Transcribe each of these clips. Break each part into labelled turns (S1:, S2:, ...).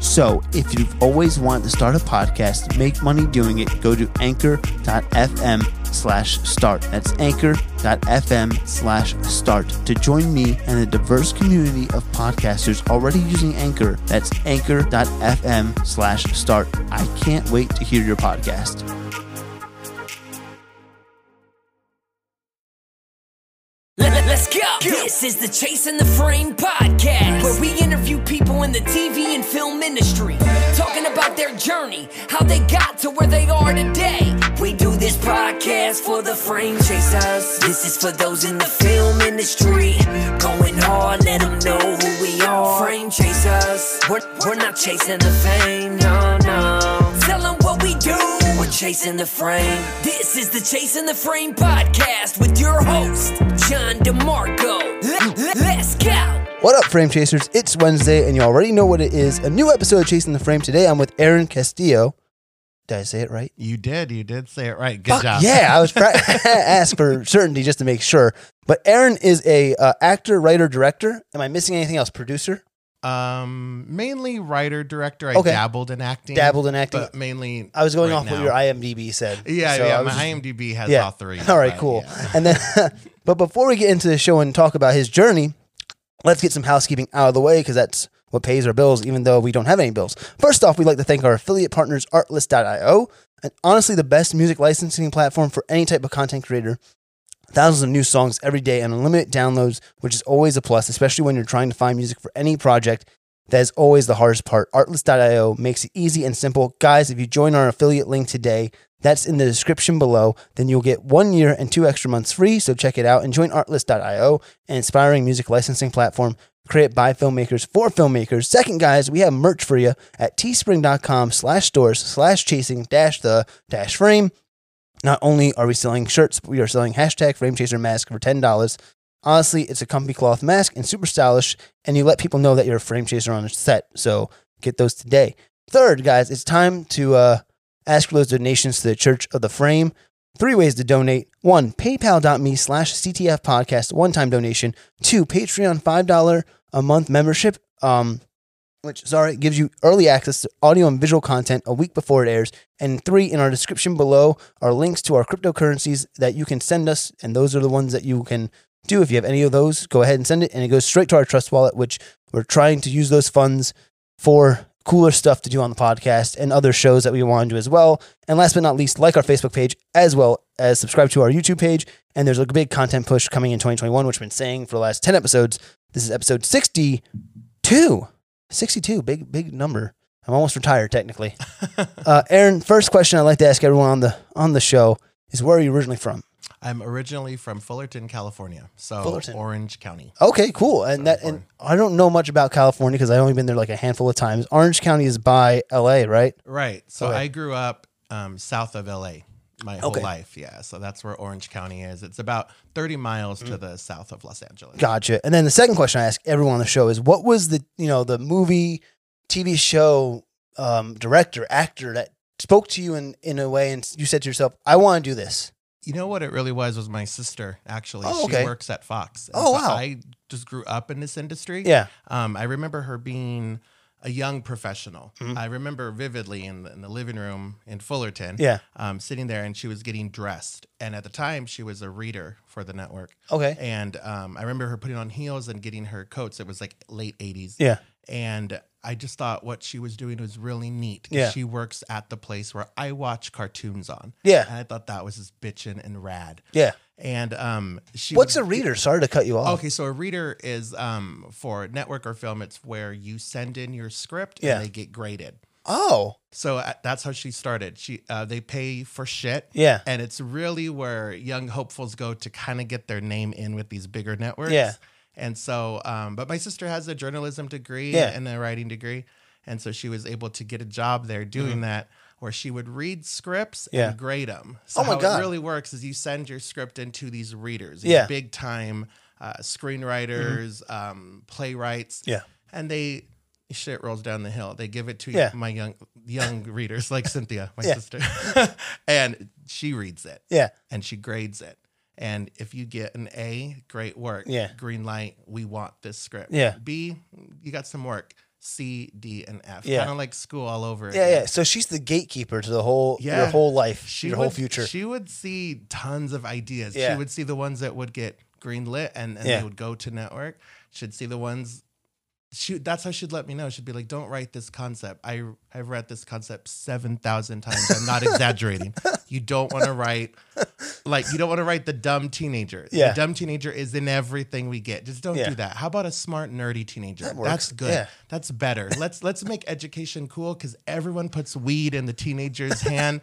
S1: So, if you've always wanted to start a podcast, make money doing it, go to anchor.fm slash start. That's anchor.fm slash start to join me and the diverse community of podcasters already using Anchor. That's anchor.fm slash start. I can't wait to hear your podcast.
S2: Let, us go. This is the Chase and the Frame podcast, where we interview people in the TV and film industry, talking about their journey, how they got to where they are today. We do this podcast for the frame chasers. This is for those in the film industry, going hard. Let them know who we are. Frame chasers. We're, we're not chasing the fame, no, no. Tell 'em what we do. We're chasing the frame. This is the Chasing the Frame podcast with your host, John DeMarco. Let, let, let's go.
S1: What up, Frame Chasers? It's Wednesday, and you already know what it is. A new episode of Chasing the Frame. Today, I'm with Aaron Castillo. Did I say it right?
S3: You did. You did say it right. Good
S1: Fuck
S3: job.
S1: Yeah, I was pra- asked for certainty just to make sure. But Aaron is a uh, actor, writer, director. Am I missing anything else? Producer?
S3: Um, mainly writer, director. I
S1: Okay.
S3: dabbled in acting.
S1: Dabbled in acting.
S3: But mainly.
S1: I was going
S3: right
S1: off what
S3: now.
S1: your IMDb said.
S3: Yeah,
S1: So I
S3: yeah.
S1: was
S3: My
S1: just-
S3: IMDb has all three.
S1: All right,
S3: but
S1: cool.
S3: yeah.
S1: And then, but before we get into the show and talk about his journey, let's get some housekeeping out of the way because that's what pays our bills, even though we don't have any bills. First off, we'd like to thank our affiliate partners, Artlist.io, and honestly, the best music licensing platform for any type of content creator. Thousands of new songs every day and unlimited downloads, which is always a plus, especially when you're trying to find music for any project. That is always the hardest part. Artlist.io makes it easy and simple. Guys, if you join our affiliate link today, that's in the description below, then you'll get one year and two extra months free. So check it out and join Artlist.io, an inspiring music licensing platform created by filmmakers for filmmakers. Second, guys, we have merch for you at teespring.com slash stores slash chasing dash the dash frame. Not only are we selling shirts, but we are selling hashtag frame chaser mask for ten dollars. Honestly, it's a comfy cloth mask and super stylish, and you let people know that you're a frame chaser on a set. So get those today. Third, guys, it's time to uh, ask for those donations to the Church of the Frame. Three ways to donate. One, paypal.me slash CTF podcast, one time donation. Two, Patreon $5 a month membership. Um, which sorry gives you early access to audio and visual content a week before it airs and three in our description below are links to our cryptocurrencies that you can send us and those are the ones that you can do if you have any of those go ahead and send it and it goes straight to our trust wallet which we're trying to use those funds for cooler stuff to do on the podcast and other shows that we want to do as well and last but not least like our facebook page as well as subscribe to our youtube page and there's a big content push coming in 2021 which i've been saying for the last 10 episodes this is episode 62 62 big big number i'm almost retired technically uh, aaron first question i'd like to ask everyone on the on the show is where are you originally from
S3: I'm originally from Fullerton, California. So
S1: Fullerton.
S3: Orange County.
S1: okay cool and that and i don't know much about california because i've only been there like a handful of times orange county is by la right
S3: Right. So
S1: Okay.
S3: I grew up um, south of LA my whole
S1: Okay.
S3: life. Yeah. So that's where Orange County is. It's about 30 miles
S1: Mm.
S3: to the south of Los Angeles.
S1: gotcha and then the second question i ask everyone on the show is what was the you know the movie tv show um, director actor that spoke to you in in a way and you said to yourself i want to do this
S3: You know what it really was was my sister actually.
S1: Oh,
S3: she
S1: okay.
S3: works at Fox. And
S1: Oh,
S3: so
S1: wow.
S3: I just grew up in this industry.
S1: yeah
S3: Um, I remember her being a young professional.
S1: Mhm.
S3: I remember vividly in the, in the living room in Fullerton,
S1: yeah
S3: um, sitting there, and she was getting dressed. And at the time, she was a reader for the network.
S1: okay
S3: And um, I remember her putting on heels and getting her coats. It was like late 80s.
S1: yeah
S3: and I just thought what she was doing was really neat. 'cause
S1: Yeah.
S3: She works at the place where I watch cartoons on.
S1: Yeah.
S3: And I thought that was just bitchin' and rad.
S1: Yeah.
S3: And um she
S1: What's
S3: would-
S1: a reader? Sorry to cut you off.
S3: Okay, so a reader is um for network or film, it's where you send in your script
S1: Yeah.
S3: and they get graded.
S1: Oh,
S3: So uh, that's how she started. She uh, they pay for shit.
S1: Yeah.
S3: and it's really where young hopefuls go to kind of get their name in with these bigger networks.
S1: Yeah.
S3: and so um, but my sister has a journalism degree
S1: Yeah.
S3: and a writing degree, and so she was able to get a job there doing that. Where she would read scripts
S1: Mm-hmm. Yeah.
S3: and grade them. So
S1: Oh my
S3: how
S1: God.
S3: it really works is you send your script into these readers, these
S1: Yeah. Mm-hmm.
S3: big time uh, screenwriters, um, playwrights,
S1: Yeah.
S3: and they shit rolls down the hill. They give it to
S1: Yeah.
S3: my young young readers, like Cynthia, my
S1: Yeah.
S3: sister, and she reads it
S1: yeah,
S3: and she grades it. And if you get an A, great work.
S1: Yeah.
S3: Green light. We want this script.
S1: Yeah.
S3: B, you got some work. C, D, and F.
S1: Yeah.
S3: Kind of like school all over.
S1: yeah,
S3: again.
S1: yeah. So she's the gatekeeper to the whole your
S3: Yeah.
S1: whole life,
S3: She
S1: your
S3: would,
S1: whole future.
S3: She would see tons of ideas.
S1: Yeah.
S3: She would see the ones that would get greenlit and, and
S1: Yeah.
S3: they would go to network. She'd see the ones. She, that's how she'd let me know. She'd be like, "Don't write this concept. I I've read this concept seven thousand times. I'm not exaggerating. You don't want to write like you don't want to write the dumb teenager.
S1: Yeah.
S3: The dumb teenager is in everything we get. Just don't
S1: Yeah.
S3: do that. How about a smart nerdy teenager?
S1: works.
S3: That's good.
S1: Yeah.
S3: That's better. Let's let's make education cool because everyone puts weed in the teenager's hand,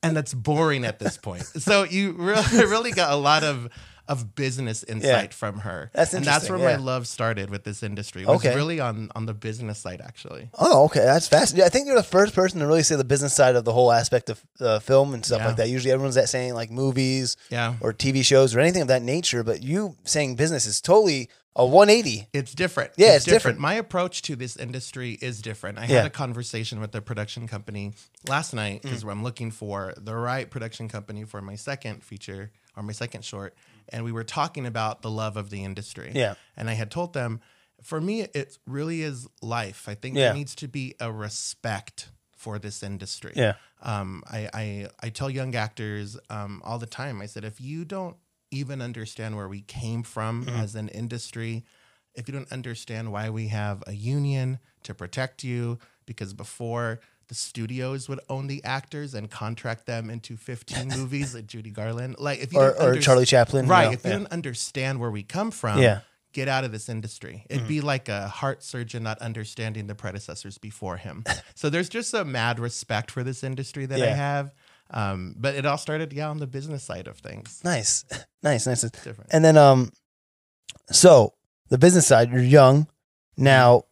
S3: and that's boring at this point. So you really really got a lot of of business insight from her.
S1: That's
S3: and that's
S1: interesting,
S3: where
S1: yeah.
S3: my love started with this industry. Was
S1: Okay.
S3: really on on the business side actually.
S1: Oh, okay, that's fascinating. I think you're the first person to really say the business side of the whole aspect of uh, film and stuff
S3: Yeah.
S1: like that. Usually, everyone's that saying like movies,
S3: Yeah.
S1: or TV shows or anything of that nature. But you saying business is totally a 180.
S3: It's different.
S1: Yeah, it's different.
S3: My approach to this industry is different. I
S1: Yeah. Mm.
S3: had a conversation with the production company last night because I'm looking for the right production company for my second feature or my second short. And we were talking about the love of the industry.
S1: Yeah.
S3: And I had told them, for me, it really is life. I think
S1: Yeah.
S3: there needs to be a respect for this industry.
S1: Yeah.
S3: Um, I, I, I tell young actors um, all the time, I said, if you don't even understand where we came from
S1: Mm-hmm.
S3: as an industry, if you don't understand why we have a union to protect you, because before the studios would own the actors and contract them into 15 movies like Judy Garland, like if you
S1: Or-
S3: don't
S1: or Charlie Chaplin, you
S3: right?
S1: know,
S3: If you
S1: yeah.
S3: don't understand where we come from,
S1: Yeah.
S3: get out of this industry.
S1: Mm-hmm.
S3: It'd be like a heart surgeon not understanding the predecessors before him. so there's just a mad respect for this industry that I
S1: Yeah.
S3: have. Um, but it all started, yeah, on the business side of things.
S1: Nice, nice, nice.
S3: Different.
S1: And then, um, so the business side, you're young. Now,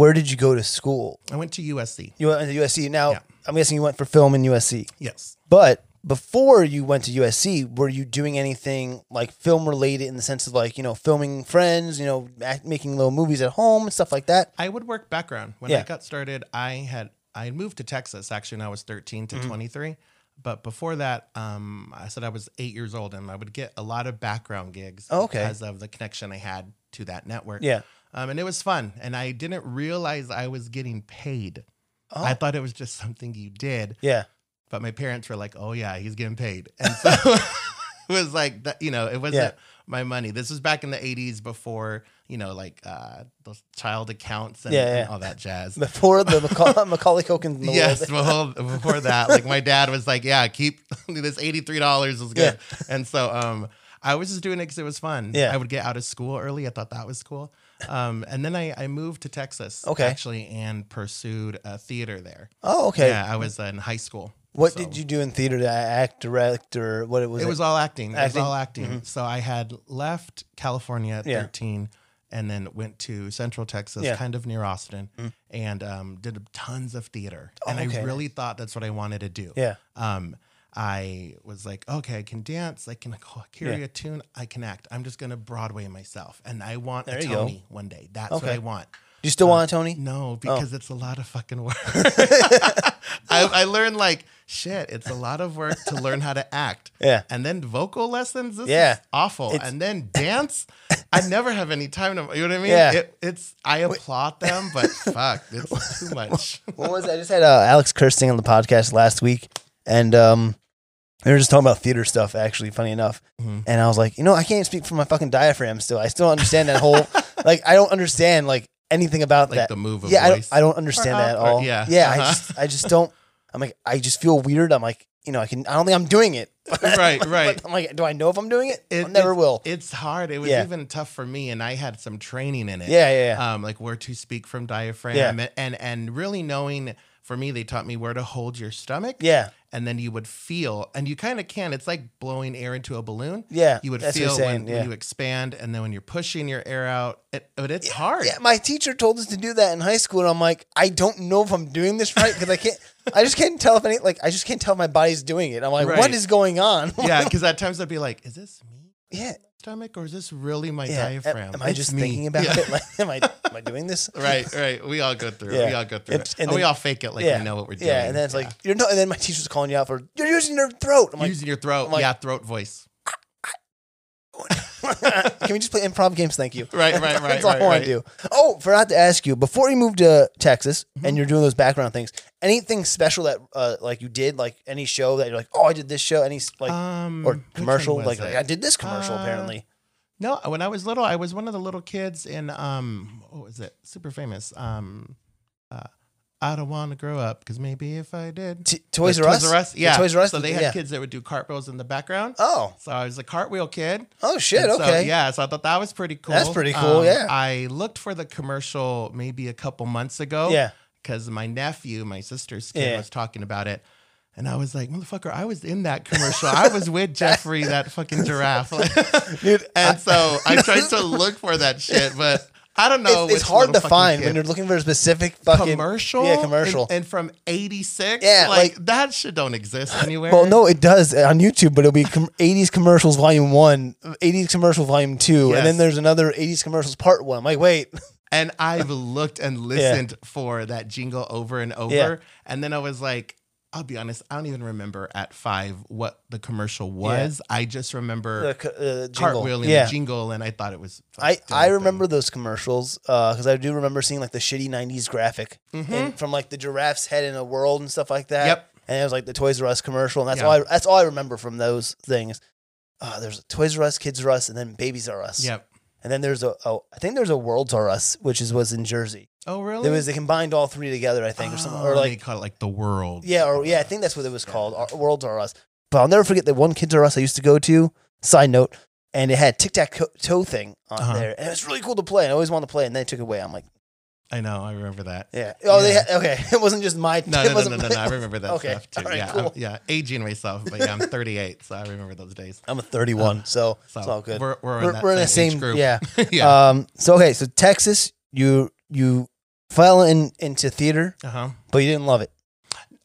S1: where did you go to school?
S3: I went to USC.
S1: You went to USC. Now,
S3: Yeah.
S1: I'm guessing you went for film in USC.
S3: Yes.
S1: But before you went to USC, were you doing anything like film related in the sense of like, you know, filming friends, you know, act, making little movies at home and stuff like that?
S3: I would work background. When
S1: Yeah.
S3: I got started, I had I had moved to Texas actually when I was 13
S1: Mm-hmm.
S3: to 23. But before that, um, I said I was eight years old and I would get a lot of background gigs
S1: Oh, okay.
S3: because of the connection I had to that network.
S1: Yeah.
S3: Um, and it was fun. And I didn't realize I was getting paid.
S1: Oh.
S3: I thought it was just something you did.
S1: Yeah.
S3: But my parents were like, oh, yeah, he's getting paid. And so it was like, that, you know, it wasn't
S1: Yeah.
S3: my money. This was back in the 80s before, you know, like uh, those child accounts and,
S1: Yeah,
S3: and
S1: yeah.
S3: all that jazz.
S1: Before the Maca- Macaulay Culkin.
S3: Yes, well, before that, like my dad was like, "Yeah, keep this eighty-three dollars is good," and so um, I was just doing it because it was fun.
S1: Yeah.
S3: I would get out of school early. I thought that was cool, um, and then I, I moved to Texas,
S1: Okay.
S3: actually, and pursued uh, theater there.
S1: Oh, okay.
S3: Yeah, I was in high school.
S1: What
S3: so-
S1: did you do in theater? Did I act, direct, or what it was?
S3: It was uh, all acting. It was
S1: Acting? Mm-hmm.
S3: all acting. So I had left California at
S1: Yeah.
S3: 13 and then went to Central Texas,
S1: Yeah. Mm.
S3: kind of near Austin, and um, did tons of theater. and
S1: okay,
S3: I really thought that's what I wanted to do.
S1: Yeah.
S3: Um, I was like, okay, I can dance, I can carry a tune, I can act. I'm just gonna Broadway myself, and I want
S1: There
S3: a
S1: you go.
S3: Tony one day. That's
S1: Okay. Oh.
S3: what I want.
S1: Do you still want a Tony?
S3: uh, No, because it's a lot of fucking work. I, I learned like shit. It's a lot of work to learn how to act.
S1: Yeah.
S3: and then vocal lessons. This
S1: Yeah.
S3: is awful.
S1: It's-
S3: and then dance. I never have any time to. You know what I mean?
S1: Yeah.
S3: It, it's I applaud them, but fuck, it's too much.
S1: What was it? I just had uh, Alex Kirsting on the podcast last week, and um, we were just talking about theater stuff. Actually, funny enough,
S3: Mm-hmm.
S1: and I was like, you know, I can't speak for my fucking diaphragm. Still, I still don't understand that whole like. I don't understand like anything about
S3: Like
S1: that.
S3: the move of
S1: yeah, I don't,
S3: voice.
S1: I don't understand that at
S3: Or-
S1: all.
S3: yeah.
S1: yeah. I
S3: Uh-huh.
S1: just I just don't. I'm like I just feel weird. I'm like you know I can I don't think I'm doing it.
S3: Right, right.
S1: But I'm like, do I know if I'm doing it? I
S3: It-
S1: never
S3: it's-
S1: will.
S3: It's hard. It was
S1: Yeah.
S3: even tough for me, and I had some training in it.
S1: yeah, yeah, yeah.
S3: Um, like where to speak from diaphragm,
S1: Yeah.
S3: and and really knowing. For me, they taught me where to hold your stomach,
S1: yeah,
S3: and then you would feel, and you kind of can. It's like blowing air into a balloon.
S1: yeah.
S3: You would
S1: That's what
S3: feel
S1: he's
S3: when,
S1: saying,
S3: when you expand, and then when you're pushing your air out, it, but it's hard.
S1: Yeah, my teacher told us to do that in high school, and I'm like, I don't know if I'm doing this right because I can't. I just can't tell if any like I just can't tell if my body's doing it. I'm like, what
S3: Right.
S1: is going on?
S3: yeah, because at times I'd be like, "Is this me
S1: yeah,
S3: stomach or is this really my
S1: yeah. Am-
S3: diaphragm?
S1: Am I
S3: It's
S1: just
S3: me."
S1: thinking about
S3: Yeah.
S1: it? Like, am I am I doing this?
S3: right, right. We all go through. it.
S1: Yeah.
S3: We all go through.
S1: It's-
S3: It.
S1: and
S3: And, we
S1: then-
S3: all fake it like we know what we're doing.
S1: Yeah, and then it's like you're not. And then my teacher's calling you out for you're using your throat. I'm like,
S3: using your throat.
S1: I'm like-
S3: yeah, throat voice.
S1: can we just play improv games? Thank you.
S3: Right, right, right.
S1: That's all
S3: right,
S1: I want
S3: right.
S1: to do. Oh, forgot to ask you before you moved to Texas
S3: Mm-hmm.
S1: and you're doing those background things. Anything special that uh, like you did, like any show that you're like, oh, I did this show, any s- like
S3: Um,
S1: or
S3: which one
S1: commercial,
S3: was
S1: like,
S3: it?
S1: like, I did this commercial
S3: Uh,
S1: apparently.
S3: No, when I was little, I was one of the little kids in um, what was it? Super famous. Um, uh, I don't want to grow up because maybe if I did,
S1: T- Toys
S3: The
S1: R Us,
S3: Toys R Us.
S1: The
S3: Yeah,
S1: Toys R Us.
S3: So they had
S1: yeah.
S3: kids that would do cartwheels in the background.
S1: Oh,
S3: So I was a cartwheel kid.
S1: oh shit.
S3: And so,
S1: Okay,
S3: yeah, so I thought that was pretty cool. Um,
S1: That's pretty cool, yeah.
S3: I looked for the commercial maybe a couple months ago.
S1: Yeah.
S3: Because my nephew, my sister's kid,
S1: Yeah.
S3: was talking about it. And I was like, motherfucker, I was in that commercial. I was with Jeffrey, that fucking giraffe.
S1: Dude,
S3: and so I tried to look for that shit, but I don't know.
S1: it's, it's
S3: which
S1: hard
S3: little
S1: to
S3: fucking
S1: find when
S3: kid.
S1: you're looking for a specific fucking
S3: commercial.
S1: Yeah, commercial.
S3: And, and from 86.
S1: Yeah,
S3: Like,
S1: like-
S3: that shit don't exist anywhere.
S1: Well, no, it does uh, on YouTube, but it'll be com- 80s commercials volume one, 80s commercial volume two, and then
S3: Yes.
S1: there's another 80s commercials part one. I'm like, wait,
S3: And I've looked and listened for that jingle over and over.
S1: Yeah.
S3: And then I was like, I'll be honest, I don't even remember at five what the commercial was. I just remember
S1: the c- uh, jingle.
S3: cartwheel and
S1: yeah.
S3: the jingle, and I thought it was.
S1: I,
S3: fucking
S1: I remember those commercials because I do remember seeing like the shitty 90s graphic and from like the giraffe's head in a world and stuff like that.
S3: Yep.
S1: And it was like the Toys R Us commercial, and that's
S3: Yeah.
S1: all I, that's all I remember from those things. Uh, there's Toys R Us, Kids R Us, and then Babies R Us.
S3: thing. Yep.
S1: And then there's a, a I think there's a Worlds R Us, which is was in Jersey.
S3: Oh, really?
S1: There was they combined all three together, I think, or something, or
S3: Oh, they
S1: like
S3: call it like the world.
S1: yeah, or yeah, I think that's what it was called. Our, Worlds R Us. But I'll never forget that one Kids R Us I used to go to. Side note, and it had Tic Tac Co- Toe thing on
S3: Uh-huh.
S1: there, and it was really cool to play. and I always wanted to play, and they took it away. I'm like,
S3: I know. I remember that.
S1: yeah, oh, they
S3: Yeah.
S1: had, okay, it wasn't just my. it
S3: No, no, no, no,
S1: wasn't
S3: no,
S1: my-
S3: no. I remember that
S1: Okay.
S3: stuff too.
S1: All right,
S3: yeah,
S1: cool.
S3: I'm, yeah, aging myself, but yeah, I'm 38, so I remember those days.
S1: I'm a 31, so,
S3: Uh, So
S1: it's all good.
S3: We're, we're, in,
S1: We're-
S3: that
S1: we're in the
S3: same
S1: same-
S3: age group.
S1: yeah.
S3: yeah.
S1: Um. So okay, so Texas, you you fell in into theater,
S3: uh huh.
S1: but you didn't love it.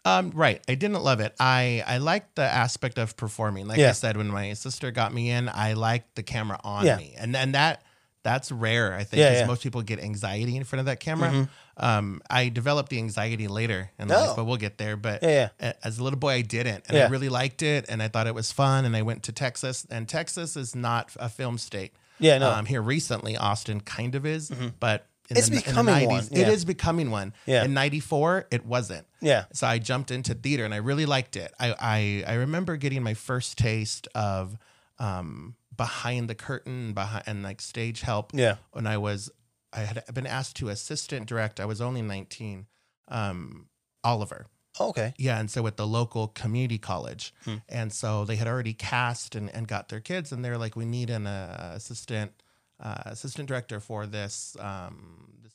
S3: Um, right. I didn't love it. I I liked the aspect of performing. Like
S1: Yeah.
S3: I said, when my sister got me in, I liked the camera on
S1: Yeah.
S3: me, and and that that's rare. I think
S1: Yeah,
S3: 'cause
S1: yeah.
S3: most people get anxiety in front of that camera.
S1: Mhm.
S3: Um, I developed the anxiety later in
S1: No.
S3: life, but we'll get there. But
S1: Oh. Yeah, yeah.
S3: a- as a little boy, I didn't, and
S1: Yeah.
S3: I really liked it, and I thought it was fun. And I went to Texas, and Texas is not a film state.
S1: Yeah, no. Mm-hmm.
S3: Um, here recently, Austin kind of is, but in
S1: It's
S3: the,
S1: becoming
S3: in the
S1: one,
S3: 90s, it
S1: yeah.
S3: is becoming one.
S1: Yeah.
S3: In '94, it wasn't.
S1: yeah.
S3: So I jumped into theater and I really liked it. I I, I remember getting my first taste of um, behind the curtain behind and like stage help
S1: Yeah.
S3: when I was I had been asked to assistant direct. I was only 19. Um, Oliver.
S1: Oh, Okay.
S3: Yeah, and so at the local community college,
S1: Hmm.
S3: and so they had already cast and, and got their kids, and they're like, we need an uh, assistant uh, assistant director for this um, this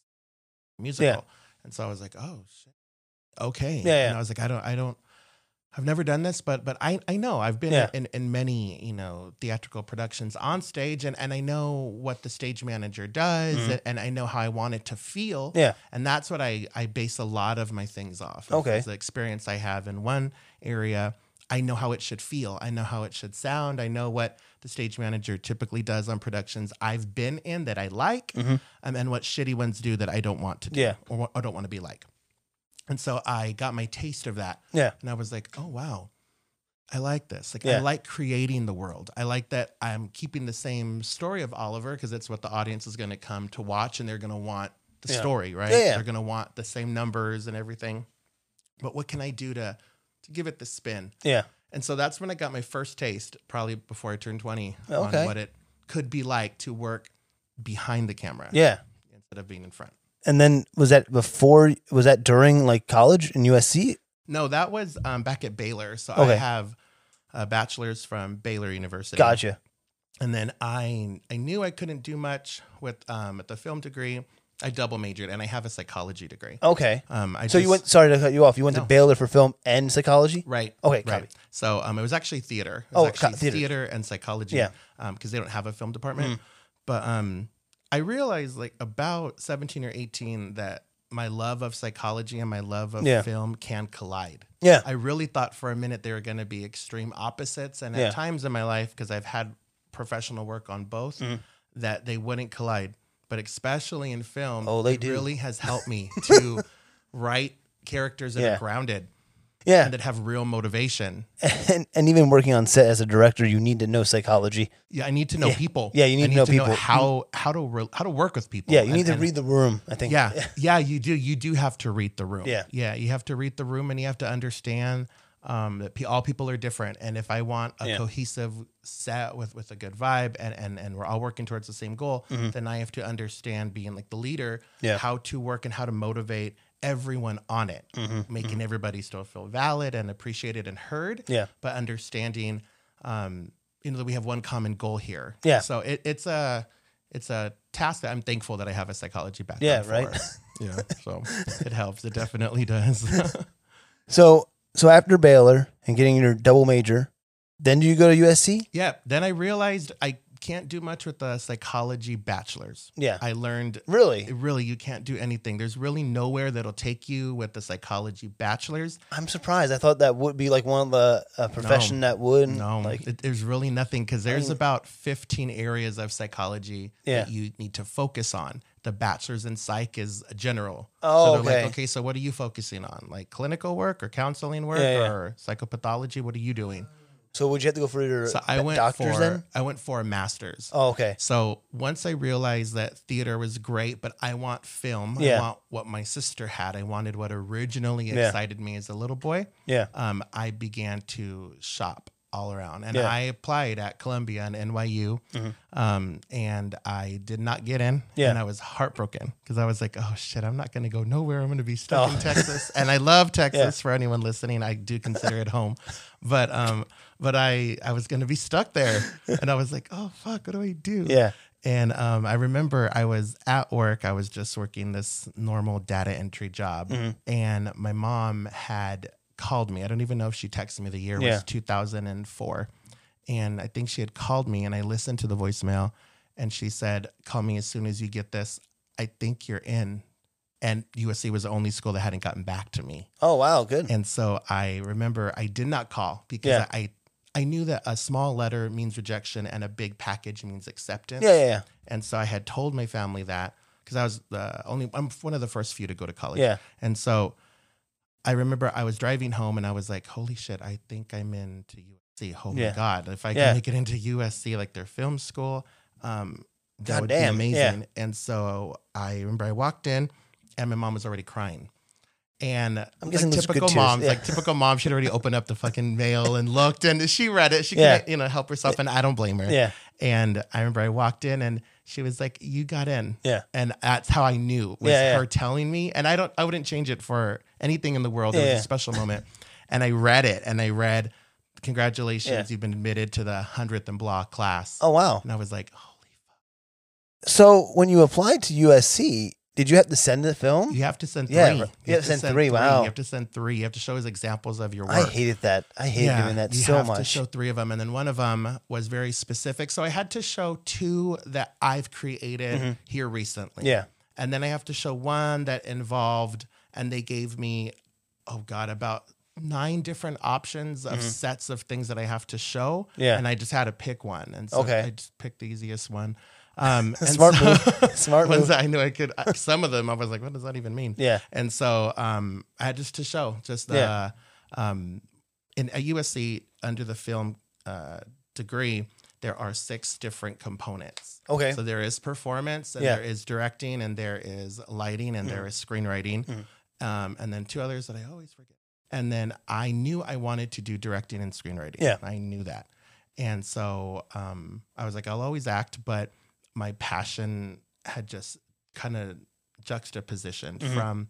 S3: musical, and so I was like, oh shit, okay,
S1: Yeah, yeah.
S3: and I was like, I don't, I don't. I've never done this, but but I, I know I've been
S1: Yeah.
S3: in, in many you know theatrical productions on stage, and, and I know what the stage manager does,
S1: Mhm.
S3: and, and I know how I want it to feel,
S1: Yeah.
S3: and that's what I, I base a lot of my things off. of.
S1: Okay.
S3: It's The experience I have in one area, I know how it should feel. I know how it should sound. I know what the stage manager typically does on productions I've been in that I like,
S1: Mhm.
S3: um, and what shitty ones do that I don't want to do
S1: Yeah.
S3: or, wa- or don't want to be like. And so I got my taste of that.
S1: Yeah.
S3: And I was like, oh, wow. I like this. Like,
S1: Yeah.
S3: I like creating the world. I like that I'm keeping the same story of Oliver because that's what the audience is going to come to watch and they're going to want the
S1: Yeah.
S3: story, right?
S1: Yeah, yeah.
S3: They're going to want the same numbers and everything. But what can I do to, to give it the spin?
S1: Yeah.
S3: And so that's when I got my first taste, probably before I turned 20,
S1: Okay.
S3: on what it could be like to work behind the camera
S1: Yeah.
S3: instead of being in front.
S1: And then was that before? Was that during like college in USC?
S3: No, that was um, back at Baylor. So I
S1: Okay.
S3: have a bachelor's from Baylor University.
S1: Gotcha.
S3: And then I I knew I couldn't do much with um, at the film degree. I double majored and I have a psychology degree.
S1: Okay.
S3: Um, I
S1: Oh. So you
S3: just-
S1: went. Sorry to cut you off. You went
S3: No.
S1: to Baylor for film and psychology.
S3: right.
S1: Okay,
S3: right.
S1: copy.
S3: So um, it was actually theater. It
S1: Oh,
S3: was
S1: co-
S3: actually
S1: theater.
S3: theater. and psychology.
S1: Yeah. Mm.
S3: because they don't have a film department. But um, I realized like about seventeen or eighteen that my love of psychology and my love of
S1: Yeah.
S3: film can collide.
S1: Yeah.
S3: I really thought for a minute they were going to be extreme opposites. And
S1: Yeah.
S3: at times in my life, because I've had professional work on both,
S1: Mm.
S3: that they wouldn't collide. But especially in film,
S1: Oh, they
S3: it
S1: do.
S3: really has helped me to write characters that
S1: Yeah.
S3: are grounded
S1: yeah.
S3: and that have real motivation.
S1: And, and even working on set as a director, you need to know psychology.
S3: Yeah, I need to know people.
S1: Yeah, you need
S3: I
S1: to know people.
S3: how how to re- how to work with people.
S1: Yeah. You
S3: And-
S1: need to
S3: and-
S1: read the room. I think.
S3: Yeah, yeah, you do. You do have to read the room.
S1: Yeah.
S3: yeah, you have to read the room, and you have to understand um, that pe- all people are different. And if I want a
S1: Yeah.
S3: cohesive set with with a good vibe, and and and we're all working towards the same goal, then I have to understand being like the leader,
S1: Mm-hmm. Yeah.
S3: how to work and how to motivate everyone on it,
S1: Mm-hmm.
S3: making everybody still feel valid and appreciated and heard.
S1: Yeah.
S3: but understanding, um, you know, that we have one common goal here.
S1: Yeah.
S3: so it, it's a it's a task that I'm thankful that I have a psychology background.
S1: Yeah,
S3: for.
S1: right.
S3: yeah, so it helps. It definitely does.
S1: So so after Baylor and getting your double major, then do you go to USC?
S3: yeah. Then I realized I can't do much with the psychology bachelor's.
S1: Yeah.
S3: I learned
S1: really?
S3: really you can't do anything. There's really nowhere that'll take you with the psychology bachelor's.
S1: I'm surprised. I thought that would be like one of the a profession that would.
S3: No,
S1: Mm, Like
S3: it- there's really nothing because there's
S1: mean-
S3: about 15 areas of psychology
S1: Yeah.
S3: that you need to focus on. The bachelor's in psych is general.
S1: Oh,
S3: so they're
S1: okay.
S3: like, okay, so what are you focusing on? Like clinical work or counseling work
S1: Yeah, yeah.
S3: or psychopathology? What are you doing?
S1: so would you have to go for your
S3: So I
S1: d-
S3: went
S1: doctors
S3: for
S1: then?
S3: I went for a master's.
S1: Oh, okay.
S3: So once I realized that theater was great, but I want film.
S1: Yeah.
S3: I want what my sister had. I wanted what originally
S1: Yeah.
S3: excited me as a little boy.
S1: Yeah.
S3: Um, I began to shop all around, and
S1: Yeah. Mm-hmm.
S3: I applied at Columbia and NYU, um, and I did not get in.
S1: Yeah.
S3: And I was heartbroken because I was like, "Oh shit, I'm not going to go nowhere. I'm going to be stuck
S1: Oh.
S3: in Texas." And I love Texas. For anyone listening, I do consider it home, but um, but I I was going to be stuck there, and I was like, "Oh fuck, what do I do?"
S1: Yeah.
S3: And um, I remember I was at work. I was just working this normal data entry job,
S1: Mm-hmm.
S3: and my mom had called me. I don't even know if she texted me. The year
S1: Yeah.
S3: was 2004, and I think she had called me. And I listened to the voicemail, and she said, "Call me as soon as you get this. I think you're in." And USC was the only school that hadn't gotten back to me.
S1: Oh wow, good.
S3: And so I remember I did not call because
S1: Yeah.
S3: I I knew that a small letter means rejection and a big package means acceptance.
S1: Yeah, yeah, yeah.
S3: And so I had told my family that because I was the only I'm one of the first few to go to college.
S1: Yeah.
S3: And so I remember I was driving home and I was like, "Holy shit! I think I'm into USC. Oh
S1: Yeah.
S3: my god! If I
S1: Yeah.
S3: can make it into USC, like their film school, um, that would
S1: Goddamn,
S3: be
S1: yeah.
S3: amazing." And so I remember I walked in, and my mom was already crying. And I'm
S1: guessing
S3: like
S1: those are good
S3: typical
S1: tears,
S3: moms,
S1: yeah.
S3: like typical mom, she'd already opened up the fucking mail and looked, and she read it. She
S1: Yeah.
S3: couldn't, you know, help herself, and I don't blame her.
S1: Yeah.
S3: And I remember I walked in and she was like, You got in.
S1: Yeah.
S3: And that's how I knew was
S1: Yeah, yeah.
S3: her telling me. And I don't I wouldn't change it for anything in the world. it
S1: Yeah,
S3: was
S1: yeah.
S3: a special moment. And I read it and I read, Congratulations, you've been admitted to the hundredth and blah class.
S1: Oh wow.
S3: And I was like, Holy
S1: So when you applied to USC, did you have to send the film?
S3: you have to send three.
S1: Yeah, you have to send three, wow.
S3: You have to send three. You have to show us examples of your work.
S1: I hated that. I hated doing that
S3: you
S1: so
S3: have
S1: much.
S3: To show three of them, and then one of them was very specific. So I had to show two that I've created here recently.
S1: Mm-hmm. Yeah.
S3: and then I have to show one that involved, and they gave me, oh god, about nine different options of sets of things that I have to show.
S1: Mm-hmm. Yeah.
S3: and I just had to pick one, and so
S1: Okay.
S3: I just picked the easiest one. Um, and
S1: Smart
S3: so-
S1: move. Smart
S3: ones
S1: move.
S3: that I knew I could. I- Some of them I was like, what does that even mean?
S1: Yeah.
S3: And so um, I had just to show just the
S1: Yeah.
S3: um, in at USC under the film uh, degree there are six different components.
S1: Okay.
S3: So there is performance, and
S1: Yeah. Mm.
S3: there is directing, and there is lighting, and there is screenwriting, um, and then two others that I always forget. And then I knew I wanted to do directing and screenwriting.
S1: Yeah.
S3: I knew that. And so um, I was like, I'll always act, but my passion had just kind of juxtaposition from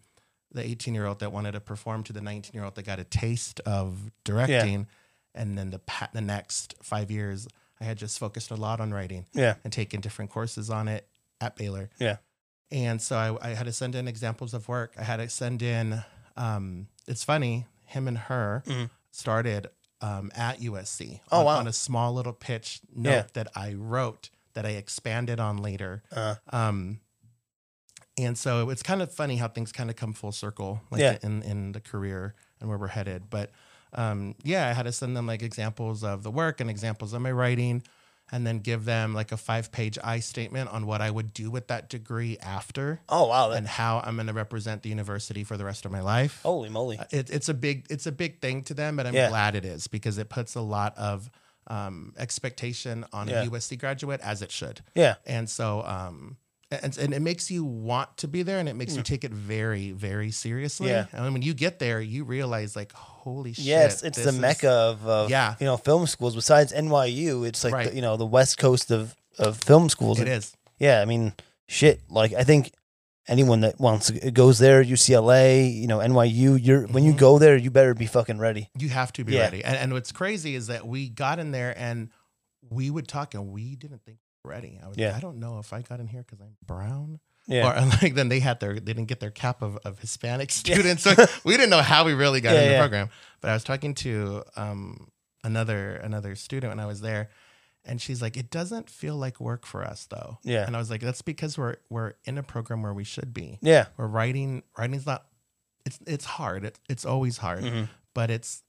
S3: the 18 year old that wanted to perform to the 19 year old that got a taste of directing. And then the, pa- the next five years, I had just focused a lot on writing
S1: Yeah.
S3: and taken different courses on it at Baylor.
S1: Yeah.
S3: And so I, I had to send in examples of work. I had to send in, um, it's funny, him and her
S1: Mhm.
S3: started um, at USC
S1: Oh,
S3: on,
S1: wow.
S3: on a small little pitch note
S1: Yeah.
S3: that I wrote that I expanded on later.
S1: Uh,
S3: Um, and so it's kind of funny how things kind of come full circle, like
S1: Yeah.
S3: in in the career and where we're headed. But um, yeah, I had to send them like examples of the work and examples of my writing, and then give them like a five page I statement on what I would do with that degree after
S1: oh wow. That,
S3: and how I'm going to represent the university for the rest of my life.
S1: holy moly.
S3: It, it's a big it's a big thing to them, but I'm
S1: Oh. Yeah.
S3: glad it is because it puts a lot of um, expectation on
S1: Yeah.
S3: a USC graduate, as it should
S1: yeah.
S3: and so um and, and it makes you want to be there and it makes you take it very very seriously
S1: Hmm. Yeah.
S3: and when you get there you realize like holy shit
S1: Yes, it's
S3: this
S1: the
S3: is-
S1: mecca of, of
S3: Yeah.
S1: you know film schools. Besides NYU, it's like
S3: Right.
S1: the, you know the West Coast of of film schools.
S3: it is
S1: Yeah, I mean, shit. Like I think anyone that wants to- goes there, UCLA, you know, NYU. You're when you
S3: Mhm.
S1: go there, you better be fucking ready.
S3: you have to be
S1: Yeah.
S3: ready and, and what's crazy is that we got in there and we would talk and we didn't think we were ready i was
S1: Yeah.
S3: like i don't know if i got in here because i'm brown
S1: Yeah,
S3: or like then they had their they didn't get their cap of, of Hispanic students. So we didn't know how we really got
S1: Yeah,
S3: in the
S1: yeah.
S3: program. But I was talking to um, another another student when I was there, and she's like, "It doesn't feel like work for us though."
S1: Yeah.
S3: and I was like, "That's because we're we're in a program where we should be.
S1: yeah,
S3: We're writing writing's not it's it's hard. It, it's always hard,
S1: Mhm.
S3: but it's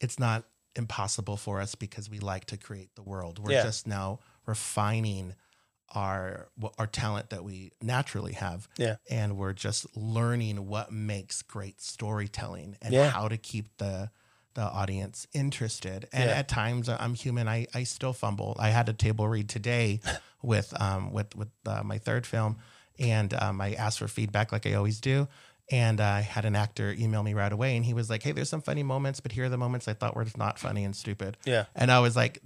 S3: it's not impossible for us because we like to create the world. We're
S1: Yeah.
S3: just now refining our wh- our talent that we naturally have.
S1: Yeah.
S3: And we're just learning what makes great storytelling and
S1: Yeah.
S3: how to keep the the audience interested. And
S1: Yeah.
S3: at times I- I'm human. I, I still fumble. I had a table read today with um with with uh, my third film and um, I asked for feedback like I always do. And I had an actor email me right away, and he was like, "Hey, there's some funny moments, but here are the moments I thought were not funny and stupid."
S1: yeah,
S3: And I was like,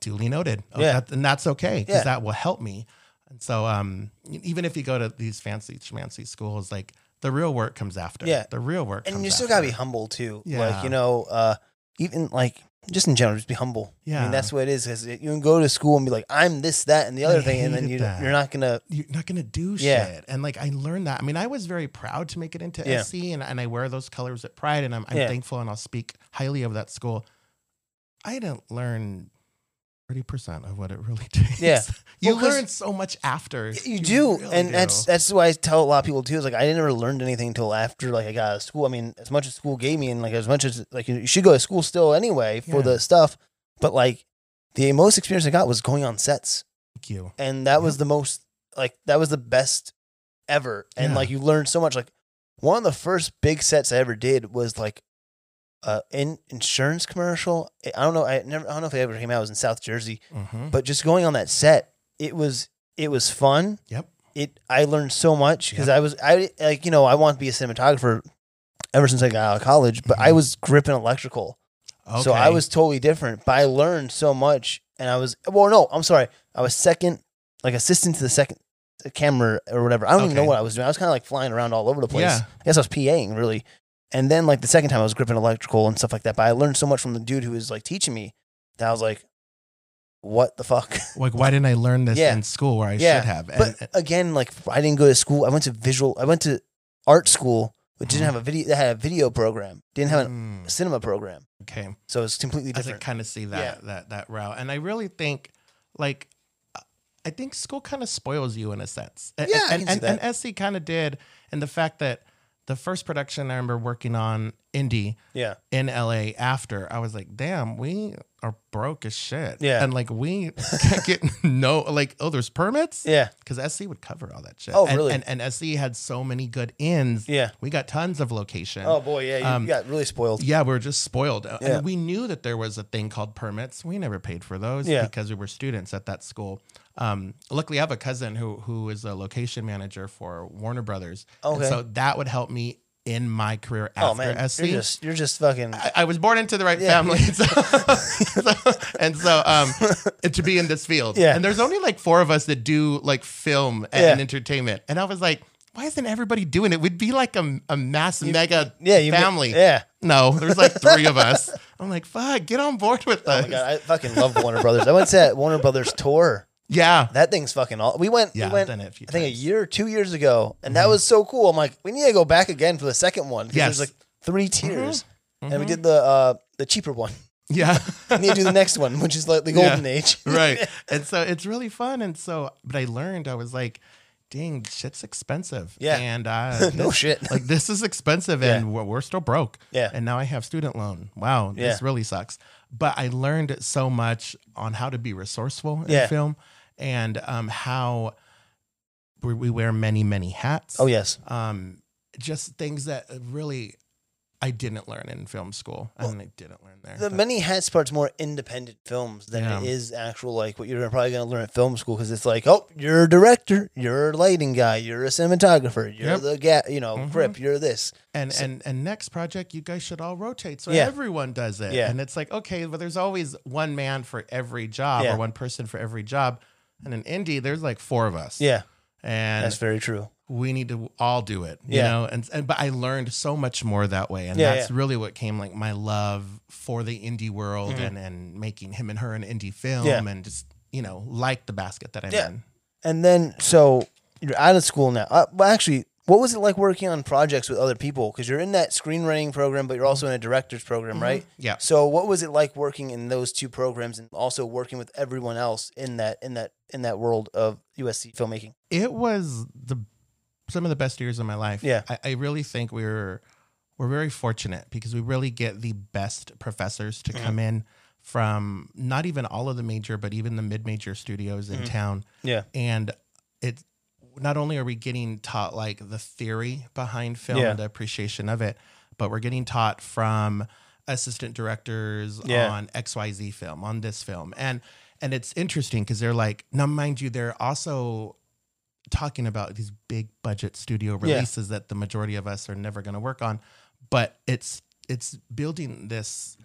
S3: duly noted. Oh,
S1: Yeah.
S3: that- and that's okay because
S1: Yeah.
S3: that will help me. And so, um, even if you go to these fancy schmancy schools, like the real work comes after.
S1: Yeah.
S3: the real work.
S1: and
S3: comes
S1: you still gotta be
S3: after.
S1: humble too.
S3: Yeah.
S1: Like you know, uh, even like just in general, just be humble. I
S3: Yeah.
S1: mean that's what it is. Because you can go to school and be like, I'm this, that, and the other
S3: I
S1: thing, and then
S3: hated
S1: you
S3: that.
S1: you're not gonna.
S3: You're not gonna do
S1: Yeah.
S3: shit. And like I learned that. I mean, I was very proud to make it into
S1: Yeah.
S3: SC, and, and I wear those colors at Pride, and I'm, I'm
S1: Yeah.
S3: thankful, and I'll speak highly of that school. I didn't learn. 30% of what it really takes.
S1: Yeah.
S3: you
S1: Well, 'cause
S3: learn so much after.
S1: You, do,
S3: really
S1: and
S3: do.
S1: that's that's why I tell a lot of people too. Is like I never learned anything until after like I got out of school. I mean, as much as school gave me, and like as much as like you should go to school still anyway for
S3: Yeah.
S1: the stuff, but like the most experience I got was going on sets,
S3: Thank you.
S1: and that was
S3: Yeah.
S1: the most like that was the best ever. And
S3: Yeah.
S1: like you learned so much. Like one of the first big sets I ever did was like uh in insurance commercial. I don't know. I never. I don't know if it ever came out. It was in South Jersey,
S3: Mhm.
S1: but just going on that set, it was it was fun
S3: Yep.
S1: it I learned so much because I was I like you know I want to be a cinematographer ever since I got out of college, but I
S3: Mhm.
S1: was gripping electrical, so I was totally different. But I learned so much, and I was well, no, I'm sorry, I was second like assistant to the second camera or whatever. I don't even know
S3: Okay.
S1: what I was doing. I was kind of like flying around all over the place.
S3: Yeah.
S1: I guess I was PAing really. And then like the second time I was gripping electrical and stuff like that, but I learned so much from the dude who was like teaching me that I was like, what the fuck?
S3: like, why didn't I learn this
S1: Yeah.
S3: in school where I
S1: Yeah,
S3: should have? And,
S1: But again, like I didn't go to school. I went to visual. I went to art school, but didn't
S3: Mhm.
S1: have a video. That had a video program. Didn't have an-
S3: Mm,
S1: a cinema program.
S3: okay,
S1: So it's completely
S3: I can
S1: different.
S3: kind of see that that that route, and I really think, like, I- I think school kind of spoils you in a sense. A-
S1: Yeah, I
S3: and
S1: can see
S3: and,
S1: that.
S3: and SC kind of did, and the fact that the first production I remember working on indie
S1: yeah,
S3: in LA after, I was like, damn, we are broke as shit.
S1: Yeah.
S3: and like we can't get no like oh, there's permits.
S1: yeah,
S3: because SC would cover all that shit.
S1: Oh,
S3: and,
S1: really?
S3: And, and SC had so many good ins.
S1: yeah.
S3: We got tons of location.
S1: Oh boy, yeah. You
S3: Um,
S1: got really spoiled.
S3: Yeah, we were just spoiled. Uh,
S1: Yeah.
S3: And we knew that there was a thing called permits. We never paid for those
S1: Yeah.
S3: because we were students at that school. Um, luckily, I have a cousin who who is a location manager for Warner Brothers. And
S1: Okay.
S3: so that would help me in my career after
S1: oh man,
S3: SC.
S1: you're just you're just fucking.
S3: I, I was born into the right
S1: Yeah.
S3: family, so, so- and so um, and to be in this field.
S1: Yeah.
S3: And there's only like four of us that do like film and,
S1: Yeah.
S3: entertainment, and I was like, why isn't everybody doing it? We'd be like a, a mass mega
S1: Yeah, you
S3: family.
S1: Yeah.
S3: No, there's like three of us. I'm like, fuck, get on board with
S1: Oh
S3: us.
S1: my god, I fucking love Warner Brothers. I went to that Warner Brothers tour.
S3: Yeah.
S1: That thing's fucking all. We went.
S3: Yeah,
S1: we
S3: I've
S1: went,
S3: done it a few
S1: I think a
S3: times. Mm-hmm.
S1: year or two years ago, and that was so cool. I'm like, we need to go back again for the second one because
S3: Yes. Mm-hmm.
S1: there's like three tiers, and we did the uh, the cheaper one.
S3: Yeah.
S1: We need to do the next one, which is like the
S3: Yeah.
S1: golden age.
S3: right. And so it's really fun. And so, but I learned, I was like, dang, shit's expensive.
S1: Yeah.
S3: And uh,
S1: No
S3: this-
S1: shit.
S3: Like, this is expensive and we're, we're still broke.
S1: Yeah.
S3: And now I have student loan. Wow.
S1: Yeah.
S3: This really sucks. But I learned so much on how to be resourceful in
S1: Yeah.
S3: film and um, how we, we wear many, many hats.
S1: Oh yes,
S3: Um, just things that really I didn't learn in film school. and I didn't learn there.
S1: the
S3: But-
S1: many hats part's more independent films than it
S3: Yeah.
S1: is actual like what you're probably going to learn at film school because it's like, oh, you're a director, you're a lighting guy, you're a cinematographer, you're
S3: Yep. Mm-hmm.
S1: the ga- you know, grip, you're this.
S3: And and and next project, you guys should all rotate so
S1: Yeah.
S3: everyone does it.
S1: Yeah.
S3: And it's like okay, but there's always one man for every job
S1: Yeah.
S3: or one person for every job. And in indie, there's like four of us.
S1: Yeah,
S3: And
S1: that's very true.
S3: we need to all do it. You
S1: Yeah.
S3: know. And, and but I learned so much more that way, and
S1: Yeah,
S3: that's
S1: yeah.
S3: really what came like my love for the indie world and and making him and her an indie film
S1: Mm-hmm. Yeah.
S3: and just you know like the basket that I'm
S1: Yeah.
S3: in.
S1: And then so you're out of school now. Uh, well, actually, what was it like working on projects with other people? Because you're in that screenwriting program, but you're also in a director's program, right?
S3: Mm-hmm. Yeah.
S1: So what was it like working in those two programs and also working with everyone else in that in that in that world of USC filmmaking?
S3: it was the some of the best years of my life.
S1: Yeah.
S3: I, I really think we were we're very fortunate because we really get the best professors to
S1: Mm-hmm.
S3: come in from not even all of the major, but even the mid major studios
S1: Mm-hmm.
S3: in town.
S1: Yeah.
S3: And it not only are we getting taught like the theory behind film
S1: Yeah.
S3: and the appreciation of it, but we're getting taught from assistant directors
S1: Yeah.
S3: on XYZ film, on this film. And and it's interesting because they're like, now mind you, they're also talking about these big budget studio
S1: Yeah.
S3: releases that the majority of us are never going to work on but it's it's building this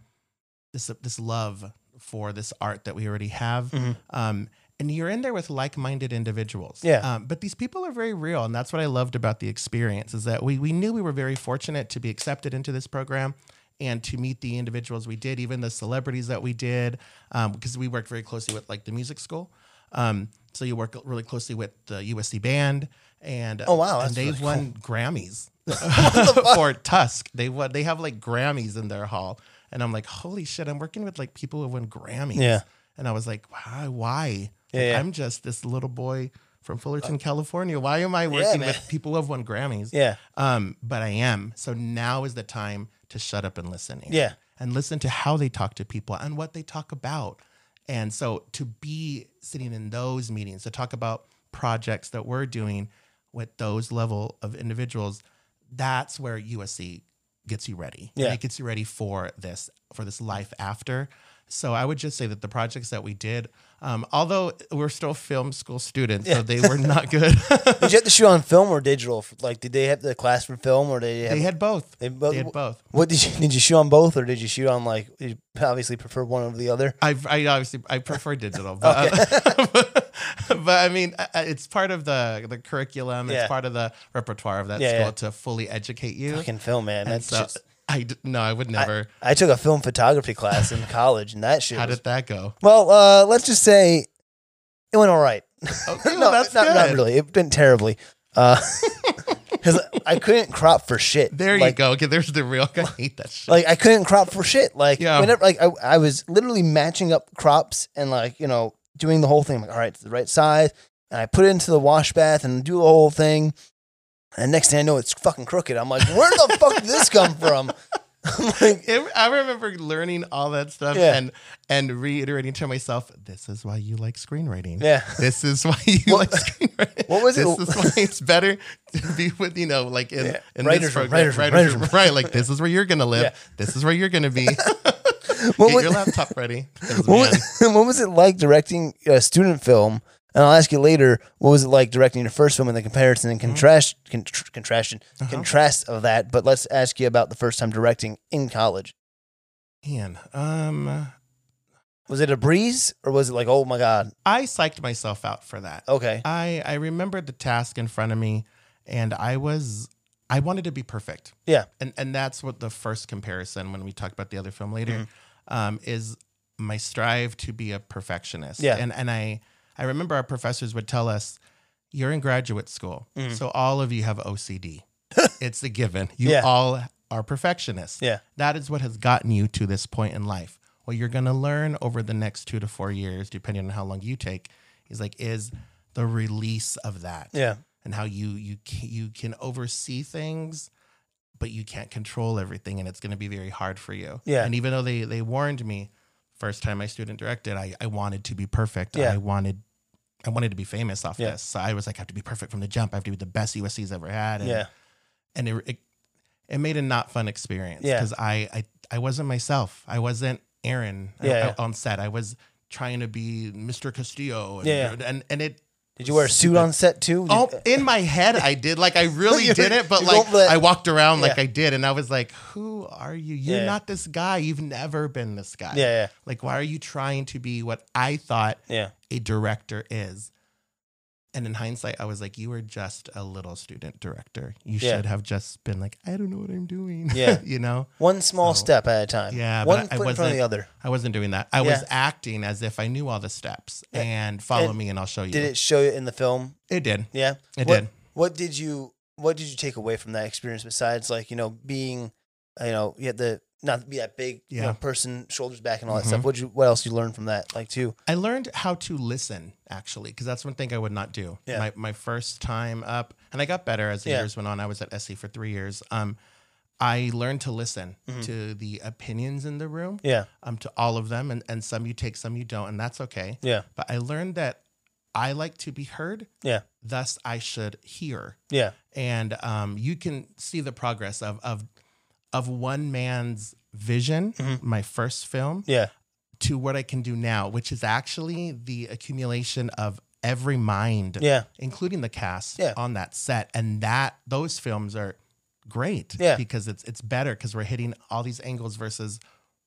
S3: this this love for this art that we already have
S1: Mm-hmm.
S3: um and you're in there with like-minded individuals
S1: Yeah.
S3: um, but these people are very real and that's what i loved about the experience is that we we knew we were very fortunate to be accepted into this program and to meet the individuals we did even the celebrities that we did um, because we worked very closely with like the music school um, so you work really closely with the usc band and
S1: Oh, wow, that's
S3: and they've
S1: really cool.
S3: won Grammys for Tusk. They wa- they have like Grammys in their hall, and I'm like, holy shit! I'm working with like people who won Grammys.
S1: Yeah.
S3: and I was like, why? Why?
S1: Yeah,
S3: Like,
S1: yeah. Uh,
S3: I'm just this little boy from Fullerton, California. Why am I working
S1: man.
S3: with people who have won Grammys?
S1: Yeah.
S3: Um, but I am. So now is the time to shut up and listen. Andy,
S1: Yeah.
S3: and listen to how they talk to people and what they talk about. And so to be sitting in those meetings to talk about projects that we're doing with those level of individuals, that's where USC gets you ready. And
S1: Yeah.
S3: it gets you ready for this for this life after. So I would just say that the projects that we did, um, although we're still film school students, so they were not good.
S1: Did you have to shoot on film or digital? Like, did they have the class for film or did they? Have,
S3: they had both.
S1: They both-
S3: they had both.
S1: what did you did you shoot on both or did you shoot on like? You obviously prefer one over the other.
S3: I, I obviously I prefer digital, but, but, I mean I- I- it's part of the the curriculum.
S1: Yeah.
S3: It's part of the repertoire of that
S1: Yeah,
S3: school
S1: yeah.
S3: to fully educate you.
S1: Fucking film, man.
S3: and
S1: That's
S3: so
S1: just,
S3: I d- no, I would never.
S1: I took a film photography class in college, and that shit.
S3: How
S1: was
S3: did that go?
S1: Well, uh, let's just say it went all right.
S3: Okay, well,
S1: no,
S3: Oh, that's
S1: not, not
S3: good.
S1: really. It went terribly. Because I couldn't crop for shit.
S3: There you
S1: Like-
S3: go. Okay, there's the real. I hate that shit.
S1: Like I couldn't crop for shit. Like
S3: Yeah.
S1: whenever, like I, I was literally matching up crops and like you know doing the whole thing. Like all right, it's the right size, and I put it into the wash bath and do the whole thing. And next thing I know, it's fucking crooked. I'm like, where the fuck did this come from? I'm like,
S3: It- I remember learning all that stuff
S1: Yeah.
S3: and and reiterating to myself, "This is why you like screenwriting.
S1: Yeah.
S3: this is why you like screenwriting.
S1: what was it-
S3: this is why it's better to be with you know, like in,
S1: Yeah.
S3: in
S1: Writers
S3: this
S1: room,
S3: program,
S1: writers room, writers room.
S3: right? Like this is where you're gonna live.
S1: Yeah.
S3: This is where you're gonna be.
S1: what
S3: Get
S1: was-
S3: your laptop ready. 'cause,
S1: what,
S3: man,
S1: was, what was it like directing a student film? And I'll ask you later. What was it like directing your first film and the comparison
S3: Mm-hmm.
S1: and contrast, contr- contrastion,
S3: Uh-huh.
S1: contrast of that? But let's ask you about the first time directing in college.
S3: Oh, man, um,
S1: Was it a breeze or was it like, oh my god?
S3: I psyched myself out for that.
S1: Okay,
S3: I I remembered the task in front of me, and I was I wanted to be perfect.
S1: Yeah.
S3: And and that's what the first comparison when we talk about the other film later
S1: Mm-hmm.
S3: um, is my strive to be a perfectionist.
S1: Yeah.
S3: And and I I remember our professors would tell us, You're in graduate school.
S1: Mhm.
S3: So all of you have OCD. it's a given. You
S1: Yeah.
S3: all are perfectionists.
S1: Yeah.
S3: That is what has gotten you to this point in life. What you're going to learn over the next two to four years, depending on how long you take, is like is the release of that,
S1: Yeah.
S3: and how you you ca- you can oversee things, but you can't control everything, and it's going to be very hard for you.
S1: Yeah.
S3: And even though they they warned me, first time I student directed, I I wanted to be perfect.
S1: Yeah.
S3: I wanted. I wanted to be famous off
S1: Yeah.
S3: this. So I was like, I have to be perfect from the jump. I have to be the best USC's ever had. And
S1: Yeah.
S3: and it it, it made a not fun experience
S1: Yeah.
S3: because I, I I wasn't myself. I wasn't Aaron I-
S1: Yeah,
S3: I- on set. I was trying to be Mr. Castillo. And,
S1: Yeah.
S3: and and it
S1: Did you wear a suit on set too? Did- uh,
S3: oh in my head I did like I really
S1: You-
S3: didn't, but
S1: you
S3: like
S1: don't let-
S3: I walked around like
S1: Yeah.
S3: I did, and I was like, who are you? You're
S1: Yeah.
S3: not this guy. You've never been this guy.
S1: Yeah, yeah.
S3: Like why are you trying to be what I thought
S1: Yeah.
S3: a director is. And in hindsight, I was like, you were just a little student director. You
S1: Yeah.
S3: should have just been like, I don't know what I'm doing.
S1: Yeah.
S3: you know,
S1: One small
S3: So-
S1: step at a time.
S3: Yeah,
S1: One
S3: but I- I
S1: foot in front of
S3: wasn't-
S1: the other.
S3: I wasn't doing that. I was
S1: Yeah.
S3: acting as if I knew all the steps and follow
S1: and
S3: me and I'll show you.
S1: Did it show you in the film?
S3: It did.
S1: Yeah.
S3: It
S1: what,
S3: did.
S1: What did you What did you take away from that experience besides like you know being, you know, you had the not be that big you know,
S3: Yeah.
S1: person, shoulders back and all that
S3: Mhm.
S1: stuff. What you What else you learn from that? Like too.
S3: I learned how to listen actually, because that's one thing I would not do.
S1: Yeah.
S3: My my first time up, and I got better as the
S1: Yeah.
S3: years went on. I was at SC for three years. Um, I learned to listen
S1: Mm-hmm.
S3: to the opinions in the room,
S1: Yeah.
S3: um, to all of them, and and some you take, some you don't, and that's okay.
S1: Yeah.
S3: But I learned that I like to be heard,
S1: Yeah.
S3: thus I should hear.
S1: Yeah.
S3: And um, you can see the progress of of of one man's vision, my first film,
S1: Mm-hmm. Yeah.
S3: to what I can do now, which is actually the accumulation of every mind,
S1: Yeah.
S3: including the cast
S1: Yeah.
S3: on that set. And that those films are great
S1: Yeah.
S3: because it's it's better because we're hitting all these angles versus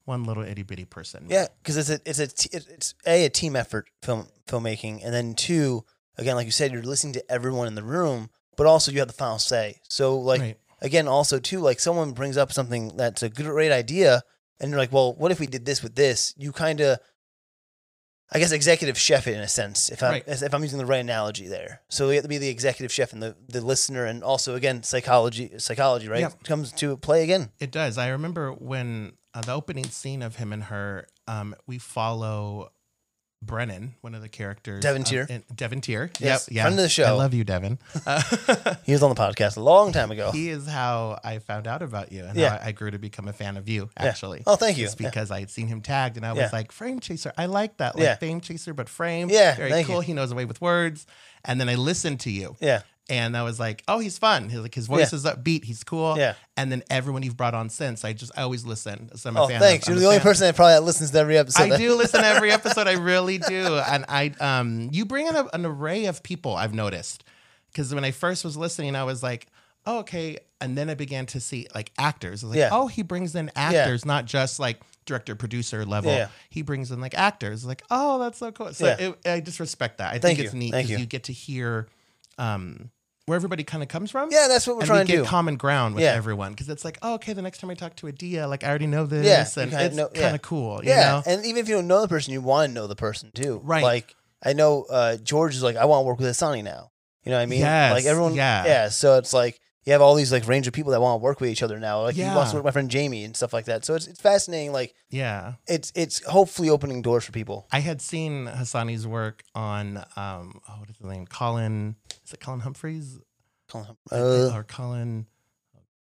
S3: one little itty bitty person.
S1: Yeah, because it's a it's a t- it- it's a a team effort film filmmaking, and then two again, like you said, you're listening to everyone in the room, but also you have the final say. So like
S3: Right.
S1: again, also too, like someone brings up something that's a good great idea, and you're like, well, what if we did this with this? You kind of, I guess, executive chef it in a sense, if I'm
S3: Right.
S1: if I'm using the right analogy there. So you have to be the executive chef and the the listener, and also again, psychology psychology right
S3: Yep.
S1: comes to play again.
S3: It does. I remember when uh, the opening scene of him and her, um, we follow Brennan, one of the characters.
S1: Devin
S3: of-
S1: Tier.
S3: in- Devin Tier.
S1: Yes,
S3: Yep. Yeah.
S1: friend of the show.
S3: I love you, Devin. Uh,
S1: He was on the podcast a long time ago.
S3: he is how I found out about you and
S1: Yeah.
S3: how I grew to become a fan of you,
S1: Yeah.
S3: actually.
S1: Oh, thank you.
S3: It's
S1: Yeah.
S3: because I had seen him tagged and I was
S1: Yeah.
S3: like, Frame Chaser. I like that. Like
S1: Yeah.
S3: Fame Chaser, but Frame.
S1: Yeah,
S3: Very
S1: thank you.
S3: cool. He knows a way with words. And then I listened to you.
S1: Yeah.
S3: And I was like, oh, he's fun. He's like his voice is upbeat. He's cool.
S1: Yeah.
S3: And then everyone you've brought on since, I just I always listen. So I'm a
S1: Oh,
S3: fan.
S1: thanks.
S3: Of, I'm
S1: You're
S3: a
S1: the only
S3: fan.
S1: person that probably listens to every episode.
S3: I do listen to every episode. I really do. And I um you bring in a, an array of people I've noticed. Cause when I first was listening, I was like, oh, okay. And then I began to see like actors. I was like,
S1: Yeah.
S3: oh, he brings in actors, not just like director producer level.
S1: Yeah.
S3: He brings in like actors. Like, oh, that's so cool. So
S1: Yeah.
S3: it, I just respect that. I
S1: Thank
S3: think it's
S1: you.
S3: neat
S1: Thank
S3: because
S1: you.
S3: you. get to hear um where everybody kind of comes from.
S1: Yeah, that's what we're
S3: and
S1: trying
S3: we
S1: to
S3: get
S1: do.
S3: common ground with
S1: Yeah.
S3: everyone because it's like, oh, okay, the next time I talk to Adia, like I already know this,
S1: Yeah, you
S3: and
S1: kinda
S3: it's
S1: know- yeah.
S3: kind of cool. You
S1: yeah,
S3: know?
S1: and even if you don't know the person, you want to know the person too.
S3: Right.
S1: Like I know uh, George is like, I want to work with Asani now. You know what I mean?
S3: Yes,
S1: Like everyone.
S3: yeah.
S1: Yeah. So it's like you have all these like range of people that want to work with each other now. Like he
S3: Yeah.
S1: wants to work with my friend Jamie and stuff like that. So it's it's fascinating. Like
S3: Yeah.
S1: it's it's hopefully opening doors for people.
S3: I had seen Hassani's work on um oh, what is the name? Colin is it Colin Humphreys?
S1: Uh,
S3: or Colin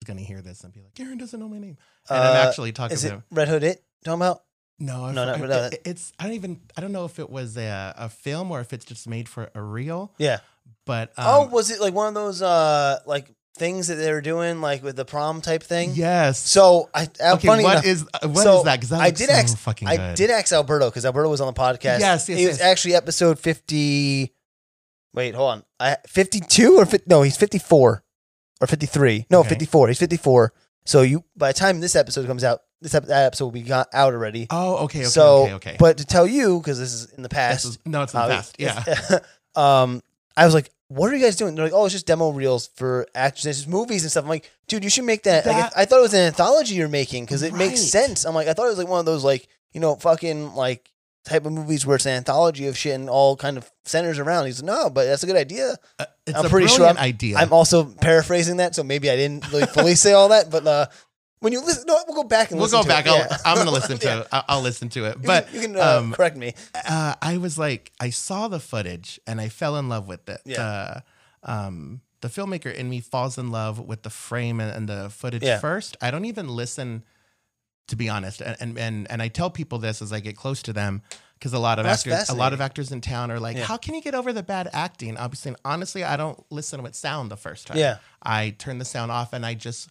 S3: is gonna hear this and be like, Aaron doesn't know my name.
S1: Uh,
S3: And I'm actually talking
S1: is
S3: to
S1: it
S3: him.
S1: Red Hood? It talking about?
S3: No, I
S1: No,
S3: for-
S1: no, no,
S3: it- it's I don't even I don't know if it was a, a film or if it's just made for a reel,
S1: Yeah.
S3: but um,
S1: oh, was it like one of those uh like things that they were doing like with the prom type thing?
S3: yes.
S1: So I uh,
S3: okay,
S1: funny
S3: what
S1: enough,
S3: is uh, what is
S1: so
S3: that? Because that
S1: I
S3: looks
S1: did
S3: so
S1: ask-
S3: fucking good.
S1: I did ask Alberto because Alberto was on the podcast.
S3: Yes, yes,
S1: it was
S3: yes.
S1: actually episode fifty. Wait, hold on. I fifty-two or 50, no? He's fifty-four or fifty-three. No,
S3: Okay.
S1: fifty-four. He's fifty-four. So you by the time this episode comes out, this ep- that episode will be got out already.
S3: Oh, okay, okay,
S1: so,
S3: okay, okay.
S1: but to tell you because this is in the
S3: This
S1: past,
S3: is- no, it's not
S1: uh,
S3: fast. Yeah.
S1: it's- um, I was like, what are you guys doing? They're like, oh, it's just demo reels for actors, it's just movies and stuff. I'm like, dude, you should make that. like,
S3: That-
S1: I thought it was an anthology you're making because it makes
S3: Right.
S1: sense. I'm like, I thought it was like one of those like you know fucking like type of movies where it's an anthology of shit and all kind of centers around. He's like, no, but that's a good idea.
S3: Uh, it's
S1: I'm
S3: a
S1: pretty sure
S3: brilliant idea.
S1: I'm also paraphrasing that, so maybe I didn't really fully say all that, but uh, when you listen, no, we'll go back and
S3: we'll
S1: listen
S3: go
S1: to
S3: back.
S1: It.
S3: I'll,
S1: Yeah.
S3: I'm going to listen to
S1: Yeah.
S3: it. I'll, I'll listen to it.
S1: You
S3: But
S1: can- you can uh,
S3: um,
S1: correct me.
S3: uh, I was like, I saw the footage and I fell in love with it.
S1: Yeah.
S3: The, um, the filmmaker in me falls in love with the frame and, and the footage
S1: Yeah.
S3: first. I don't even listen, to be honest, and and and, and I tell people this as I get close to them because a lot of
S1: That's
S3: actors, a lot of
S1: fascinating.
S3: actors in town are like,
S1: Yeah.
S3: how can you get over the bad acting? Obviously, honestly, I don't listen with sound the first time.
S1: Yeah.
S3: I turn the sound off and I just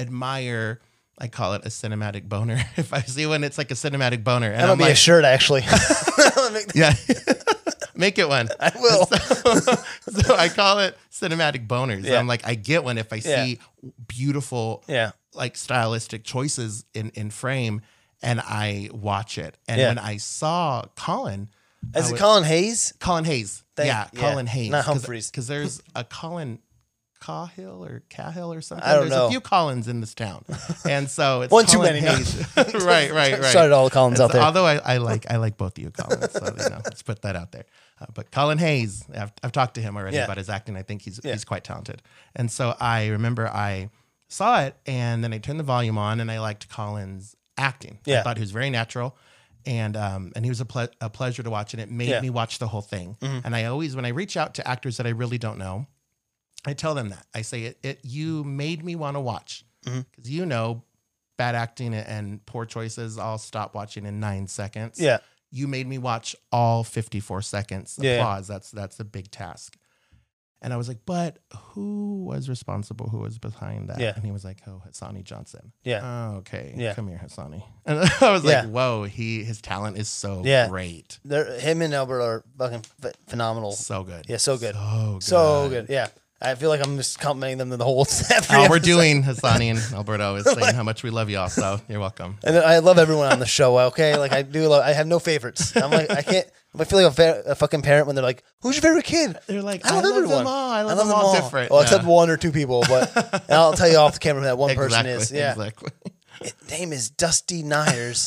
S3: admire. I call it a cinematic boner. if I see one, it's like a cinematic boner, and
S1: That might
S3: I'm
S1: be
S3: like,
S1: a shirt, actually. I'm gonna make that-
S3: yeah. Make it one.
S1: I will.
S3: So, so I call it cinematic boners.
S1: Yeah.
S3: I'm like, I get one if I
S1: Yeah.
S3: see beautiful,
S1: yeah.
S3: like stylistic choices in, in frame and I watch it. And
S1: Yeah.
S3: when I saw Colin, I
S1: Is it
S3: would-
S1: Colin Hayes?
S3: Colin Hayes.
S1: Thank-
S3: yeah,
S1: yeah,
S3: Colin Hayes.
S1: not Humphreys.
S3: Because there's a Colin Cahill or Cahill or something.
S1: I don't
S3: there's
S1: know.
S3: a few Collins in this town. And so it's
S1: One too
S3: Colin
S1: many, no.
S3: Hayes. right, right, right.
S1: Started all the columns out
S3: It's-
S1: there.
S3: Although I, I like I like both of you, Colin. So you know, let's put that out there. Uh, but Colin Hayes, I've, I've talked to him already
S1: Yeah.
S3: about his acting. I think he's
S1: Yeah.
S3: he's quite talented. And so I remember I saw it, and then I turned the volume on, and I liked Colin's acting.
S1: Yeah.
S3: I thought he was very natural, and um and he was a, ple- a pleasure to watch, and it made
S1: Yeah. Mm-hmm.
S3: me watch the whole thing. And I always when I reach out to actors that I really don't know, I tell them that I say it. it you made me want to watch
S1: Mm-hmm.
S3: because you know bad acting and poor choices. I'll stop watching in nine seconds.
S1: Yeah.
S3: you made me watch all fifty-four
S1: Yeah,
S3: seconds.
S1: yeah.
S3: Applause. That's that's a big task. And I was like, but who was responsible? Who was behind that?
S1: Yeah.
S3: And he was like, oh, Hassani Johnson.
S1: Yeah.
S3: Oh, okay.
S1: Yeah.
S3: Come here, Hassani. And I was
S1: Yeah.
S3: like, whoa, he his talent is so
S1: Yeah.
S3: great.
S1: They're, him and Albert are fucking ph- phenomenal.
S3: So good.
S1: Yeah, so good.
S3: So good.
S1: So good. Yeah. I feel like I'm just complimenting them the whole every
S3: All we're
S1: episode.
S3: doing, Hassani and Alberto, is saying how much we love y'all. So you're welcome.
S1: And I love everyone on the show. Okay, like I do. Love, I have no favorites. I'm like I can't. I feel like a, fa- a fucking parent when they're like, "Who's your favorite kid?"
S3: They're like, I love them all. I love them all different.
S1: Well, except
S3: Yeah.
S1: one or two people, but and I'll tell you off the camera who that one person is. Yeah,
S3: Exactly.
S1: name is Dusty Nyers.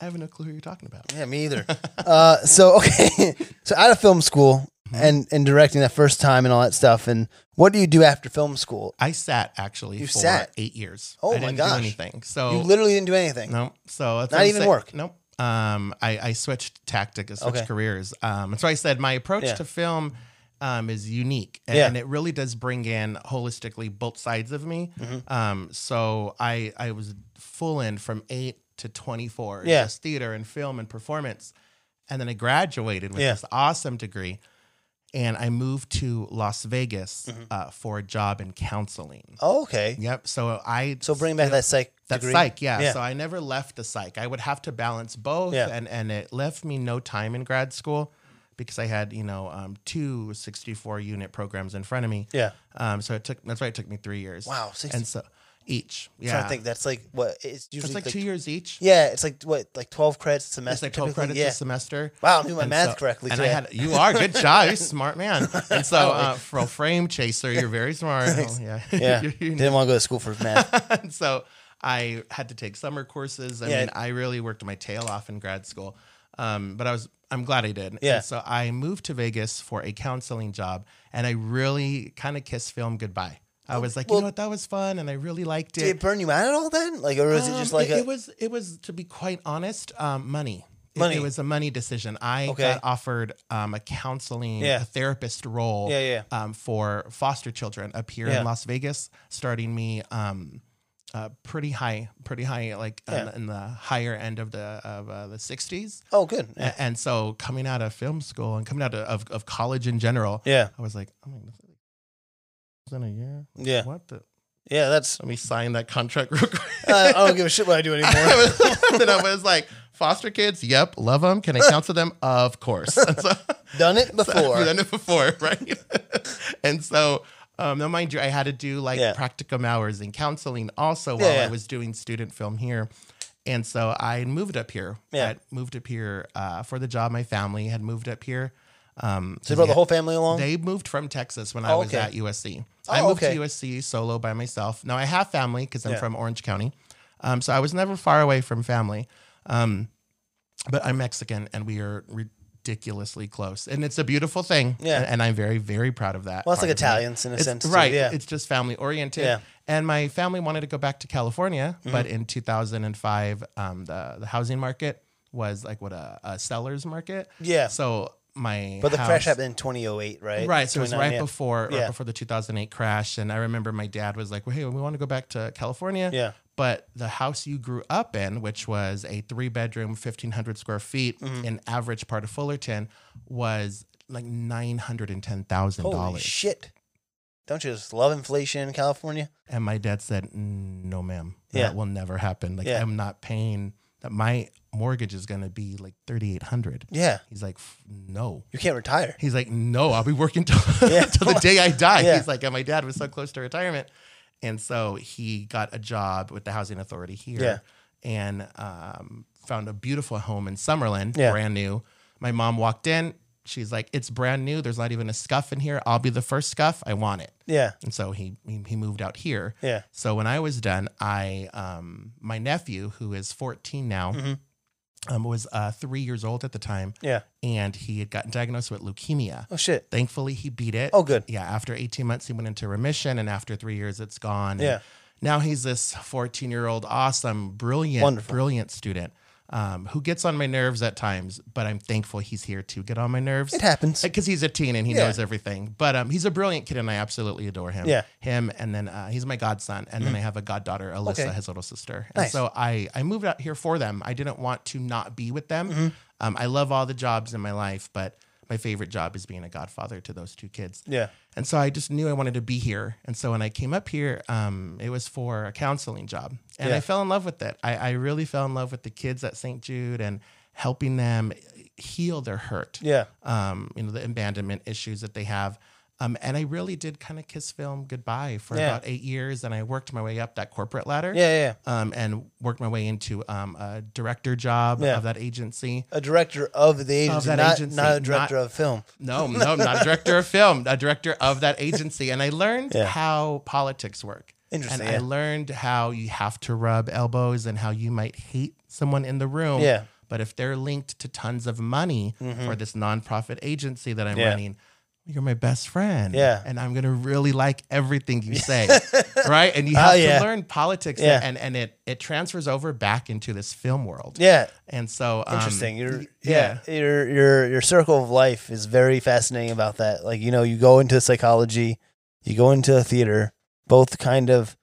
S3: I have no clue who you're talking about.
S1: yeah, me either. Uh, so okay, so out of film school
S3: Mm-hmm.
S1: and and directing that first time and all that stuff. And what do you do after film school?
S3: I sat actually
S1: You
S3: for
S1: sat?
S3: eight years.
S1: Oh
S3: I
S1: my
S3: didn't
S1: gosh.
S3: Do anything. So
S1: You literally didn't do anything.
S3: Oh. No, so that's
S1: Not
S3: what I'm
S1: even
S3: saying.
S1: work?
S3: Nope. Um, I, I switched tactic, I switched
S1: Okay.
S3: careers. Um, and so I said my approach
S1: Yeah.
S3: to film um, is unique, and,
S1: Yeah.
S3: and it really does bring in holistically both sides of me.
S1: Mm-hmm.
S3: Um, so I I was full in from eight to twenty four,
S1: Yeah.
S3: just theater and film and performance, and then I graduated with
S1: Yeah.
S3: this awesome degree. And I moved to Las Vegas
S1: Mm-hmm.
S3: uh, for a job in counseling.
S1: Oh, okay.
S3: Yep. So I
S1: So bring back that psych.
S3: that
S1: degree.
S3: psych, yeah.
S1: Yeah.
S3: So I never left the psych. I would have to balance both,
S1: Yeah.
S3: and and it left me no time in grad school because I had you know um, two 64 unit programs in front of me.
S1: Yeah.
S3: Um. So it took that's why it took me three years.
S1: Wow, 60
S3: And so each,
S1: I'm
S3: yeah,
S1: trying to think. That's like what it's usually
S3: it's like two years each.
S1: Yeah, it's like what, like twelve credits a
S3: It's
S1: semester.
S3: like 12
S1: typically?
S3: credits
S1: yeah.
S3: a semester.
S1: Wow, I'm doing my
S3: And
S1: math
S3: so-
S1: correctly
S3: And
S1: today.
S3: I had you are good job, you smart man. And so uh, for a frame chaser, you're very smart. Oh, yeah,
S1: yeah,
S3: You- you
S1: didn't want to go to school for math.
S3: and so I had to take summer courses. I
S1: Yeah.
S3: mean, I really worked my tail off in grad school, um, but I was I'm glad I did.
S1: Yeah.
S3: And so I moved to Vegas for a counseling job, and I really kind of kissed film goodbye. I was like,
S1: Oh, well-
S3: you know what, that was fun, and I really liked
S1: Did it
S3: it.
S1: burn you out at all then? Like, or was it
S3: Um,
S1: just like
S3: it,
S1: a?
S3: it was? It was to be quite honest, um, money. It-
S1: Money.
S3: It, was a money decision. I
S1: Okay.
S3: got offered um, a counseling,
S1: Yeah.
S3: a therapist role
S1: Yeah, yeah.
S3: um, for foster children up here
S1: Yeah.
S3: in Las Vegas, starting me um, uh, pretty high, pretty high, like in-
S1: Yeah.
S3: in, the higher end of the of uh, the '60s.
S1: oh, good.
S3: A- And so, coming out of film school and coming out of, of, of college in general,
S1: Yeah,
S3: I was like, oh my god, it's been a year.
S1: yeah,
S3: What? The?
S1: yeah. That's.
S3: Let me sign that contract real quick.
S1: I I don't give a shit what I do
S3: I
S1: anymore.
S3: was, then I was like, foster kids, yep, love them. Can I counsel them? Of course. And so,
S1: Done it before.
S3: I've done it before, right? and so, um, now mind you, I had to do like
S1: Yeah.
S3: practicum hours in counseling also
S1: Yeah,
S3: while
S1: yeah.
S3: I was doing student film here. And so I moved up here.
S1: Yeah.
S3: I moved up here uh, for the job. My family had moved up here. Um,
S1: So they brought
S3: yeah.
S1: the whole family along.
S3: They moved from Texas when I
S1: Oh,
S3: was
S1: okay.
S3: at USC. I
S1: Oh,
S3: moved
S1: okay.
S3: to USC solo by myself. Now I have family because I'm
S1: Yeah.
S3: from Orange County, um, so I was never far away from family. Um, but I'm Mexican, and we are ridiculously close, and it's a beautiful thing.
S1: Yeah.
S3: and, and I'm very, very proud of that.
S1: well, it's like
S3: part of me.
S1: Italians in a
S3: It's-
S1: sense, too,
S3: right?
S1: Yeah,
S3: It's just family oriented.
S1: Yeah. Mm-hmm.
S3: And my family wanted to go back to California, but in 2005, um, the the housing market was like what a, a seller's market.
S1: Yeah.
S3: So my
S1: but the
S3: house-
S1: crash happened in 2008, right?
S3: Right. So it was
S1: 29,
S3: right
S1: yeah.
S3: before
S1: Yeah.
S3: right before the 2008 crash. And I remember my dad was like, well, hey, we want to go back to California.
S1: Yeah.
S3: But the house you grew up in, which was a three bedroom, 1,500 square feet
S1: Mm-hmm.
S3: in average part of Fullerton, was like
S1: Holy
S3: $910,000.
S1: shit! Don't you just love inflation in California?
S3: and my dad said, "Mm, no, ma'am. That
S1: Yeah.
S3: will never happen. Like,
S1: Yeah.
S3: I'm not paying that. My mortgage is going to be like 3800
S1: Yeah,
S3: He's like, "F- no.
S1: you can't retire.
S3: He's like, no, I'll be working till,
S1: Yeah.
S3: till the day I die.
S1: Yeah.
S3: He's like, and my dad was so close to retirement. And so he got a job with the housing authority here
S1: Yeah.
S3: and um, found a beautiful home in Summerlin,
S1: Yeah.
S3: brand new. My mom walked in. She's like, it's brand new. There's not even a scuff in here. I'll be the first scuff. I want it.
S1: Yeah,
S3: And so he, he he moved out here.
S1: yeah,
S3: So when I was done, I um my nephew who is 14 now
S1: Mm-hmm.
S3: um was uh 3 years old at the time
S1: yeah.
S3: and he had gotten diagnosed with leukemia.
S1: Oh shit!
S3: Thankfully, he beat it.
S1: Oh, good.
S3: Yeah. After 18 months, he went into remission, and after three years, it's gone. And
S1: Yeah.
S3: now he's this 14 year old, awesome, brilliant,
S1: Wonderful.
S3: brilliant student um, who gets on my nerves at times, but I'm thankful he's here to get on my nerves
S1: It happens.
S3: because Uh, he's a teen and he
S1: Yeah.
S3: knows everything. But um, he's a brilliant kid, and I absolutely adore him.
S1: Yeah. Mm-hmm.
S3: him, and then uh, he's my godson, and then I have a goddaughter, Alyssa,
S1: Okay.
S3: his little sister.
S1: Nice.
S3: And so I I moved out here for them. I didn't want to not be with them.
S1: Mm-hmm.
S3: Um, I love all the jobs in my life, but my favorite job is being a godfather to those two kids.
S1: Yeah,
S3: And so I just knew I wanted to be here. And so when I came up here, um, it was for a counseling job. And
S1: Yeah.
S3: I fell in love with it. I, I really fell in love with the kids at St. Jude and helping them heal their hurt
S1: yeah,
S3: um, you know, the abandonment issues that they have. Um, and I really did kind of kiss film goodbye for
S1: Yeah.
S3: about eight years. And I worked my way up that corporate ladder
S1: yeah, yeah.
S3: um, and worked my way into um, a director job
S1: Yeah.
S3: of that agency.
S1: A director of the agency,
S3: that
S1: not,
S3: agency,
S1: not a director
S3: not-
S1: of film.
S3: No, no, not a director of film, a director of that agency. And I learned
S1: Yeah.
S3: how politics work.
S1: Interesting,
S3: And I
S1: yeah.
S3: learned how you have to rub elbows and how you might hate someone in the room.
S1: Yeah. Mm-hmm.
S3: But if they're linked to tons of money for this nonprofit agency that I'm
S1: Yeah.
S3: running, you're my best friend.
S1: Yeah.
S3: And I'm gonna really like everything you say. right. And you have
S1: Oh, yeah.
S3: to learn politics
S1: Yeah.
S3: and, and it it transfers over back into this film world.
S1: Yeah,
S3: And so um,
S1: interesting. Your yeah,
S3: yeah.
S1: your your your circle of life is very fascinating about that. Like you know, you go into psychology, you go into theater, both kind of,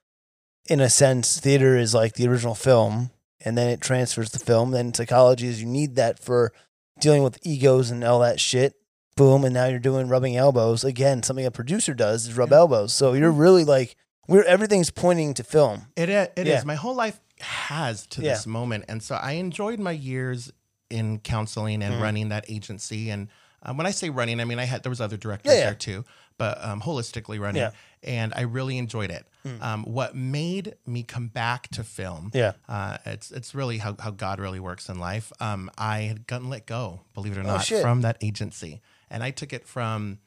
S1: in a sense, theater is like the original film, and then it transfers the film. Then psychology is you need that for dealing with egos and all that shit. Boom, and now you're doing rubbing elbows again. Something a producer does is rub elbows. So
S3: Mm-hmm.
S1: you're really like we're everything's pointing to film.
S3: It i- it is.
S1: Yeah.
S3: My whole life has to this moment, and so I enjoyed my years in counseling
S1: Mm-hmm.
S3: and running that agency. And um, when I say running, I mean I had there was other directors
S1: Yeah, yeah.
S3: there too, but um, holistically running,
S1: Yeah. Mm.
S3: and I really enjoyed it. Um, what made me come back to film?
S1: Yeah.
S3: uh, it's it's really how how God really works in life. Um, I had gotten let go, believe it or not,
S1: Oh, shit.
S3: from that agency, and I took it from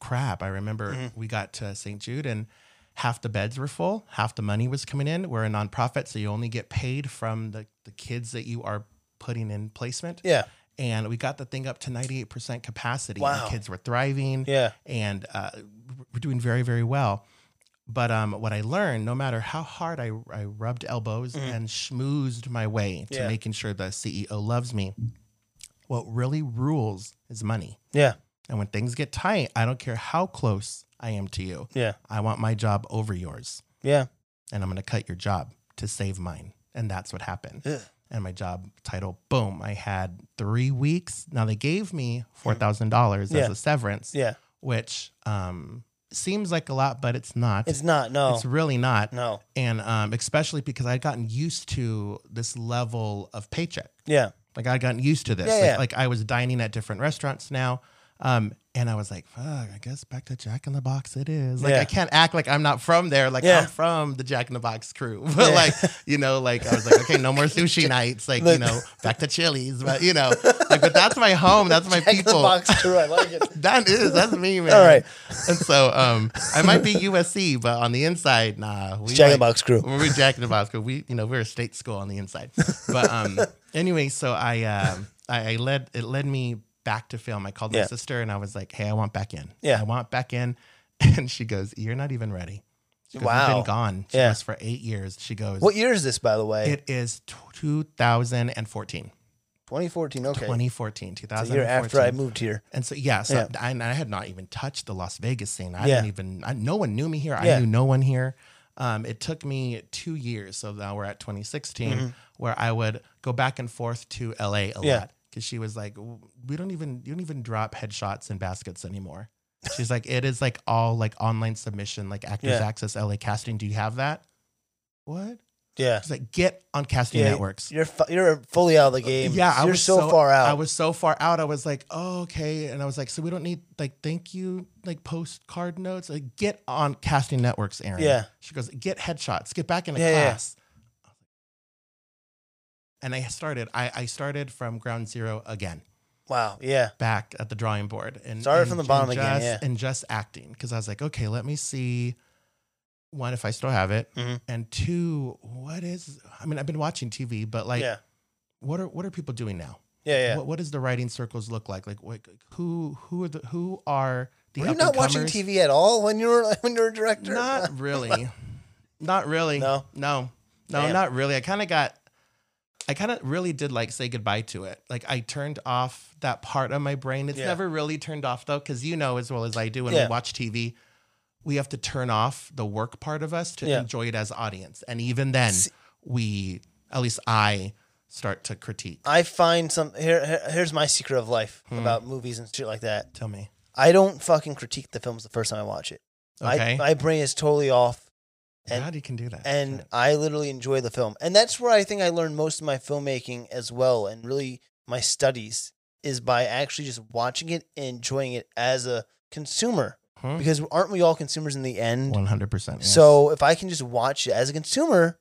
S3: crap. I remember
S1: Mm-hmm.
S3: we got to St. Jude and half the beds were full, half the money was coming in. We're a nonprofit, so you only get paid from the, the kids that you are putting in placement.
S1: Yeah,
S3: And we got the thing up to 98% capacity.
S1: Wow.
S3: The kids were thriving
S1: yeah,
S3: and uh, we're doing very, very well. But um, what I learned, no matter how hard I, I rubbed elbows and schmoozed my way to
S1: Mm-hmm. Yeah.
S3: making sure the CEO loves me, what really rules is money.
S1: yeah,
S3: And when things get tight, I don't care how close I am to you.
S1: yeah,
S3: I want my job over yours.
S1: yeah.
S3: And I'm going to cut your job to save mine. And that's what happened.
S1: Ugh.
S3: And my job title, boom, I had three weeks. Now they gave me $4,000
S1: Yeah.
S3: as a severance,
S1: Yeah,
S3: which um, seems like a lot, but it's not.
S1: it's not. No,
S3: It's really not.
S1: no.
S3: And um, especially because I'd gotten used to this level of paycheck.
S1: Yeah,
S3: Like I'd gotten used to this.
S1: Yeah,
S3: like,
S1: yeah.
S3: like I was dining at different restaurants now. Um, and I was like, fuck, I guess back to Jack in the Box it is. Like
S1: Yeah.
S3: I can't act like I'm not from there. Like
S1: Yeah.
S3: I'm from the Jack in the Box crew. But
S1: Yeah.
S3: like, you know, like I was like, okay, no more sushi nights. Like, you
S1: Look.
S3: know, back to Chili's. But you know, like, but that's my home. That's my
S1: Jack in the
S3: people.
S1: box crew. I like it.
S3: That is, that's me, man.
S1: All right.
S3: And so um I might be USC, but on the inside, nah. We
S1: Jack in the
S3: like-
S1: box crew.
S3: when we were Jack in the Box, 'cause we you know we we're a state school on the inside. But um, anyway, so I um, I, I led it led me back to film. I called my
S1: Yeah.
S3: sister and I was like, "Hey, I want back in.
S1: Yeah.
S3: I want back in." And she goes, "You're not even ready." She goes, You've
S1: Wow.
S3: been gone. She
S1: Yeah.
S3: was for eight years. She goes,
S1: What year is this, by the way?
S3: "It is 2014."
S1: 2014. Okay.
S3: 2014, 2014.
S1: a year after I moved here.
S3: And so, yeah, so
S1: Yeah.
S3: I, and I had not even touched the Las Vegas scene. I
S1: Yeah.
S3: didn't even, I, no one knew me here.
S1: Yeah.
S3: I knew no one here. Um, it took me two years. So now we're at 2016, where I would go back and forth to LA a
S1: Mm-hmm. Yeah.
S3: lot because she was like, "W- we don't even, you don't even drop headshots and baskets anymore. She's like, it is like all like online submission, like Actors
S1: Yeah.
S3: Access, LA casting. Do you have that? What?
S1: Yeah.
S3: She's like, get on casting
S1: Yeah,
S3: networks.
S1: You're fu- you're fully out of the game.
S3: Yeah, I
S1: you're
S3: was
S1: so, far out.
S3: I was so far out. I was like, oh, okay, and I was like, so we don't need like thank you like postcard notes. Like, get on casting networks, Aaron.
S1: Yeah.
S3: She goes, get headshots. Get back in a
S1: Yeah, yeah.
S3: class. And I started. I, I started from ground zero again,
S1: wow. Yeah.
S3: back at the drawing board, and
S1: Started
S3: and-
S1: from the bottom
S3: and
S1: again,
S3: just-
S1: yeah.
S3: and just acting because I was like, okay, let me see. One, if I still have it,
S1: Mhm.
S3: and two, what is? I mean, I've been watching TV, but like,
S1: yeah.
S3: what are what are people doing now?
S1: Yeah. Yeah.
S3: What, what does the writing circles look like? Like, what, who who are the who are the
S1: Were you not watching
S3: up-and-comers?
S1: TV at all when you were when you were a director?
S3: Not really, not really.
S1: No?
S3: no, no,
S1: Damn.
S3: not really. I kind of got, I kind of really did like say goodbye to it. Like I turned off that part of my brain. It's
S1: Yeah.
S3: never really turned off though, because you know as well as I do when
S1: Yeah.
S3: we watch TV. We have to turn off the work part of us to
S1: Yeah.
S3: enjoy it as audience, and even then, we at least I start to critique.
S1: I find some here, here- Here's my secret of life
S3: Hmm.
S1: about movies and shit like that.
S3: Tell me,
S1: I don't fucking critique the films the first time I watch it.
S3: Okay.
S1: I, my brain is totally off, and
S3: God, you can do that,
S1: and
S3: Shit.
S1: I literally enjoy the film. And that's where I think I learned most of my filmmaking as well, and really my studies is by actually just watching it and enjoying it as a consumer.
S3: Huh?
S1: Because aren't we all consumers in the end?
S3: One hundred percent.
S1: So if I can just watch it as a consumer,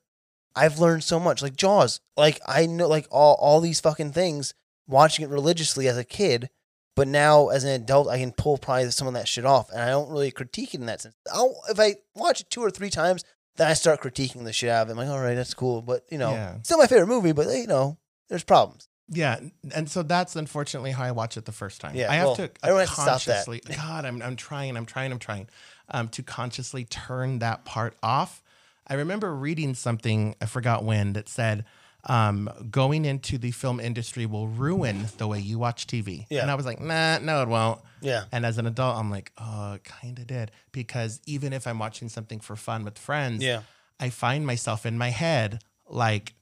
S1: I've learned so much. Like Jaws, like I know, like all all these fucking things. Watching it religiously as a kid, but now as an adult, I can pull probably some of that shit off, and I don't really critique it in that sense. I'll, if I watch it two or three times, then I start critiquing the shit out of it. I'm like, all right, that's cool, but you know,
S3: Yeah.
S1: still my favorite movie, but you know, there's problems.
S3: yeah, and so that's unfortunately how I watch it the first time.
S1: Yeah,
S3: I have
S1: well,
S3: to uh,
S1: everyone has to stop that.
S3: consciously. God, I'm I'm trying, I'm trying, I'm trying, um, to consciously turn that part off. I remember reading something I forgot when that said. Um, going into the film industry will ruin the way you watch TV.
S1: Yeah.
S3: And I was like, nah, no, it won't.
S1: Yeah,
S3: And as an adult, I'm like, oh, it kind of did. Because even if I'm watching something for fun with friends,
S1: yeah,
S3: I find myself in my head like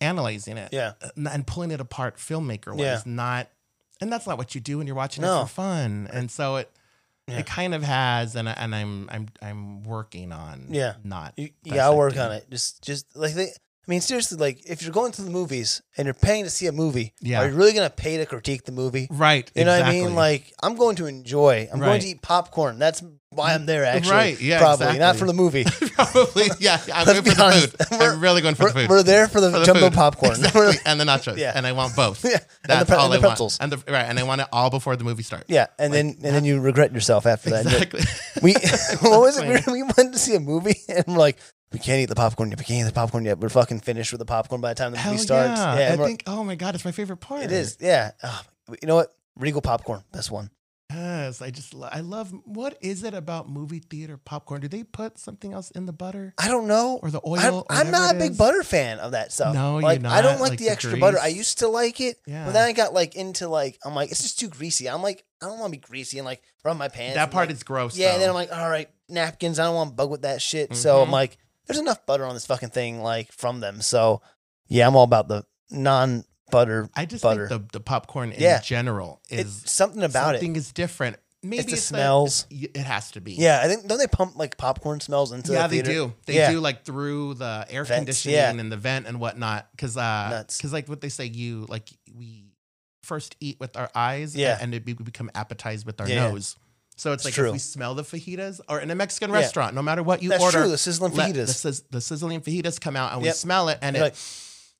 S3: analyzing it Uh,
S1: yeah,
S3: and- and pulling it apart filmmaker
S1: Yeah.
S3: wise, not and that's not what you do when you're watching it
S1: No.
S3: for fun. And so it
S1: Yeah.
S3: it kind of has and I, and I'm I'm I'm working on
S1: Yeah.
S3: not
S1: you, you gotta work on
S3: dissecting
S1: it. Just, just like they. I mean, seriously, like if you're going to the movies and you're paying to see a movie,
S3: Yeah.
S1: are you really gonna pay to critique the movie?
S3: Right.
S1: You know
S3: exactly.
S1: what I mean? Like I'm going to enjoy. I'm going
S3: Right.
S1: to eat popcorn. That's why I'm there. Actually,
S3: Right, yeah,
S1: probably not
S3: exactly.
S1: for the movie.
S3: probably yeah, I'm
S1: Let's
S3: going
S1: be
S3: for the
S1: honest.
S3: food.
S1: We're-
S3: I'm really going for
S1: we're,
S3: the food.
S1: we're there for the,
S3: For the
S1: jumbo
S3: food.
S1: popcorn.
S3: Exactly. and the nachos.
S1: Yeah.
S3: And I want both.
S1: Yeah. And the
S3: That's
S1: pre-
S3: all
S1: and the
S3: I want.
S1: pretzels.
S3: And the right. And I want it all before the movie starts.
S1: yeah, and then and then you regret yourself after that.
S3: Exactly.
S1: We what was it?
S3: Exactly.
S1: We, we went to see a movie and we're like, we can't eat the popcorn yet. We can't eat the popcorn yet. We're fucking finished with the popcorn by the time the
S3: Hell
S1: movie starts.
S3: yeah.
S1: and
S3: I
S1: we're-
S3: think oh my god, it's my favorite part.
S1: it is. Yeah. Ugh, you know what? Regal popcorn, best one.
S3: Yes, I just lo- I love what is it about movie theater popcorn? Do they put something else in the butter
S1: I don't know.
S3: or the oil?
S1: I'm,
S3: or
S1: I'm
S3: whatever
S1: not
S3: it
S1: a big
S3: is?
S1: butter fan of that stuff.
S3: No, you're
S1: like, I don't
S3: not,
S1: like,
S3: like
S1: the,
S3: the
S1: extra butter. I
S3: grease.
S1: used to like it,
S3: Yeah.
S1: but then I got like into like I'm like it's just too greasy. I'm like I don't want to be greasy and like rub my pants.
S3: That
S1: and,
S3: part
S1: like-
S3: is gross.
S1: yeah. And then
S3: though.
S1: I'm like, all right, napkins. I don't want to bug with that shit. So I'm
S3: Mhm.
S1: like, there's enough butter on this fucking thing like from them. So yeah, I'm all about the non butter.
S3: I just
S1: butter.
S3: think the, the popcorn in
S1: Yeah.
S3: general is
S1: It's something about
S3: something
S1: it.
S3: is different. Maybe
S1: It's the
S3: that-
S1: smells.
S3: y- it has to be.
S1: Yeah, I think don't they pump like popcorn smells into
S3: Yeah,
S1: the
S3: they
S1: theater?
S3: do. They
S1: Yeah.
S3: do like through the air
S1: Vents,
S3: conditioning
S1: yeah.
S3: and the vent and whatnot. Cause uh
S1: Nuts.
S3: 'cause, like what they say, you like we first eat with our eyes
S1: Yeah.
S3: and it be- we become appetized with our
S1: Yeah.
S3: nose. So it's like
S1: true.
S3: if we smell the fajitas or in a Mexican
S1: Yeah.
S3: restaurant, no matter what you
S1: That's
S3: order,
S1: true, the sizzling
S3: let The,
S1: fajitas.
S3: sizz- the sizzling fajitas come out and
S1: Yep.
S3: we smell it and
S1: You're
S3: it,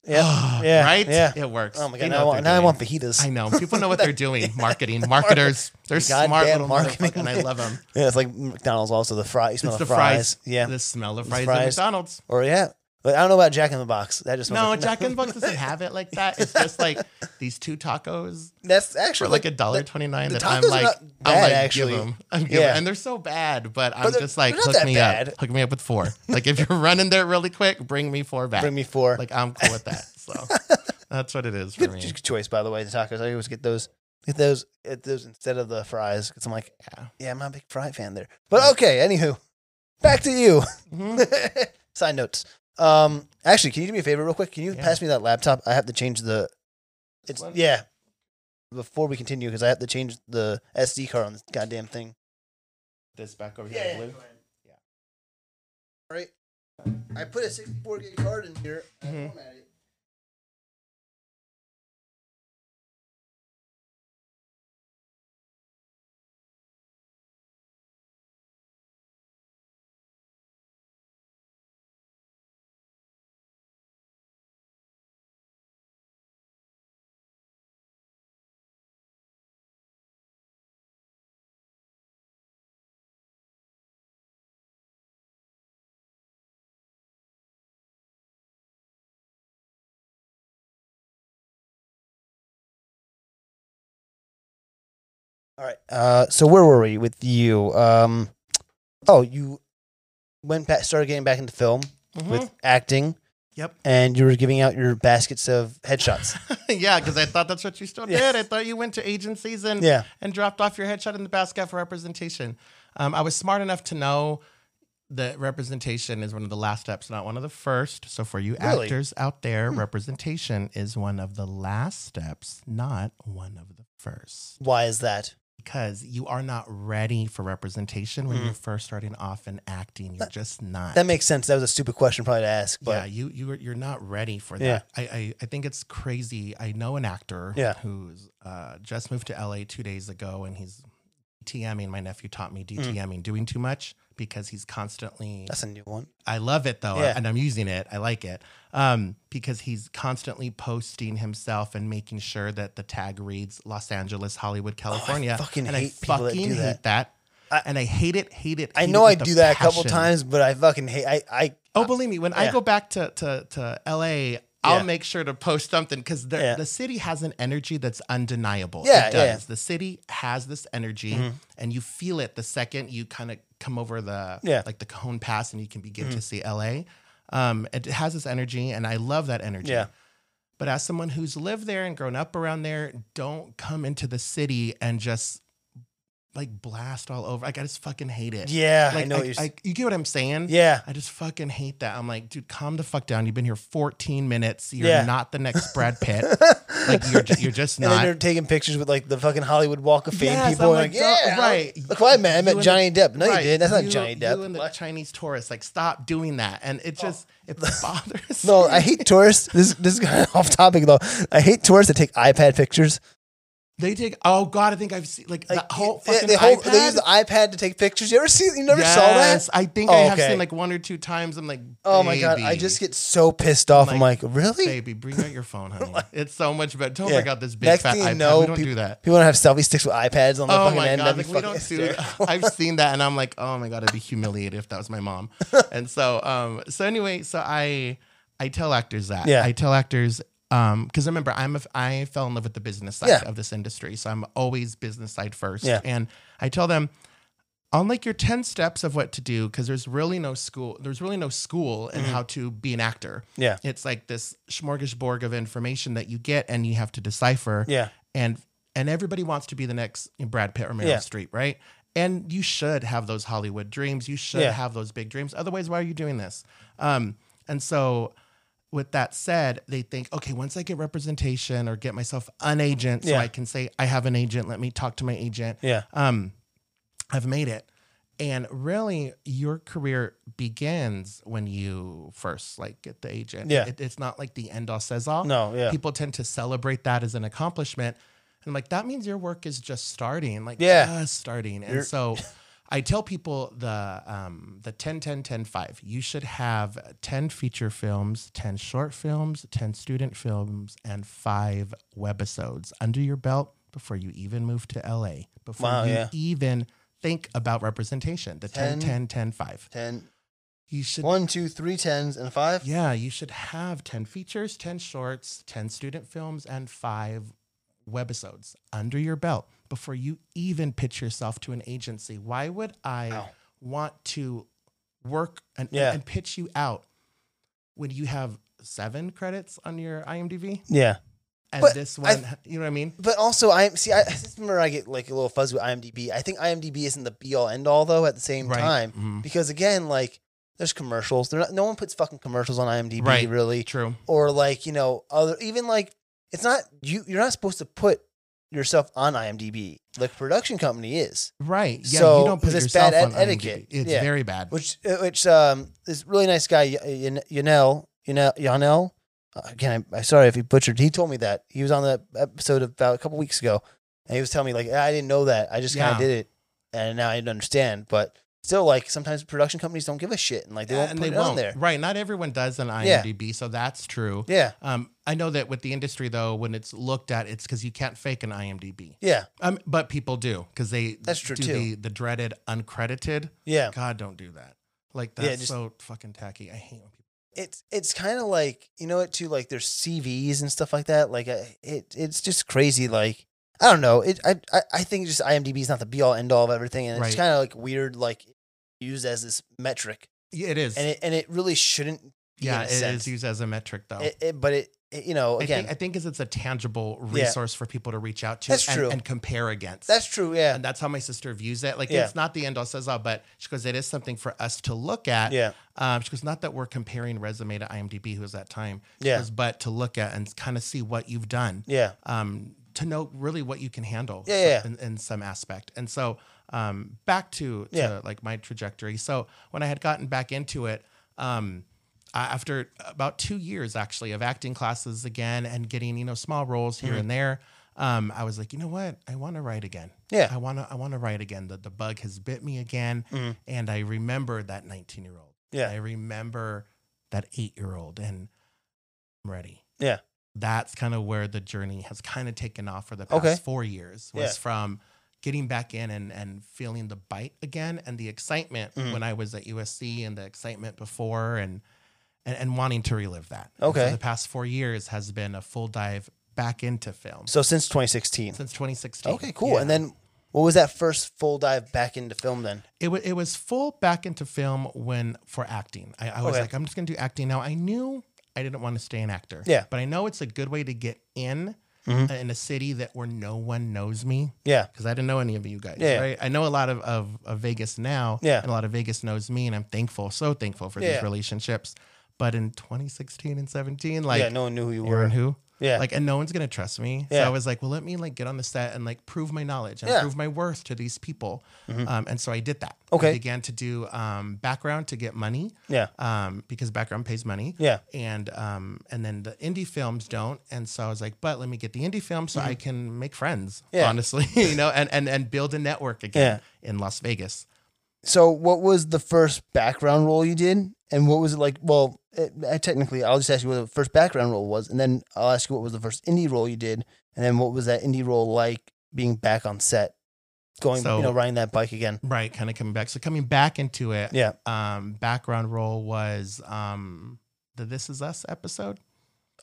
S1: yeah, yeah,
S3: right?
S1: Yeah.
S3: It works.
S1: Oh my
S3: Oh, They
S1: god!
S3: know
S1: Now, I
S3: what
S1: want, now
S3: they're
S1: I
S3: doing.
S1: want fajitas.
S3: I know. People know what they're doing. Marketing, marketers. They're smart
S1: Goddamn
S3: little
S1: marketing.
S3: marketing. and I love them.
S1: Yeah, it's like McDonald's. Also, the fries. You smell
S3: It's
S1: the
S3: the fries.
S1: Yeah.
S3: The smell of fries, at
S1: fries.
S3: McDonald's.
S1: or yeah, but I don't know about Jack in the Box. That just smells
S3: No,
S1: like,
S3: Jack and Box doesn't have it like that. It's just like these two tacos
S1: That's
S3: for
S1: actually
S3: like a
S1: the-
S3: dollar twenty nine.
S1: the
S3: That I'm
S1: tacos are
S3: like,
S1: not
S3: I'm
S1: bad,
S3: like,
S1: actually.
S3: give them, I'm
S1: Yeah.
S3: yeah. and they're so bad. But I'm
S1: they're-
S3: just like,
S1: they're not
S3: hook
S1: that
S3: me
S1: bad.
S3: up, hook me up with four. Like if you're running there really quick, bring me four back.
S1: Bring me four.
S3: Like I'm cool with that. So that's what it is for
S1: Good,
S3: me.
S1: good choice, by the way. The tacos. I always get those. Get those. Get those instead of the fries. Because I'm like,
S3: Yeah.
S1: yeah, I'm not a big fry fan there. But okay. Anywho, back to you.
S3: Mhm.
S1: Side notes. Um, actually, can you do me a favor real quick? Can you
S3: Yeah.
S1: pass me that laptop? I have to change the. It's
S3: one?
S1: yeah. Before we continue, because I have to change the SD card on this goddamn thing.
S3: This back over
S1: Yeah,
S3: here, I
S1: yeah,
S3: believe.
S1: go All right. I put a 64 gig card in here. I
S3: Mhm.
S1: formatted it. All right. Uh, so where were we with you? Um, oh, you went back, started getting back into film with acting,
S3: Mm-hmm. Yep.
S1: and you were giving out your baskets of headshots.
S3: yeah, because I thought that's what you still
S1: Yeah.
S3: did. I thought you went to agencies and
S1: Yeah.
S3: and dropped off your headshot in the basket for representation. Um, I was smart enough to know that representation is one of the last steps, not one of the first. So for you
S1: Really?
S3: actors out there, representation is one of the last steps, not one of the first
S1: Why is that?
S3: because you are not ready for representation when you're first starting off in acting. You're just not.
S1: That makes sense. That was a stupid question probably to ask,
S3: yeah,
S1: but
S3: you you are- you're not ready for
S1: Yeah.
S3: that. I, I I think it's crazy. I know an actor
S1: Yeah.
S3: who's uh, just moved to LA two days ago, and he's DTMing. My nephew taught me DTMing, doing too much because he's constantly
S1: Mm. that's a new one.
S3: I love it though,
S1: Yeah.
S3: and I'm using it. I like it um, because he's constantly posting himself and making sure that the tag reads Los Angeles, Hollywood, California.
S1: Oh, fucking
S3: and
S1: hate people that do that.
S3: hate that.
S1: I-
S3: and I hate it, hate it.
S1: I
S3: hate
S1: know
S3: it
S1: I
S3: with a
S1: do that a couple
S3: passion.
S1: times, but I fucking hate. I I
S3: Oh, believe me, when
S1: Uh, yeah.
S3: I go back to to to LA, I'll
S1: Yeah.
S3: make sure to post something because the
S1: Yeah.
S3: the city has an energy that's undeniable.
S1: Yeah,
S3: it does.
S1: yeah. Mm-hmm.
S3: The city has this energy, and you feel it the second you kind of come over the
S1: Yeah. Mm-hmm.
S3: like the Cone Pass, and you can begin to see LA. Um, it has this energy, and I love that energy.
S1: Yeah.
S3: But as someone who's lived there and grown up around there, don't come into the city and just like blast all over. Like I just fucking hate it.
S1: yeah,
S3: Like,
S1: I know what you're. s-
S3: you get what I'm saying?
S1: yeah,
S3: I just fucking hate that. I'm like, dude, calm the fuck down. You've been here 14 minutes. You're
S1: Yeah.
S3: not the next Brad Pitt. like you're ju- you're just
S1: and then they're
S3: not.
S1: taking pictures with like the fucking Hollywood Walk of Fame
S3: Yes,
S1: people.
S3: I'm
S1: and like,
S3: like, don't-
S1: yeah,
S3: right.
S1: Look who I met. I
S3: You
S1: met
S3: and
S1: Johnny Depp. No,
S3: Right.
S1: you did. That's not
S3: You-
S1: Johnny
S3: You and
S1: Depp.
S3: the Chinese tourists, like, stop doing that. And it just it bothers.
S1: Oh. No,
S3: me.
S1: I hate tourists. This this is kind of off topic though. I hate tourists that take iPad pictures.
S3: They take. Oh God, I think I've seen like,
S1: Like
S3: that whole
S1: yeah,
S3: fucking
S1: they, hold-
S3: iPad.
S1: they use the iPad to take pictures. You ever see? You never saw
S3: Yes,
S1: that?
S3: I think
S1: Oh,
S3: I have
S1: okay.
S3: seen like one or two times. I'm like,
S1: Oh my god! I
S3: baby.
S1: just get so pissed off. I'm like,
S3: Like,
S1: really?
S3: Baby, bring out your phone, honey. It's so much better. Don't
S1: Yeah.
S3: break out Oh this big
S1: Next
S3: fat
S1: thing you
S3: iPad.
S1: know,
S3: we don't
S1: peop-
S3: do that.
S1: People don't have selfie sticks with iPads on the
S3: Oh
S1: fucking
S3: my
S1: end.
S3: god,
S1: That'd be
S3: like, we don't
S1: fucking
S3: do
S1: hysterical.
S3: that. I've seen that, and I'm like, oh my god, I'd be humiliated if that was my mom. and so, um, so anyway, so I, I tell actors that.
S1: Yeah.
S3: I tell actors, um, because remember, I'm a, f- I fell in love with the business side
S1: Yeah.
S3: of this industry, so I'm always business side first.
S1: Yeah.
S3: And I tell them. On like your 10 steps of what to do, because there's really no school, there's really no school in how to be an actor.
S1: Mm-hmm. Yeah.
S3: It's like this smorgasbord of information that you get and you have to decipher
S1: Yeah.
S3: and and everybody wants to be the next Brad Pitt or Meryl
S1: Yeah.
S3: Streep, right? And you should have those Hollywood dreams. You should
S1: Yeah.
S3: have those big dreams. Otherwise, why are you doing this? Um, and so, with that said, they think, okay, once I get representation or get myself an agent, so
S1: Yeah.
S3: I can say I have an agent. Let me talk to my agent.
S1: Yeah.
S3: Um, I've made it. And really, your career begins when you first like get the agent.
S1: Yeah.
S3: It- it's not like the end all says all
S1: No, yeah.
S3: people tend to celebrate that as an accomplishment I'm like, that means your work is just starting, like
S1: Yeah.
S3: just starting. And
S1: You're-
S3: so I tell people the um the 10 10 10 5. You should have 10 feature films, 10 short films, 10 student films and 5 webisodes under your belt before you even move to LA, before
S1: Wow,
S3: you
S1: yeah.
S3: even think about representation. The 10 10 10 5.
S1: 10,
S3: You should
S1: one, two, three tens, and a five.
S3: yeah, you should have 10 features, 10 shorts, 10 student films, and five webisodes under your belt before you even pitch yourself to an agency. Why would I
S1: Ow.
S3: want to work and,
S1: Yeah.
S3: and pitch you out when you have seven credits on your IMDb?
S1: Yeah.
S3: And
S1: But
S3: this
S1: I-
S3: one, you know what I mean?
S1: But also, I see. I this is where I get like a little fuzzy with IMDb. I think IMDb isn't the be all end all though. At the same
S3: Right.
S1: time,
S3: Mhm.
S1: because again, like there's commercials. They're not. No one puts fucking commercials on IMDb
S3: Right.
S1: really,
S3: True.
S1: or like you know other even like it's not you. You're not supposed to put yourself on IMDb. The production company is,
S3: Right. Yeah,
S1: So,
S3: you don't put
S1: is this
S3: yourself
S1: bad
S3: on
S1: ed- etiquette?
S3: IMDb. It's
S1: Yeah.
S3: very bad.
S1: which uh, which um this really nice guy Y- Y- Yanel Yanel Yanel. uh, Again, I'm, I'm sorry if he butchered. He told me that he was on the episode about a couple weeks ago, and he was telling me like I didn't know that. I just kind
S3: Yeah.
S1: of did it, and now I understand. But still, like sometimes production companies don't give a shit, and like they
S3: Yeah,
S1: won't
S3: and
S1: put it on there.
S3: Right. Not everyone does on
S1: Yeah.
S3: IMDb, so that's true.
S1: Yeah,
S3: Um, I know that with the industry though, when it's looked at, it's because you can't fake an IMDb.
S1: yeah,
S3: Um, but people do because they
S1: That's true,
S3: do
S1: too.
S3: The, the dreaded uncredited.
S1: yeah.
S3: God, don't do that. Like
S1: Yeah,
S3: that's
S1: just-
S3: so fucking tacky. I hate when people.
S1: It's it's kind of like you know what too. Like there's CVs and stuff like that. Like I, it it's just crazy. Like I don't know. It I I, I think just IMDb is not the be all end all of everything, and it's
S3: Right.
S1: kind of like weird. Like used as this metric,
S3: Yeah, it is.
S1: and it and it really shouldn't. Be
S3: yeah,
S1: in a
S3: it is
S1: sense.
S3: used as a metric though.
S1: It, it, but it, it- you know
S3: I
S1: again
S3: think I think is it's a tangible
S1: Yeah.
S3: resource for people to reach out to
S1: That's
S3: and,
S1: true.
S3: and compare against.
S1: that's true. Yeah,
S3: and that's how my sister views it. Like
S1: Yeah.
S3: it's not the end all says all, but she goes, it is something for us to look at.
S1: yeah,
S3: Um, she goes, not that we're comparing resume to IMDb, who was that time. She
S1: Yeah.
S3: goes, but to look at and kind of see what you've done.
S1: yeah.
S3: Um, to know really what you can handle
S1: Yeah, yeah.
S3: In, in some aspect. And so um, back to, to
S1: Yeah.
S3: like my trajectory. So when I had gotten back into it, um, I- after about two years actually of acting classes again and getting, you know, small roles
S1: Mm-hmm.
S3: here and there, um, I was like, you know what? I want to write again.
S1: Yeah.
S3: I want to, I want to write again. The, the bug has bit me again.
S1: Mm-hmm.
S3: And I remember that 19 year old.
S1: Yeah.
S3: I remember that eight year old and I'm ready.
S1: Yeah.
S3: That's kind of where the journey has kind of taken off for the past
S1: Okay.
S3: four years was
S1: Yeah.
S3: from getting back in and, and feeling the bite again and the excitement
S1: Mhm.
S3: when I was at USC and the excitement before and, and, and wanting to relive that. And
S1: Okay.
S3: So the past four years has been a full dive back into film
S1: So since 2016.
S3: since 2016.
S1: Okay, cool.
S3: Yeah.
S1: And then what was that first full dive back into film then?
S3: it, w- it was full back into film when for acting. I, I was
S1: Okay.
S3: like, I'm just going to do acting now. I knew I didn't want to stay an actor.
S1: Yeah.
S3: But I know it's a good way to get in
S1: Mhm.
S3: uh, in a city that where no one knows me
S1: Yeah.
S3: because I didn't know any of you guys.
S1: Yeah.
S3: Right. I know a lot of, of, of Vegas now.
S1: Yeah.
S3: And a lot of Vegas knows me. And I'm thankful, so thankful for
S1: Yeah.
S3: these relationships. But in 2016 and 17, like,
S1: yeah, no one knew who you
S3: Aaron
S1: were.
S3: who?
S1: Yeah.
S3: Like, and no one's gonna trust me. So
S1: Yeah.
S3: I was like, well, let me like get on the set and like prove my knowledge and
S1: Yeah. Mm-hmm.
S3: prove my worth to these people. Um, and so I did that.
S1: Okay.
S3: I began to do um, background to get money.
S1: yeah.
S3: Um, because background pays money.
S1: Yeah.
S3: And um, and then the indie films don't. And so I was like, but let me get the indie film so I can make friends.
S1: Mm-hmm. Yeah.
S3: Honestly, you know, and and and build a network again in Las Vegas.
S1: So what was the first background role you did? And what was it like? Well, it, I, technically, I'll just ask you what the first background role was. And then I'll ask you what was the first indie role you did. And then what was that indie role like being back on set, going,
S3: So-
S1: you know, riding that bike again?
S3: Right. Kind of coming back. So coming back into it.
S1: Yeah.
S3: Um, background role was um the This Is Us episode.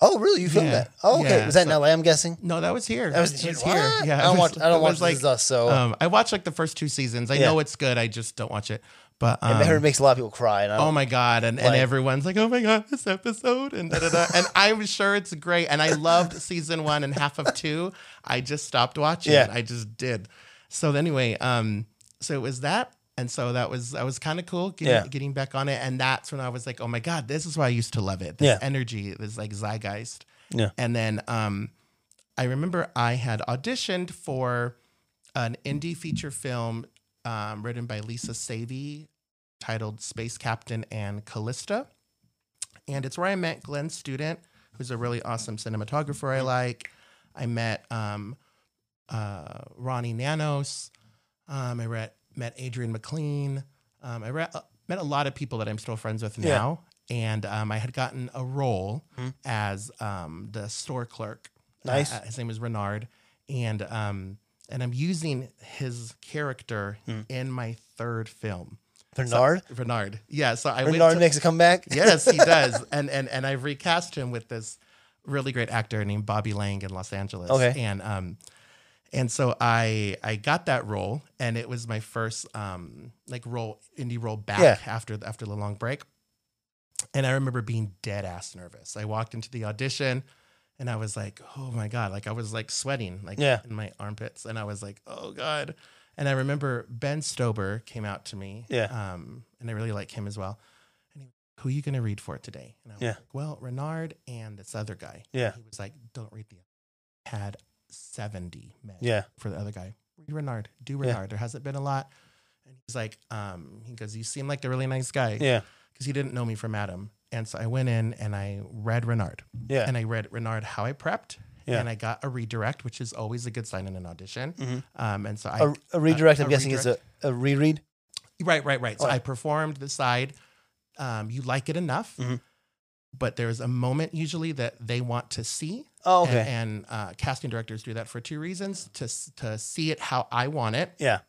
S1: Oh, really? You filmed
S3: Yeah.
S1: that? Oh, okay.
S3: Yeah.
S1: was that in
S3: So-
S1: LA, I'm guessing?
S3: No, that was here.
S1: That was,
S3: It
S1: here.
S3: Yeah,
S1: I don't
S3: it was-
S1: watch, I
S3: it
S1: don't
S3: was
S1: watch This Is Us, so
S3: Um, I watched like the first two seasons. I
S1: Yeah.
S3: know it's good. I just don't watch it. But
S1: I
S3: um,
S1: heard it makes a lot of people cry. And I
S3: oh my god, and, and
S1: Like-
S3: everyone's like, oh my god, this episode, and da, da, da. and I'm sure it's great. And I loved season one and half of two. I just stopped watching.
S1: Yeah.
S3: it. I just did. So anyway, um, so it was that. And so that was that was kind of cool getting,
S1: Yeah.
S3: getting back on it, and that's when I was like, oh my god, this is why I used to love it. This
S1: Yeah.
S3: energy, this like zeitgeist.
S1: Yeah.
S3: And then um, I remember I had auditioned for an indie feature film um, written by Lisa Savey titled Space Captain and Callista. And it's where I met
S1: Mm-hmm.
S3: Glenn Student, who's a really awesome cinematographer I like. I met um, uh, Ronnie Nanos. Um, I read, met Adrian McLean. Um, I read, uh, met a lot of people that I'm still friends with
S1: Yeah. Hmm.
S3: now. And um, I had gotten a role as um, the store clerk.
S1: Nice.
S3: Uh, his name is Renard. And um, and I'm using his character
S1: Hmm.
S3: in my third film.
S1: Bernard.
S3: Renard. Yeah. So I went
S1: Bernard
S3: to-
S1: makes a comeback.
S3: yes, he does. And and and I've recast him with this really great actor named Bobby Lang in Los Angeles.
S1: Okay.
S3: And um and so I I got that role and it was my first um like role indie role back
S1: Yeah.
S3: after the, after the long break. And I remember being dead ass nervous. I walked into the audition and I was like, "Oh my god!" Like I was like sweating, like
S1: Yeah.
S3: in my armpits, and I was like, "Oh god!" And I remember Ben Stober came out to me,
S1: Yeah.
S3: um, and I really like him as well. And he, who are you going to read for today? And I was
S1: Yeah.
S3: like, "Well, Renard and this other guy."
S1: Yeah.
S3: He was like, "Don't read the." other." Had seventy men
S1: Yeah.
S3: for the other guy. Read Renard, do
S1: Yeah.
S3: Renard. There hasn't been a lot. And he's like, um, he goes, "You seem like a really nice guy."
S1: Yeah.
S3: because he didn't know me from Adam. And so I went in and I read Renard.
S1: Yeah.
S3: And I read Renard how I prepped.
S1: Yeah. Mm-hmm.
S3: And I got a redirect, which is always a good sign in an audition. Um, and so I
S1: A, a redirect,
S3: a
S1: I'm guessing,
S3: redirect.
S1: is a, a reread.
S3: right, right, right. So
S1: Oh.
S3: I performed the side. Um, you like it enough,
S1: Mhm.
S3: but there's a moment usually that they want to see.
S1: Oh,
S3: And-
S1: okay.
S3: And, uh, casting directors do that for two reasons: to s- to see it how I want it,
S1: yeah.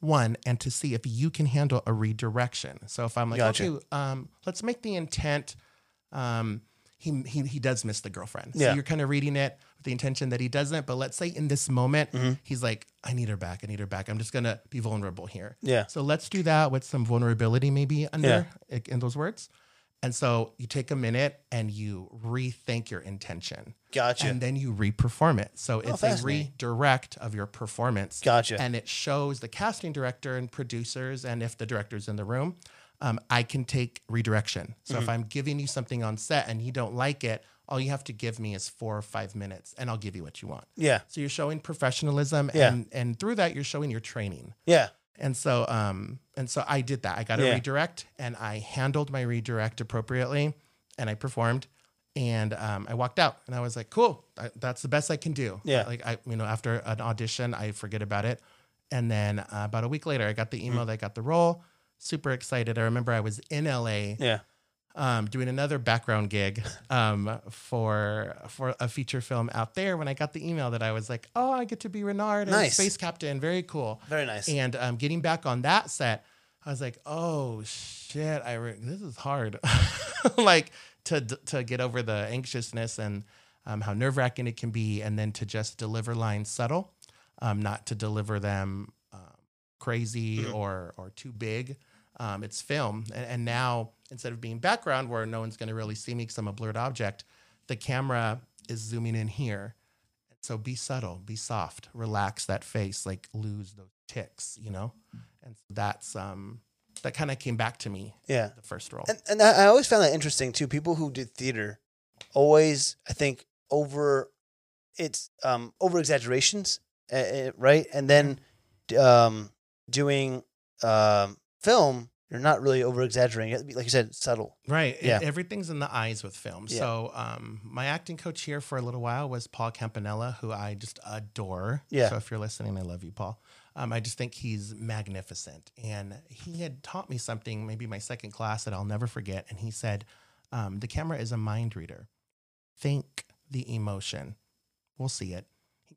S3: one and to see if you can handle a redirection. So if I'm like,
S1: Gotcha.
S3: okay, um, let's make the intent. Um, he, he, he does miss the girlfriend.
S1: Yeah.
S3: So you're kind of reading it with the intention that he doesn't. But let's say in this moment,
S1: Mm-hmm.
S3: he's like, I need her back. I need her back. I'm just going to be vulnerable here.
S1: Yeah.
S3: So let's do that with some vulnerability maybe under i- in those words. And so you take a minute and you rethink your intention.
S1: Gotcha.
S3: And then you re-perform it. So it's a
S1: Oh, fascinating.
S3: redirect of your performance.
S1: Gotcha.
S3: And it shows the casting director and producers, and if the director's in the room, um, I can take redirection. So
S1: Mm-hmm.
S3: if I'm giving you something on set and you don't like it, all you have to give me is four or five minutes, and I'll give you what you want.
S1: Yeah.
S3: So you're showing professionalism,
S1: Yeah.
S3: and and through that you're showing your training.
S1: Yeah.
S3: And so, um, and so I did that. I got a
S1: Yeah.
S3: redirect, and I handled my redirect appropriately, and I performed, and um, I walked out, and I was like, "Cool, I, that's the best I can do."
S1: Yeah.
S3: Like I, you know, after an audition, I forget about it, and then uh, about a week later, I got the email
S1: Mm.
S3: that I got the role. Super excited. I remember I was in LA
S1: Yeah.
S3: um, doing another background gig um, for for a feature film out there. When I got the email that I was like, "Oh, I get to be Renard, and
S1: Nice.
S3: space captain, very cool."
S1: Very nice.
S3: And um, getting back on that set, I was like, "Oh shit, I re- this is hard." like to to get over the anxiousness and um, how nerve wracking it can be, and then to just deliver lines subtle, um, not to deliver them um, crazy
S1: Mm-hmm.
S3: or or too big. Um, it's film, and, and now instead of being background where no one's going to really see me because I'm a blurred object, the camera is zooming in here. So be subtle, be soft, relax that face, like lose those ticks, you know. And so that's um that kind of came back to me.
S1: Yeah.
S3: the first role.
S1: And, and I I always found that interesting too. People who do theater always, I think, over it's um, over exaggerations, uh, uh, right? And then d- um, doing um, film, you're not really over exaggerating. It, like you said, subtle.
S3: Right.
S1: Yeah.
S3: Yeah. Everything's in the eyes with film.
S1: Yeah.
S3: So um, my acting coach here for a little while was Paul Campanella, who I just adore.
S1: Yeah.
S3: So if you're listening, I love you, Paul. Um, I just think he's magnificent. And he had taught me something, maybe my second class, that I'll never forget. And he said, um, The camera is a mind reader. Think the emotion. We'll see it.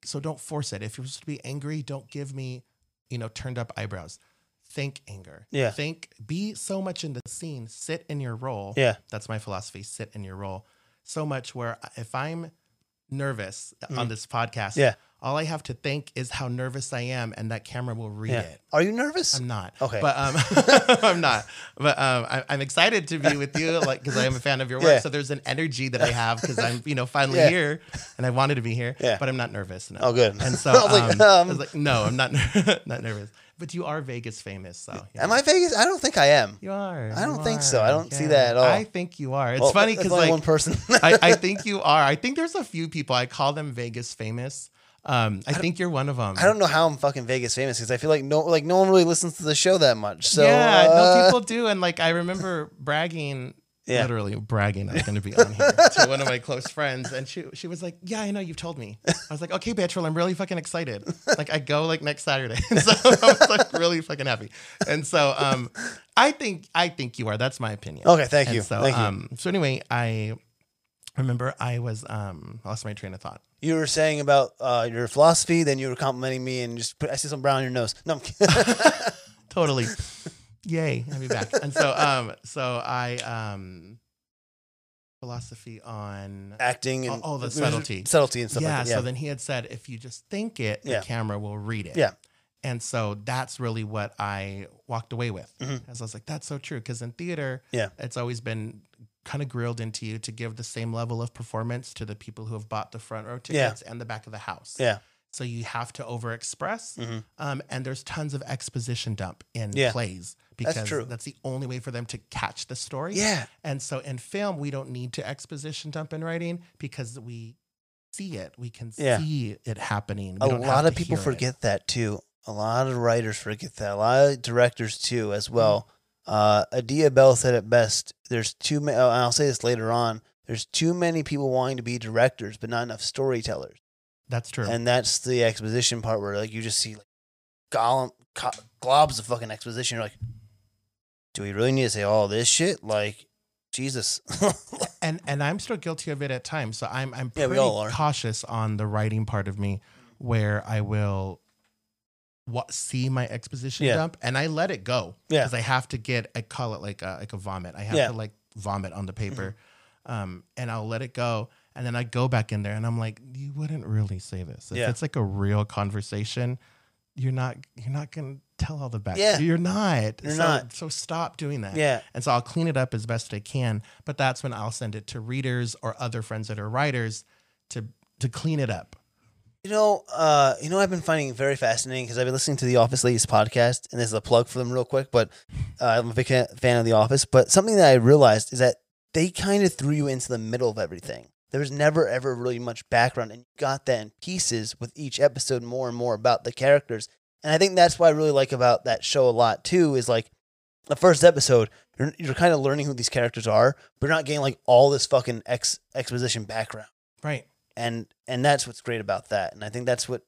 S3: So don't force it. If you're supposed to be angry, don't give me, you know, turned up eyebrows. Think anger.
S1: Yeah.
S3: Think, be so much in the scene, sit in your role
S1: Yeah.
S3: that's my philosophy sit in your role so much where if i'm nervous on this podcast
S1: Mm. Yeah.
S3: all i have to think is how nervous i am and that camera will read
S1: Yeah.
S3: it
S1: Are you nervous?
S3: i'm not
S1: Okay.
S3: but um i'm not but um I, i'm excited to be with you like because i am a fan of your work
S1: Yeah.
S3: so there's an energy that i have because i'm you know finally
S1: Yeah.
S3: here and i wanted to be here
S1: Yeah.
S3: but i'm not nervous no.
S1: Oh, good.
S3: and so
S1: I was like,
S3: um, I
S1: um,
S3: was like no i'm not ner- not nervous but you are vegas famous so yeah.
S1: Am I Vegas? I don't think I am.
S3: You are.
S1: I don't
S3: you
S1: think so.
S3: are.
S1: I don't see that at all.
S3: I think you are. It's
S1: Well,
S3: funny
S1: that's
S3: because
S1: only
S3: like
S1: one person.
S3: I, I think you are. I think there's a few people. I call them Vegas famous. Um, I, think you're one of them.
S1: I don't know how I'm fucking Vegas famous because I feel like no, like no one really listens to the show that much. So
S3: yeah,
S1: uh,
S3: no people do. And like I remember bragging
S1: Yeah.
S3: literally bragging I was going to be on here to one of my close friends, and she she was like, "Yeah, I know you've told me." I was like, "Okay, Bachelor, I'm really fucking excited. Like, I go like next Saturday, and so I was like really fucking happy." And so, um, I think I think you are. That's my opinion.
S1: Okay, Oh, thank
S3: And
S1: you.
S3: So,
S1: thank you.
S3: um, so anyway, I remember I was um I lost my train of thought.
S1: you were saying about uh, your philosophy, then you were complimenting me, and just put, I see some brown on your nose. No, I'm kidding.
S3: totally. Yay, I'll be back. And so, um, so I um, philosophy on
S1: acting and
S3: All- all Oh, the
S1: there's
S3: subtlety.
S1: subtlety and stuff.
S3: yeah,
S1: like that.
S3: So then he had said, if you just think it,
S1: Yeah.
S3: the camera will read it.
S1: Yeah.
S3: And so that's really what I walked away with.
S1: Mhm.
S3: As I was like, that's so true. Because in theater,
S1: Yeah.
S3: it's always been kind of grilled into you to give the same level of performance to the people who have bought the front row tickets and the back of the house.
S1: Yeah.
S3: So you have to overexpress.
S1: Mhm.
S3: Um, and there's tons of exposition dump in
S1: Yeah.
S3: plays because
S1: true.
S3: that's the only way for them to catch the story.
S1: yeah,
S3: And so in film, we don't need to exposition dump in writing because we see it. We can
S1: Yeah.
S3: see it happening. We
S1: a
S3: don't have
S1: lot of
S3: to
S1: people
S3: hear it.
S1: forget that too. A lot of writers forget that. A lot of directors too,
S3: Mm-hmm.
S1: as well. Uh, Adia Bell said it best. There's too many. Oh, and I'll say this later on. There's too many people wanting to be directors, but not enough storytellers.
S3: That's true.
S1: And that's the exposition part where like you just see like golem, co- globs of fucking exposition. You're like, do we really need to say all this shit? Like, Jesus.
S3: and and I'm still guilty of it at times. So I'm I'm
S1: Yeah, we
S3: pretty
S1: all are.
S3: cautious on the writing part of me, where I will what see my exposition
S1: Yeah.
S3: dump and I let it go
S1: Yeah.
S3: because I have to get I call it like a, like a vomit. I have
S1: Yeah. Mm-hmm.
S3: to like vomit on the paper, um, and I'll let it go. And then I go back in there and I'm like, you wouldn't really say this. If
S1: Yeah.
S3: it's like a real conversation, you're not you're not gonna tell all the back.
S1: Yeah.
S3: You're not.
S1: You're
S3: so,
S1: not.
S3: So stop doing that.
S1: Yeah.
S3: And so I'll clean it up as best I can, but that's when I'll send it to readers or other friends that are writers to to clean it up.
S1: You know, uh, you know, I've been finding very fascinating because I've been listening to the Office Ladies podcast, and this is a plug for them, real quick. But uh, I'm a big fan fan of the Office. But something that I realized is that they kind of threw you into the middle of everything. There was never ever really much background, and you got that in pieces with each episode, more and more about the characters. And I think that's what I really like about that show a lot too. Is like the first episode, you're, you're kind of learning who these characters are, but you're not getting like all this fucking ex- exposition background
S3: Right.
S1: and and that's what's great about that and i think that's what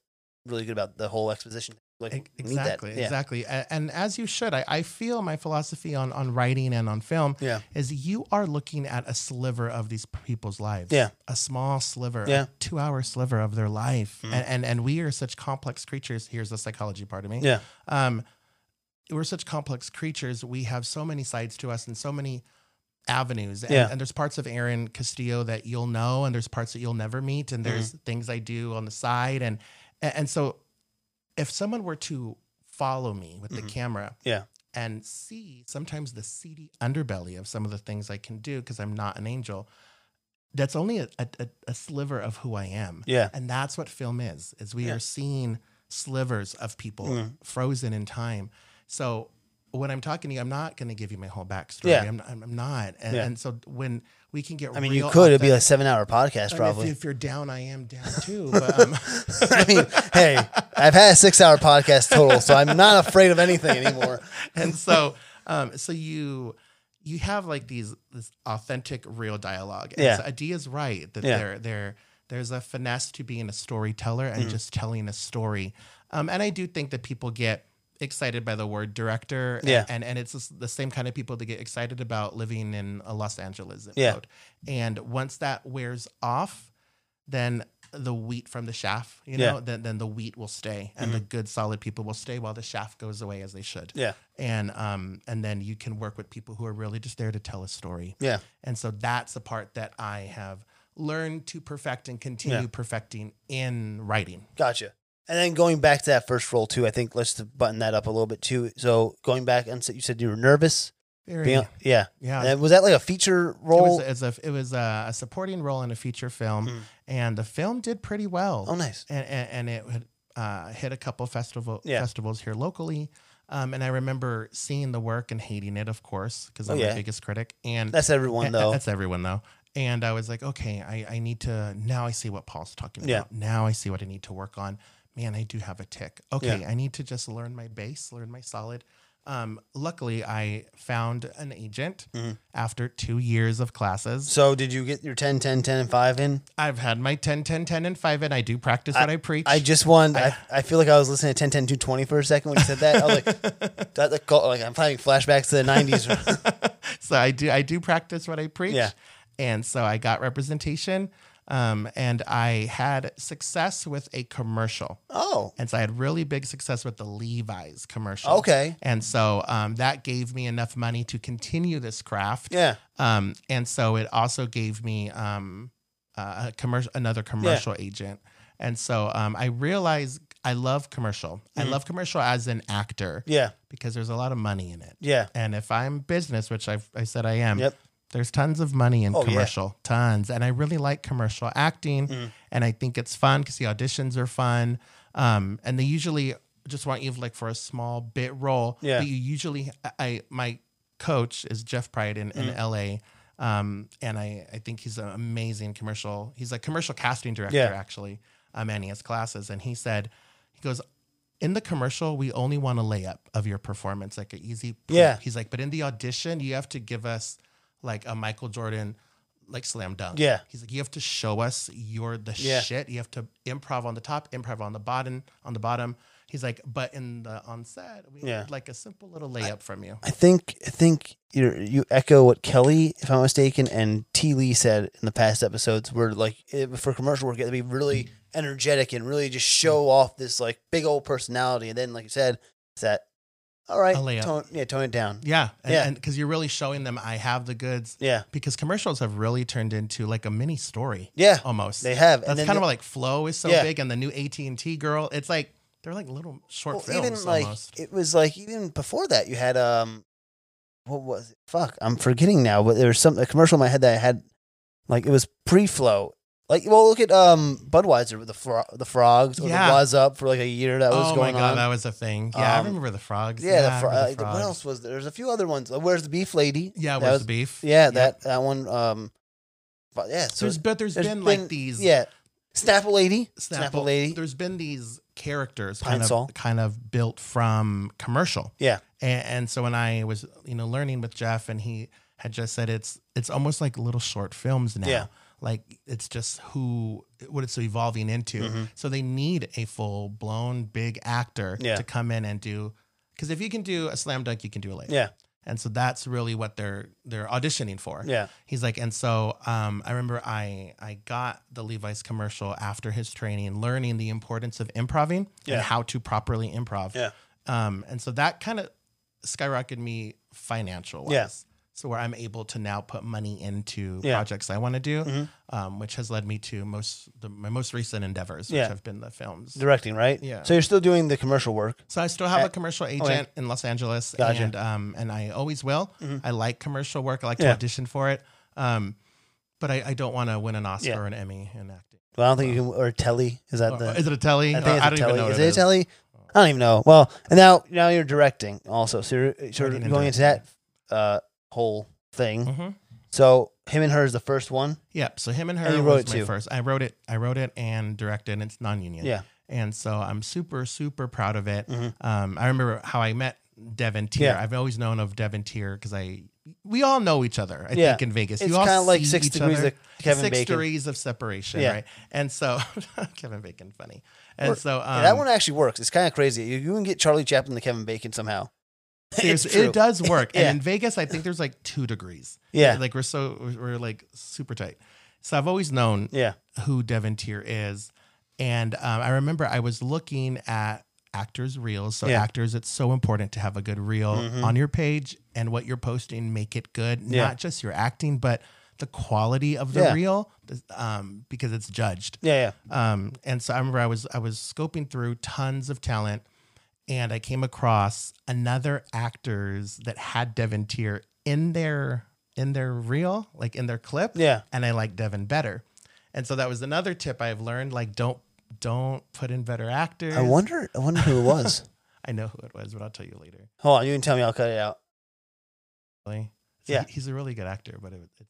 S1: really good about the whole exposition like
S3: E-
S1: we need that.
S3: Exactly.
S1: yeah.
S3: Exactly. A- And as you should, I, I feel my philosophy on, on writing and on film
S1: yeah
S3: is you are looking at a sliver of these people's lives.
S1: Yeah.
S3: A small sliver,
S1: Yeah.
S3: a two hour sliver of their life.
S1: Mhm.
S3: And, and and we are such complex creatures. Here's the psychology part of me.
S1: yeah
S3: um, we're such complex creatures. We have so many sides to us and so many avenues. And,
S1: Yeah.
S3: and there's parts of Aaron Castillo that you'll know, and there's parts that you'll never meet,
S1: Mm-hmm.
S3: and there's things I do on the side. And and and so if someone were to follow me with
S1: Mhm.
S3: the camera
S1: Yeah.
S3: and see sometimes the seedy underbelly of some of the things I can do because I'm not an angel, that's only a, a, a- a sliver of who I am.
S1: Yeah.
S3: And that's what film is, is we
S1: Yeah.
S3: are seeing slivers of people
S1: Mm.
S3: frozen in time. So when I'm talking to you, I'm not going to give you my whole backstory.
S1: Yeah.
S3: I'm, I'm, I'm not. And,
S1: Yeah.
S3: and so when we can get
S1: i mean you
S3: real
S1: could it'd be
S3: authentic-
S1: a seven hour podcast
S3: I mean, if-
S1: probably
S3: if, you're down, I am down too. But, um,
S1: i mean hey i've had a six hour podcast total so i'm not afraid of anything anymore
S3: and so um so you you have like these this authentic real dialogue and
S1: Yeah.
S3: so adia's right that
S1: Yeah.
S3: there there there's a finesse to being a storyteller and
S1: Mm.
S3: just telling a story um and i do think that people get excited by the word director and-
S1: Yeah.
S3: and and it's just the same kind of people that get excited about living in a los angeles zip
S1: Yeah.
S3: code and once that wears off then the wheat from the chaff you
S1: Yeah. Mm-hmm.
S3: know then then the wheat will stay and the good solid people will stay while the chaff goes away as they should
S1: yeah
S3: and um and then you can work with people who are really just there to tell a story
S1: yeah
S3: and so that's the part that i have learned to perfect and continue
S1: Yeah.
S3: perfecting in writing
S1: gotcha and then going back to that first role too i think let's button that up a little bit too so going back and so you said you were nervous
S3: Very-
S1: being, yeah
S3: yeah
S1: and then was that like a feature role Hmm.
S3: it was, it's a, it was a, a supporting role in a feature film and the film did pretty well
S1: oh nice
S3: and and, and it had, uh, hit a couple festival
S1: Yeah.
S3: festivals here locally um, and i remember seeing the work and hating it of course because i'm
S1: Oh, yeah.
S3: my biggest critic and
S1: that's everyone
S3: Yeah,
S1: though
S3: That's everyone though. And I was like, okay, I, I need to now I see what Paul's talking
S1: Yeah.
S3: about. Now I see what I need to work on. Man, I do have a tick. Okay,
S1: Yeah.
S3: I need to just learn my base, learn my solid. Um, luckily, I found an agent
S1: Mm-hmm.
S3: after two years of classes.
S1: So did you get your 10, 10, 10, and 5 in?
S3: I've had my 10, 10, 10, and 5, and I do practice what I preach.
S1: I just won. I, I feel like I was listening to 10, 10, 220 for a second when you said that. I was like, that, like, call- like I'm having flashbacks to the 90s.
S3: so I do I do practice what I preach.
S1: Yeah.
S3: And so I got representation. Um, and I had success with a commercial.
S1: oh,
S3: And so I had really big success with the Levi's commercial.
S1: Okay.
S3: And so um, that gave me enough money to continue this craft.
S1: yeah.
S3: Um, and so it also gave me um, uh, a commercial, another commercial agent. And so um, I realized I love commercial. I love commercial as an actor
S1: Mm-hmm. Yeah.
S3: because there's a lot of money in it.
S1: Yeah.
S3: And if I'm business, which I've, I said I am,
S1: Yep.
S3: there's tons of money in
S1: Oh, yeah.
S3: commercial, tons. And I really like commercial acting.
S1: Mm.
S3: And I think it's fun because the auditions are fun. Um, and they usually just want you like for a small bit role.
S1: Yeah.
S3: But you usually, I- I, my coach is Jeff Pride in,
S1: Mm.
S3: in LA. Um, and I, I think he's an amazing commercial. He's a commercial casting director,
S1: Yeah.
S3: actually. Um, and he has classes. And he said, he goes, in the commercial, we only want a layup of your performance, like an easy.
S1: Yeah.
S3: He's like, but in the audition, you have to give us like a Michael Jordan, like slam dunk.
S1: Yeah.
S3: He's like, you have to show us you're the
S1: Yeah.
S3: shit. You have to improv on the top, improv on the bottom, on the bottom. He's like, but in the on set, we
S1: Yeah.
S3: need like a simple little layup from you.
S1: I think I think you you echo what Kelly, if I'm not mistaken, and T Lee said in the past episodes. Where like it, for commercial work, it would be really energetic and really just
S3: Mm.
S1: show off this like big old personality. And then, like you said, it's that all right,
S3: A layup.
S1: tone, yeah, tone it down.
S3: Yeah. And,
S1: Yeah.
S3: because you're really showing them I have the goods.
S1: Yeah,
S3: Because commercials have really turned into like a mini story
S1: yeah,
S3: almost.
S1: they have.
S3: Oh, That's
S1: and then
S3: kind of like Flow is so
S1: Yeah.
S3: big, and the new AT and T girl. It's like they're like little short
S1: well,
S3: films
S1: even like
S3: almost.
S1: it was like even before that, you had um, what was it? Fuck, I'm forgetting now. But there was some a commercial in my head that I had, like it was pre-flow. Like, well, look at um Budweiser with the fro- the frogs or
S3: Yeah.
S1: the was up for like a year that was
S3: oh
S1: going
S3: my god,
S1: on.
S3: that was a thing. Yeah, I
S1: Um,
S3: remember the frogs.
S1: yeah,
S3: I
S1: the, fro-
S3: remember
S1: uh,
S3: the
S1: what
S3: frogs.
S1: else was there? There's a few other ones. Uh, Where's the beef lady?
S3: Yeah,
S1: That
S3: where's
S1: was-
S3: the beef?
S1: Yeah,
S3: Yep.
S1: that that one. Um, but yeah, so
S3: there's but there's
S1: there's
S3: been, like these
S1: Yeah, Snapple lady,
S3: Snapple,
S1: Snapple, lady.
S3: There's been these characters
S1: Pine
S3: kind
S1: Sol.
S3: of kind of built from commercial.
S1: Yeah,
S3: And, and so when I was you know learning with Jeff, and he had just said it's it's almost like little short films now.
S1: Yeah.
S3: Like it's just who what it's evolving into.
S1: Mm-hmm.
S3: So they need a full blown big actor
S1: Yeah.
S3: to come in and do because if you can do a slam dunk, you can do a layup.
S1: yeah,
S3: And so that's really what they're they're auditioning for.
S1: yeah.
S3: He's like, and so um, I remember I I got the Levi's commercial after his training, learning the importance of improving
S1: Yeah.
S3: and how to properly improv.
S1: Yeah.
S3: Um, and so that kind of skyrocketed me financial wise.
S1: Yeah.
S3: So where I'm able to now put money into
S1: Yeah. Mm-hmm.
S3: projects I want to do, um, which has led me to most the, my most recent endeavors, which
S1: Yeah.
S3: have been the films.
S1: Directing, right?
S3: Yeah.
S1: So you're still doing the commercial work.
S3: So I still have
S1: Uh,
S3: a commercial agent in Los Angeles,
S1: Gotcha. Mm-hmm.
S3: and um, and I always will. I like commercial work. I like
S1: Yeah.
S3: to audition for it, um, but I, I don't want to win an Oscar
S1: Yeah.
S3: or an Emmy in acting.
S1: Well, I don't think you can. Or telly is that
S3: Or-
S1: the?
S3: Oh, is it a telly?
S1: I
S3: Or-
S1: think it's
S3: I
S1: a
S3: don't
S1: telly.
S3: even know. what
S1: is
S3: it Oh.
S1: it a telly? I don't even know. Well, and now now you're directing also, so you're sort of
S3: Writing and
S1: going into that
S3: directing.
S1: uh, whole thing.
S3: Mhm.
S1: So him and her is the first one.
S3: Yep. So him and her
S1: And you
S3: was
S1: wrote it
S3: my
S1: too.
S3: first. I wrote it. I wrote it and directed. And it's non-union.
S1: Yeah.
S3: And so I'm super super proud of it.
S1: Mhm.
S3: Um, I remember how I met Devin Tier.
S1: Yeah.
S3: I've always known of Devin Tier because I we all know each other. I
S1: Yeah.
S3: think in Vegas,
S1: It's
S3: you all
S1: kind of like
S3: see
S1: six
S3: each
S1: degrees
S3: other.
S1: of Kevin
S3: six
S1: Bacon.
S3: degrees of separation,
S1: Yeah.
S3: right? And so Kevin Bacon, funny. And
S1: Or-
S3: so um,
S1: Yeah, that one actually works. It's kind of crazy. You, you can get Charlie Chaplin to Kevin Bacon somehow.
S3: seriously,
S1: it's true.
S3: it does work.
S1: Yeah.
S3: And in Vegas, I think there's like two degrees.
S1: Yeah.
S3: like we're so we're- we're like super tight. So I've always known
S1: Yeah.
S3: who Devin Tier is, and um, I remember I was looking at actors' reels. So
S1: Yeah. Mm-hmm.
S3: actors, it's so important to have a good reel on your page and what you're posting. Make it good,
S1: Yeah.
S3: not just your acting, but the quality of the
S1: Yeah.
S3: reel, the- um, because it's judged.
S1: Yeah.
S3: Um, and so I remember I was I was scoping through tons of talent, and I came across another actors that had Devin Tier in their in their reel, like in their clip.
S1: Yeah.
S3: And I like Devin better, and so that was another tip I've learned. Like don't don't put in better actors.
S1: yeah. I wonder. I wonder who it was.
S3: I know who it was, but I'll tell you later.
S1: Hold on. You can tell me. I'll cut it out.
S3: Really. So
S1: Yeah.
S3: he- he's a really good actor, but it, it's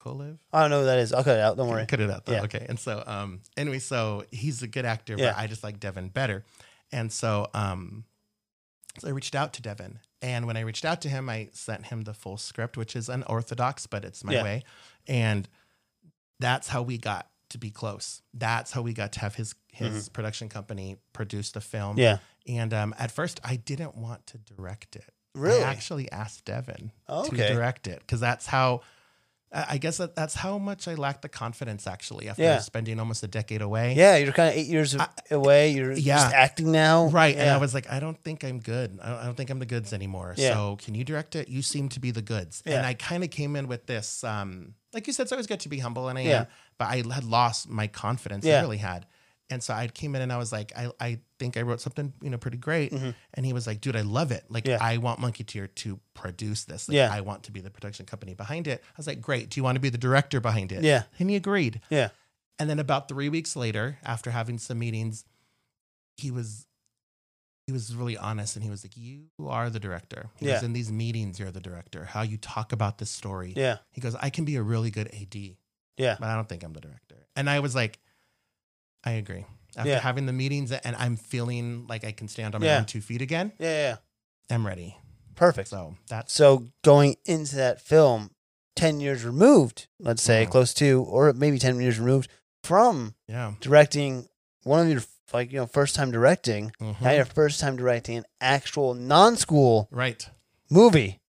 S3: Kolev.
S1: I don't know who that is. I'll cut it out. Don't worry.
S3: Cut it out though.
S1: Yeah.
S3: Okay. And so um anyway, so he's a good actor,
S1: Yeah.
S3: but I just like Devin better. And so um So I reached out to Devin. And when I reached out to him, I sent him the full script, which is unorthodox, but it's my
S1: Yeah.
S3: way. And that's how we got to be close. That's how we got to have his his production company produce the film.
S1: Mm-hmm. Yeah.
S3: And um, at first, I didn't want to direct it.
S1: Really?
S3: I actually asked Devin
S1: Okay.
S3: to direct it because that's how. I I guess that, that's how much I lacked the confidence actually after
S1: Yeah.
S3: spending almost a decade away.
S1: Yeah, you're kind of eight years away. You're
S3: yeah.
S1: just acting now.
S3: Right. And
S1: Yeah.
S3: I was like, I don't think I'm good. I don't, I don't think I'm the goods anymore.
S1: Yeah.
S3: So can you direct it? You seem to be the goods.
S1: Yeah.
S3: And I kind of came in with this, um, like you said, it's always good to be humble and I
S1: Yeah.
S3: am, but I had lost my confidence.
S1: Yeah.
S3: I really had. And so I came in and I was like, I, I think I wrote something, you know, pretty great. And he was like, dude, I love it. Like,
S1: Mm-hmm. Yeah.
S3: I want Monkey Tier to produce this. Like,
S1: Yeah.
S3: I want to be the production company behind it. I was like, great. Do you want to be the director behind it?
S1: Yeah.
S3: And he agreed.
S1: yeah.
S3: And then about three weeks later, after having some meetings, he was he was really honest and he was like, You are the director. He was
S1: Yeah.
S3: in these meetings, you're the director. How you talk about this story.
S1: Yeah.
S3: He goes, I can be a really good AD,
S1: Yeah.
S3: but I don't think I'm the director. And I was like, I agree. After
S1: Yeah.
S3: having the meetings and I'm feeling like I can stand on my
S1: Yeah.
S3: own two feet again,
S1: Yeah. Yeah.
S3: I'm ready.
S1: Perfect.
S3: So that's
S1: So going into that film, ten years removed, let's say
S3: Wow.
S1: close to, or maybe ten years removed from
S3: yeah.
S1: directing one of your like you know first time directing.
S3: Mhm.
S1: Now your first time directing an actual non-school
S3: Right.
S1: movie.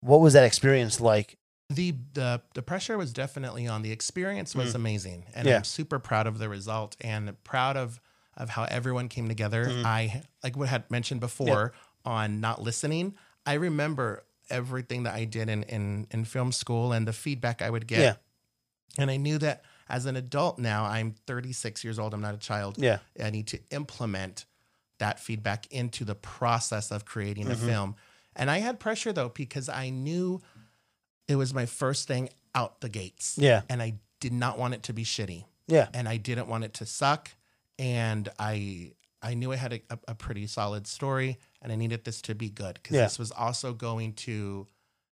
S1: What was that experience like?
S3: the the the pressure was definitely on. The experience was amazing, and
S1: Mm. Yeah.
S3: I'm super proud of the result and proud of of how everyone came together.
S1: Mm-hmm.
S3: I like what I had mentioned before on not listening. I remember everything that I did in in in film school and the feedback I would get.
S1: Yeah.
S3: And I knew that as an adult now, I'm 36 years old. I'm not a child.
S1: Yeah.
S3: I need to implement that feedback into the process of creating a film. And I had pressure though because I knew it was my first thing out the gates.
S1: Yeah.
S3: And I did not want it to be shitty.
S1: Yeah.
S3: And I didn't want it to suck. And I I knew I had a, a- a pretty solid story and I needed this to be good because
S1: Yeah.
S3: this was also going to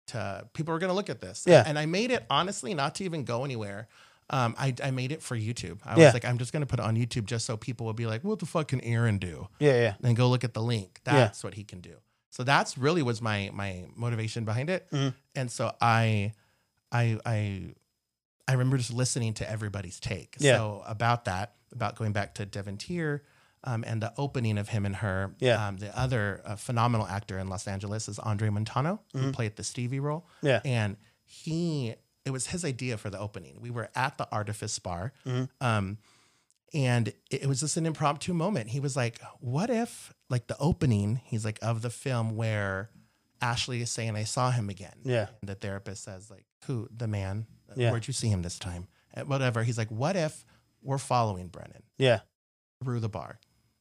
S3: to people were gonna look at this.
S1: Yeah.
S3: And I made it honestly not to even go anywhere. Um, I, I made it for YouTube. I
S1: Yeah.
S3: was like, I'm just gonna put it on YouTube just so people will be like, what the fuck can Aaron do?
S1: Yeah. Yeah.
S3: then go look at the link.
S1: Yeah.
S3: That's what he can do. So that's really was my my motivation behind it.
S1: Mhm.
S3: And so I I I I remember just listening to everybody's take.
S1: Yeah.
S3: So about that, about going back to Devon Tier um, and the opening of him and her.
S1: Yeah.
S3: Um, the other uh, phenomenal actor in Los Angeles is Andre Montano, who played the Stevie role.
S1: Mm-hmm. Yeah.
S3: And he it was his idea for the opening. We were at the Artifice Bar.
S1: Mm-hmm.
S3: Um, and it it was just an impromptu moment. He was like, "What if like the opening?" He's like of the film where Ashley is saying, "I saw him again."
S1: Yeah.
S3: And the therapist says, "Like who? The man? Uh,
S1: Yeah.
S3: Where'd you see him this time?" Uh, Whatever. He's like, "What if we're following Brennan
S1: Yeah.
S3: through the bar?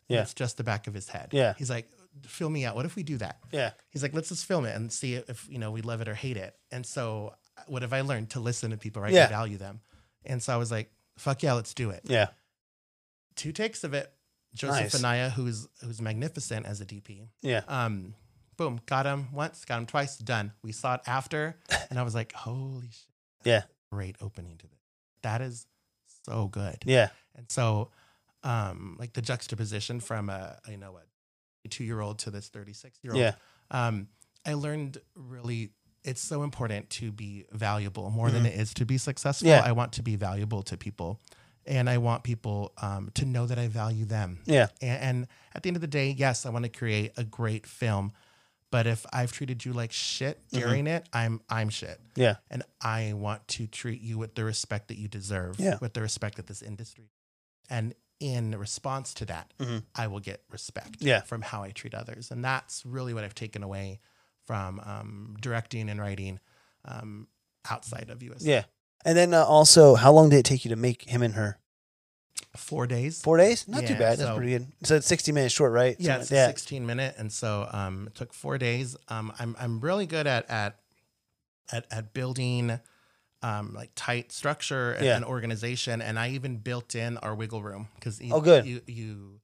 S1: Yeah.
S3: It's just the back of his head.
S1: Yeah.
S3: He's like, "Fill me out. What if we do that?"
S1: Yeah.
S3: He's like, let's just film it and see if you know we love it or hate it. And so, uh, what have I learned to listen to people, right?
S1: Yeah.
S3: And value them. And so I was like, fuck yeah, let's do it.
S1: Yeah.
S3: Two takes of it. Joseph
S1: Nice.
S3: Anaya, who's who's magnificent as a DP.
S1: Yeah.
S3: Um, boom, got him once, got him twice, done. We saw it after, and I was like, holy shit,
S1: Yeah.
S3: great opening to this. That is so good.
S1: Yeah.
S3: And so, um, like the juxtaposition from a you know a two year old to this thirty six year old.
S1: Yeah.
S3: Um, I learned really it's so important to be valuable more than it is to be successful.
S1: Mm-hmm. Yeah.
S3: I want to be valuable to people, and I want people um, to know that I value them.
S1: Yeah.
S3: And, and at the end of the day, yes, I want to create a great film. But if I've treated you like shit
S1: Mm-hmm.
S3: during it, I'm I'm shit
S1: Yeah.
S3: and I want to treat you with the respect that you deserve,
S1: Yeah.
S3: with the respect that this industry. And in response to that, I will get respect
S1: Mm-hmm. Yeah.
S3: from how I treat others, and that's really what I've taken away from um, directing and writing um, outside of US.
S1: Yeah. And then uh, also, how long did it take you to make him and her?
S3: four days.
S1: Four days? Not too
S3: Yeah,
S1: bad. That's
S3: so-
S1: pretty good. So it's 60 minutes short, right?
S3: Yeah,
S1: Something
S3: it's
S1: like that.
S3: a 16 minute, and so um, it took four days. Um, I'm I'm really good at at at, at building um, like tight structure and,
S1: Yeah.
S3: and organization, and I even built in our wiggle room because
S1: Oh, good.
S3: you you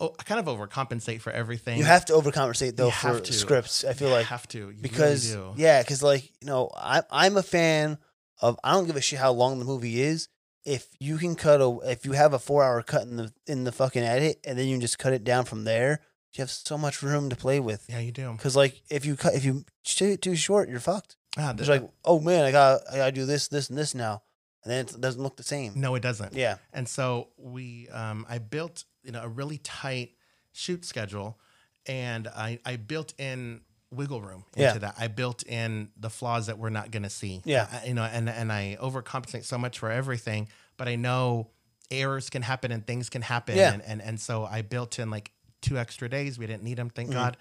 S3: oh I kind of overcompensate for everything.
S1: You have to overcompensate though
S3: You
S1: for
S3: have to.
S1: scripts. I feel
S3: You
S1: like
S3: have to you really
S1: because
S3: do.
S1: yeah, because like you know, I'm I'm a fan of. I don't give a shit how long the movie is. If you can cut a, if you have a four hour cut in the in the fucking edit, and then you can just cut it down from there, you have so much room to play with.
S3: Yeah, you do.
S1: Because like if you cut if you shoot it too short, you're fucked.
S3: Ah,
S1: It's
S3: the-
S1: like oh man, I got I gotta do this this and this now, and then it doesn't look the same.
S3: no, it doesn't.
S1: Yeah,
S3: And so we, um, I built you know a really tight shoot schedule, and I I built in wiggle room into
S1: Yeah.
S3: that. I built in the flaws that we're not going to see.
S1: Yeah.
S3: I- you know, and and I overcompensate so much for everything, but I know errors can happen and things can happen.
S1: Yeah.
S3: And, and and so I built in like two extra days. We didn't need them,
S1: Mm-hmm.
S3: thank God.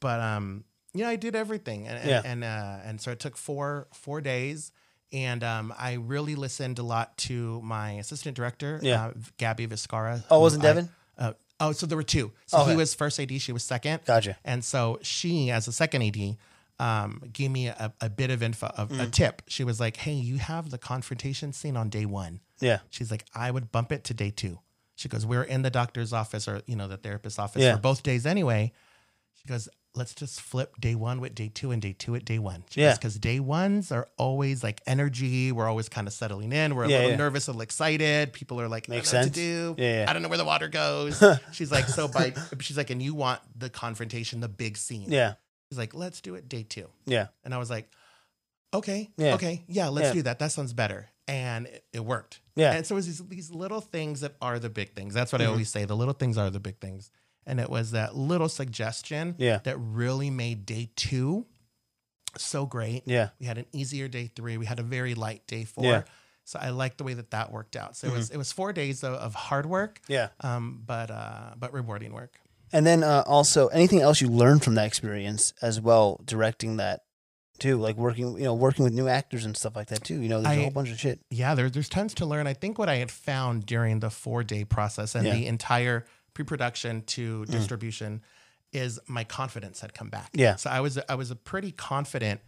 S3: But um, you know, I did everything, and and
S1: Yeah.
S3: and, uh, and so it took four four days. And um, I really listened a lot to my assistant director,
S1: Yeah.
S3: uh, Gabby Viscara.
S1: Oh,
S3: who
S1: wasn't
S3: I-
S1: Devin?
S3: uh, oh, so there were two. So
S1: Okay.
S3: he was first AD, she was second.
S1: Gotcha.
S3: And so she, as a second AD, um, gave me a, a bit of info, of
S1: Mm.
S3: a tip. She was like, "Hey, you have the confrontation scene on day one."
S1: yeah,
S3: She's like, I would bump it to day two. She goes, We're in the doctor's office or, you know, the therapist's office
S1: Yeah.
S3: for both days anyway. She goes, Let's just flip day one with day two and day two at day one. She
S1: Yeah.
S3: Because day ones are always like energy. We're always kind of settling in. We're a
S1: Yeah,
S3: little
S1: yeah.
S3: nervous, a little excited. People are like,
S1: Makes
S3: I don't
S1: sense.
S3: know what to do.
S1: Yeah, yeah.
S3: I don't know where the water goes. she's like, So by, she's like, And you want the confrontation, the big scene.
S1: yeah,
S3: She's like, Let's do it day two.
S1: yeah.
S3: And I was like, okay,
S1: Yeah.
S3: okay, yeah, let's
S1: Yeah.
S3: do that. That sounds better. And it, it worked.
S1: Yeah.
S3: And so it was these, these little things that are the big things. That's what
S1: Mhm.
S3: I always say. The little things are the big things. And it was that little suggestion
S1: Yeah.
S3: that really made day two so great.
S1: Yeah.
S3: We had an easier day three. We had a very light day four.
S1: Yeah. Mm-hmm.
S3: So I liked the way that that worked out. So it was it was four days though, of hard work,
S1: Yeah.
S3: um, but uh, but rewarding work.
S1: And then uh, also anything else you learned from that experience as well, directing that too, like working you know working with new actors and stuff like that too. You know, there's a
S3: I-
S1: whole bunch of shit.
S3: yeah, there, there's tons to learn. I think what I had found during the four day process and
S1: Yeah. Mm.
S3: the entire pre production to distribution is my confidence had come back.
S1: Yeah.
S3: So I was I was a pretty confident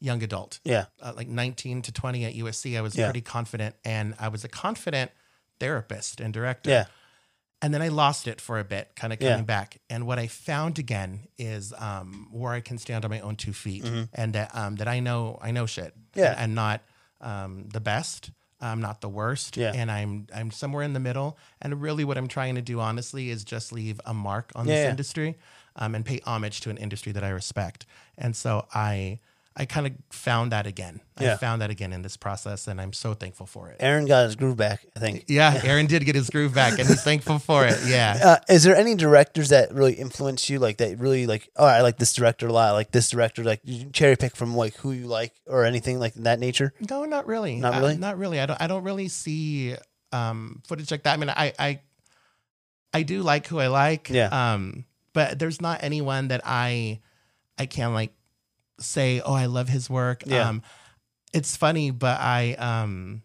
S3: young adult,
S1: Yeah,
S3: uh, like 19 to 20 at USC. I was
S1: Yeah.
S3: pretty confident, and I was a confident therapist and director.
S1: yeah,
S3: And then I lost it for a bit, kind of
S1: Yeah.
S3: coming back. And what I found again is um, where I can stand on my own two feet, and that um, that I know I know shit.
S1: Mm-hmm. Yeah.
S3: and I'm not um, the best. I'm not the worst.
S1: Yeah.
S3: and I'm I'm somewhere in the middle. And really, what I'm trying to do, honestly, is just leave a mark on
S1: Yeah,
S3: this
S1: yeah.
S3: industry, um, and pay homage to an industry that I respect. And so I. I kind of found that again.
S1: Yeah.
S3: I found that again in this process, and I'm so thankful for it.
S1: Aaron got his groove back. I think.
S3: Yeah, Aaron did get his groove back, and he's thankful for it. Yeah.
S1: Uh, is there any directors that really influence you, like that really like? Oh, I like this director a lot. I like this director, like you cherry pick from like who you like or anything like that nature.
S3: No, not really.
S1: Not
S3: I-
S1: really?
S3: not really. I don't. I don't really see um, footage like that. I mean, I, I, I do like who I like.
S1: Yeah.
S3: Um, but there's not anyone that I, I can like say, oh, I love his work.
S1: Yeah.
S3: Um, it's funny, but I, um,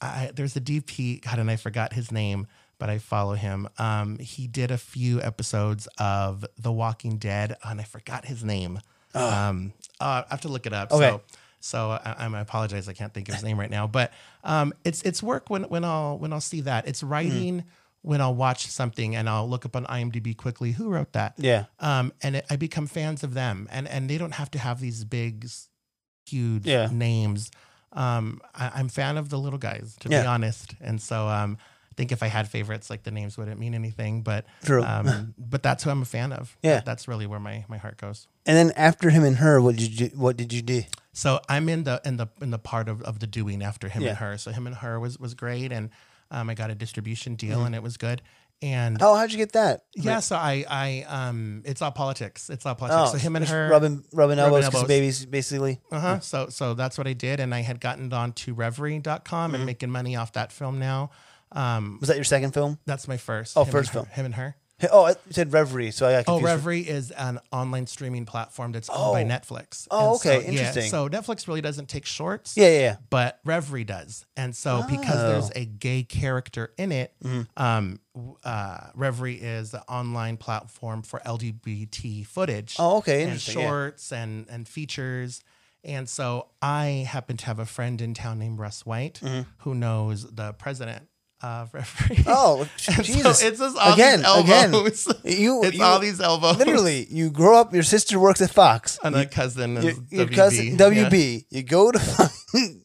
S3: I there's a DP. God, and I forgot his name, but I follow him. Um, he did a few episodes of The Walking Dead, and I forgot his name. Um, uh, I have to look it up.
S1: Okay.
S3: So, so I, I'm- I apologize. I can't think of his name right now. But um, it's it's work when when I'll when I'll see that.
S1: Hmm.
S3: It's writing when I'll watch something and I'll look up on IMDb quickly who wrote that.
S1: Yeah,
S3: Um, and it, I become fans of them, and and they don't have to have these big, huge
S1: Yeah.
S3: names. Um, I, I'm fan of the little guys to
S1: Yeah.
S3: be honest, and so um, I think if I had favorites, like the names wouldn't mean anything. But
S1: True.
S3: Um, but that's who I'm a fan of.
S1: Yeah.
S3: that's really where my my heart goes.
S1: and then after him and her, what did you do? What did you do?
S3: So I'm in the in the in the part of, of the doing after him
S1: Yeah.
S3: and her. So him and her was was great, and um, I got a distribution deal,
S1: Mm-hmm.
S3: and it was good. And
S1: Oh, how'd you get that?
S3: yeah, so I I um, it's all politics. It's all politics. so him and
S1: just
S3: her
S1: Oh, rubbing rubbing elbows, 'cause
S3: elbows.
S1: babies basically.
S3: Uh-huh. So so that's what I did, and I had gotten on to Reverie.com
S1: Mm-hmm.
S3: and making money off that film. Now, um,
S1: Was that your second film?
S3: that's my first.
S1: Oh,
S3: Him and
S1: first
S3: her-
S1: film.
S3: Him and her.
S1: Hey, Oh, I you said Reverie, so I got
S3: Oh,
S1: confused.
S3: Reverie is an online streaming platform that's owned by
S1: Oh.
S3: Netflix.
S1: Oh,
S3: And so-
S1: okay.
S3: yeah,
S1: Interesting.
S3: so Netflix really doesn't take shorts.
S1: Yeah, yeah, yeah.
S3: but Reverie does. And so because there's
S1: Oh.
S3: a gay character in it,
S1: Mm-hmm.
S3: um, w- uh, Reverie is an online platform for LGBT footage.
S1: Oh, okay,
S3: And
S1: interesting, yeah.
S3: shorts and and features. And
S1: Mm-hmm.
S3: so I happen to have a friend in town named Russ White who knows the president of referees.
S1: Oh,
S3: And so
S1: Jesus.
S3: it's just all
S1: again,
S3: these elbows.
S1: again. You,
S3: it's
S1: you-
S3: all these elbows. Uh,
S1: Literally, you grow up, your sister works at Fox.
S3: And a cousin is
S1: Your, your
S3: WB.
S1: cousin WB. You go to fucking-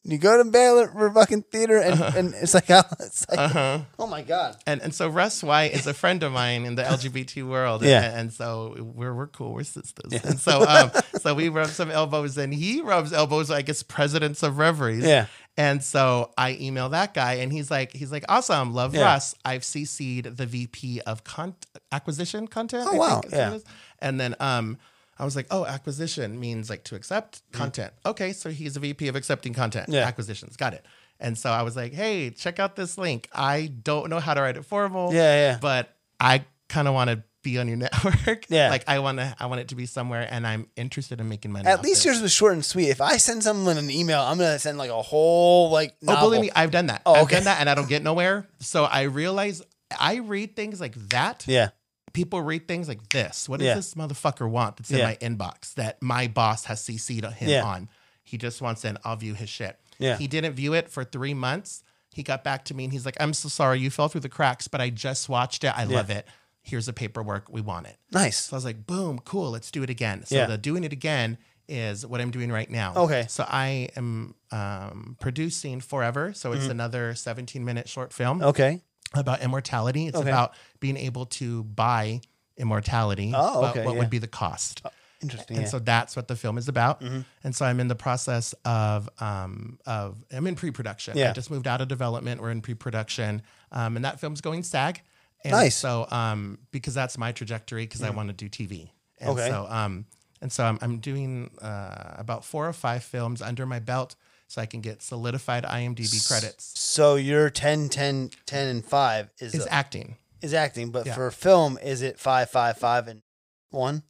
S1: you go to Baylor for fucking theater, and,
S3: Uh-huh.
S1: and it's like, oh, it's like oh my god,
S3: and and so Russ White is a friend of mine in the LGBT world.
S1: Yeah.
S3: And, and so we're we're cool, we're sisters. And so um so we rub some elbows and he rubs elbows like it's presidents of reveries.
S1: Yeah.
S3: And so I email that guy and he's like he's like awesome, love
S1: Yeah.
S3: Russ. I've CC'd the VP of con- acquisition content.
S1: Oh,
S3: I
S1: wow.
S3: think is what
S1: Yeah.
S3: it is. And then um I was like, oh, acquisition means like to accept content. Okay, so he's a VP of accepting content.
S1: Mm-hmm. Yeah.
S3: Acquisitions. Got it. And so I was like, hey, check out this link. I don't know how to write it formal.
S1: Yeah, yeah.
S3: But I kind of want to be on your network.
S1: Yeah.
S3: Like I want to I want it to be somewhere and I'm interested in making money.
S1: At
S3: off
S1: least
S3: this.
S1: yours was short and sweet. If I send someone an email, I'm gonna send like a whole like.
S3: Oh,
S1: novel.
S3: believe me, I've done that.
S1: Oh,
S3: I've
S1: okay.
S3: done that and I don't get nowhere. So I realize I read things like that.
S1: Yeah,
S3: People read things like this. What does
S1: Yeah.
S3: this motherfucker want that's
S1: Yeah.
S3: in my inbox that my boss has CC'd him
S1: Yeah.
S3: on? He just wants in. I'll view his shit.
S1: Yeah.
S3: He didn't view it for three months. He got back to me and he's like, I'm so sorry. You fell through the cracks, but I just watched it. I love it. Here's the paperwork. We want it.
S1: nice.
S3: So I was like, boom, cool, let's do it again. So
S1: Yeah.
S3: the doing it again is what I'm doing right now.
S1: Okay.
S3: So I am um, producing Forever. So it's another 17 minute short film
S1: Mm-hmm. Okay.
S3: about immortality. It's
S1: Okay.
S3: about being able to buy immortality.
S1: Oh,
S3: but
S1: okay,
S3: what
S1: yeah.
S3: would be the cost?
S1: Interesting.
S3: And
S1: yeah. Mm-hmm.
S3: so that's what the film is about. And so I'm in the process of um of I'm in pre-production.
S1: Yeah.
S3: I just moved out of development. We're in pre-production. Um, and that film's going SAG. And
S1: Nice. Mm.
S3: So um because that's my trajectory because I want to do TV. And
S1: Okay.
S3: so um and so I'm, I'm doing uh, about four or five films under my belt so I can get solidified IMDb credits.
S1: So your 10, 10, 10, and five is
S3: Is
S1: is,
S3: acting.
S1: acting, but
S3: Yeah.
S1: for film, is it five, five, five, and one?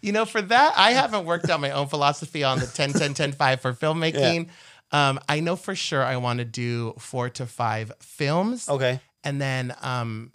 S3: You know, for that, I haven't worked out my own philosophy on the 10 10 10 5 for filmmaking. Um, I know for sure I want to do four to five films.
S1: Okay.
S3: And then um,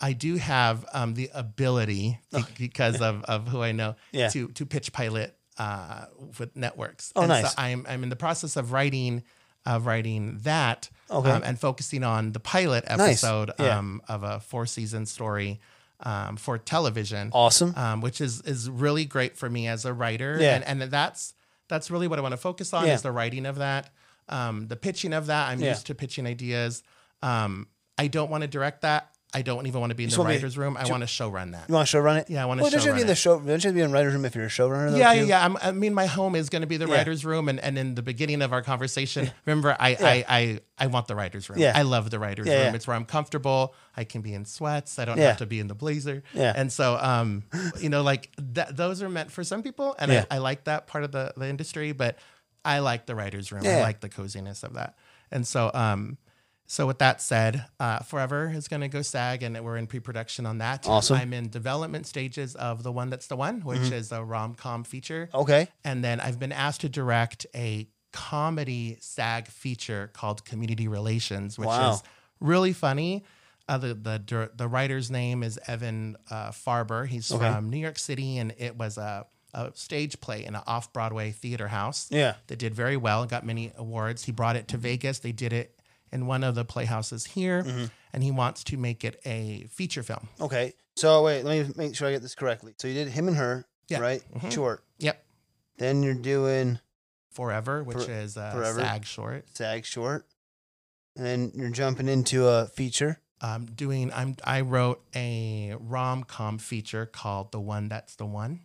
S3: I do have um, the ability be- because of, of who I know
S1: Yeah.
S3: to to pitch pilot uh, with networks.
S1: Oh,
S3: and
S1: nice.
S3: So I'm I'm in the process of writing of writing that
S1: Okay.
S3: um, and focusing on the pilot
S1: Nice.
S3: episode
S1: Yeah.
S3: um, of a four season story um, for television
S1: Awesome.
S3: um, which is is really great for me as a writer.
S1: Yeah.
S3: And, and that's that's really what I want to focus on
S1: Yeah.
S3: is the writing of that, um, the pitching of that. I'm
S1: Yeah.
S3: used to pitching ideas. Um, I don't want to direct that. I don't even want to be in the
S1: wanna be-
S3: writer's room. I want to show run that.
S1: you want to show run it?
S3: Yeah, I wanna
S1: Well, don't you
S3: showrun
S1: be in the
S3: it.
S1: show? Don't you be in writers room if you're a showrunner? though,
S3: Yeah, yeah,
S1: too?
S3: yeah. I'm, I mean, my home is going to be the
S1: Yeah.
S3: writer's room, and, and in the beginning of our conversation, remember, I, I, I, I want the writer's room.
S1: Yeah.
S3: I love the writer's
S1: Yeah,
S3: room.
S1: yeah.
S3: It's where I'm comfortable. I can be in sweats. I don't
S1: Yeah.
S3: have to be in the blazer.
S1: Yeah.
S3: And so, um, you know, like that, those are meant for some people, and
S1: Yeah.
S3: I, I like that part of the, the industry, but I like the writer's room.
S1: Yeah.
S3: I like the coziness of that. And so, um, so with that said, uh, Forever is going to go SAG, and we're in pre-production on that.
S1: Awesome. Mm-hmm.
S3: I'm in development stages of the one that's the one, which is a rom-com feature.
S1: Okay.
S3: And then I've been asked to direct a comedy SAG feature called Community Relations, which
S1: Wow.
S3: is really funny. Uh, the, the dir- the writer's name is Evan uh, Farber. He's
S1: Okay.
S3: from New York City, and it was a, a stage play in an off Broadway theater house.
S1: Yeah.
S3: that did very well, got many awards. He brought it to
S1: Mm-hmm.
S3: Vegas. They did it in one of the playhouses here,
S1: Mm-hmm.
S3: and he wants to make it a feature film.
S1: Okay. So wait, let me make sure I get this correctly. So you did him and her,
S3: Yeah.
S1: right?
S3: Mhm.
S1: Short.
S3: Yep,
S1: Then you're doing
S3: Forever, which
S1: For-
S3: is a
S1: Forever.
S3: SAG short.
S1: SAG short, and then you're jumping into a feature.
S3: um, doing I'm I wrote a rom com feature called The One That's the One.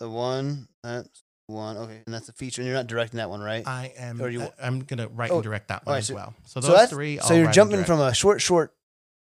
S1: The one, that's one. Okay, and that's a feature. And you're not directing that one, right?
S3: I am
S1: Or you-
S3: I- I'm gonna write
S1: Oh,
S3: and direct that one
S1: alright,
S3: as
S1: so-
S3: well. So
S1: so
S3: those
S1: that's
S3: three
S1: so
S3: I'll
S1: you're
S3: write and
S1: jumping
S3: direct.
S1: from a short short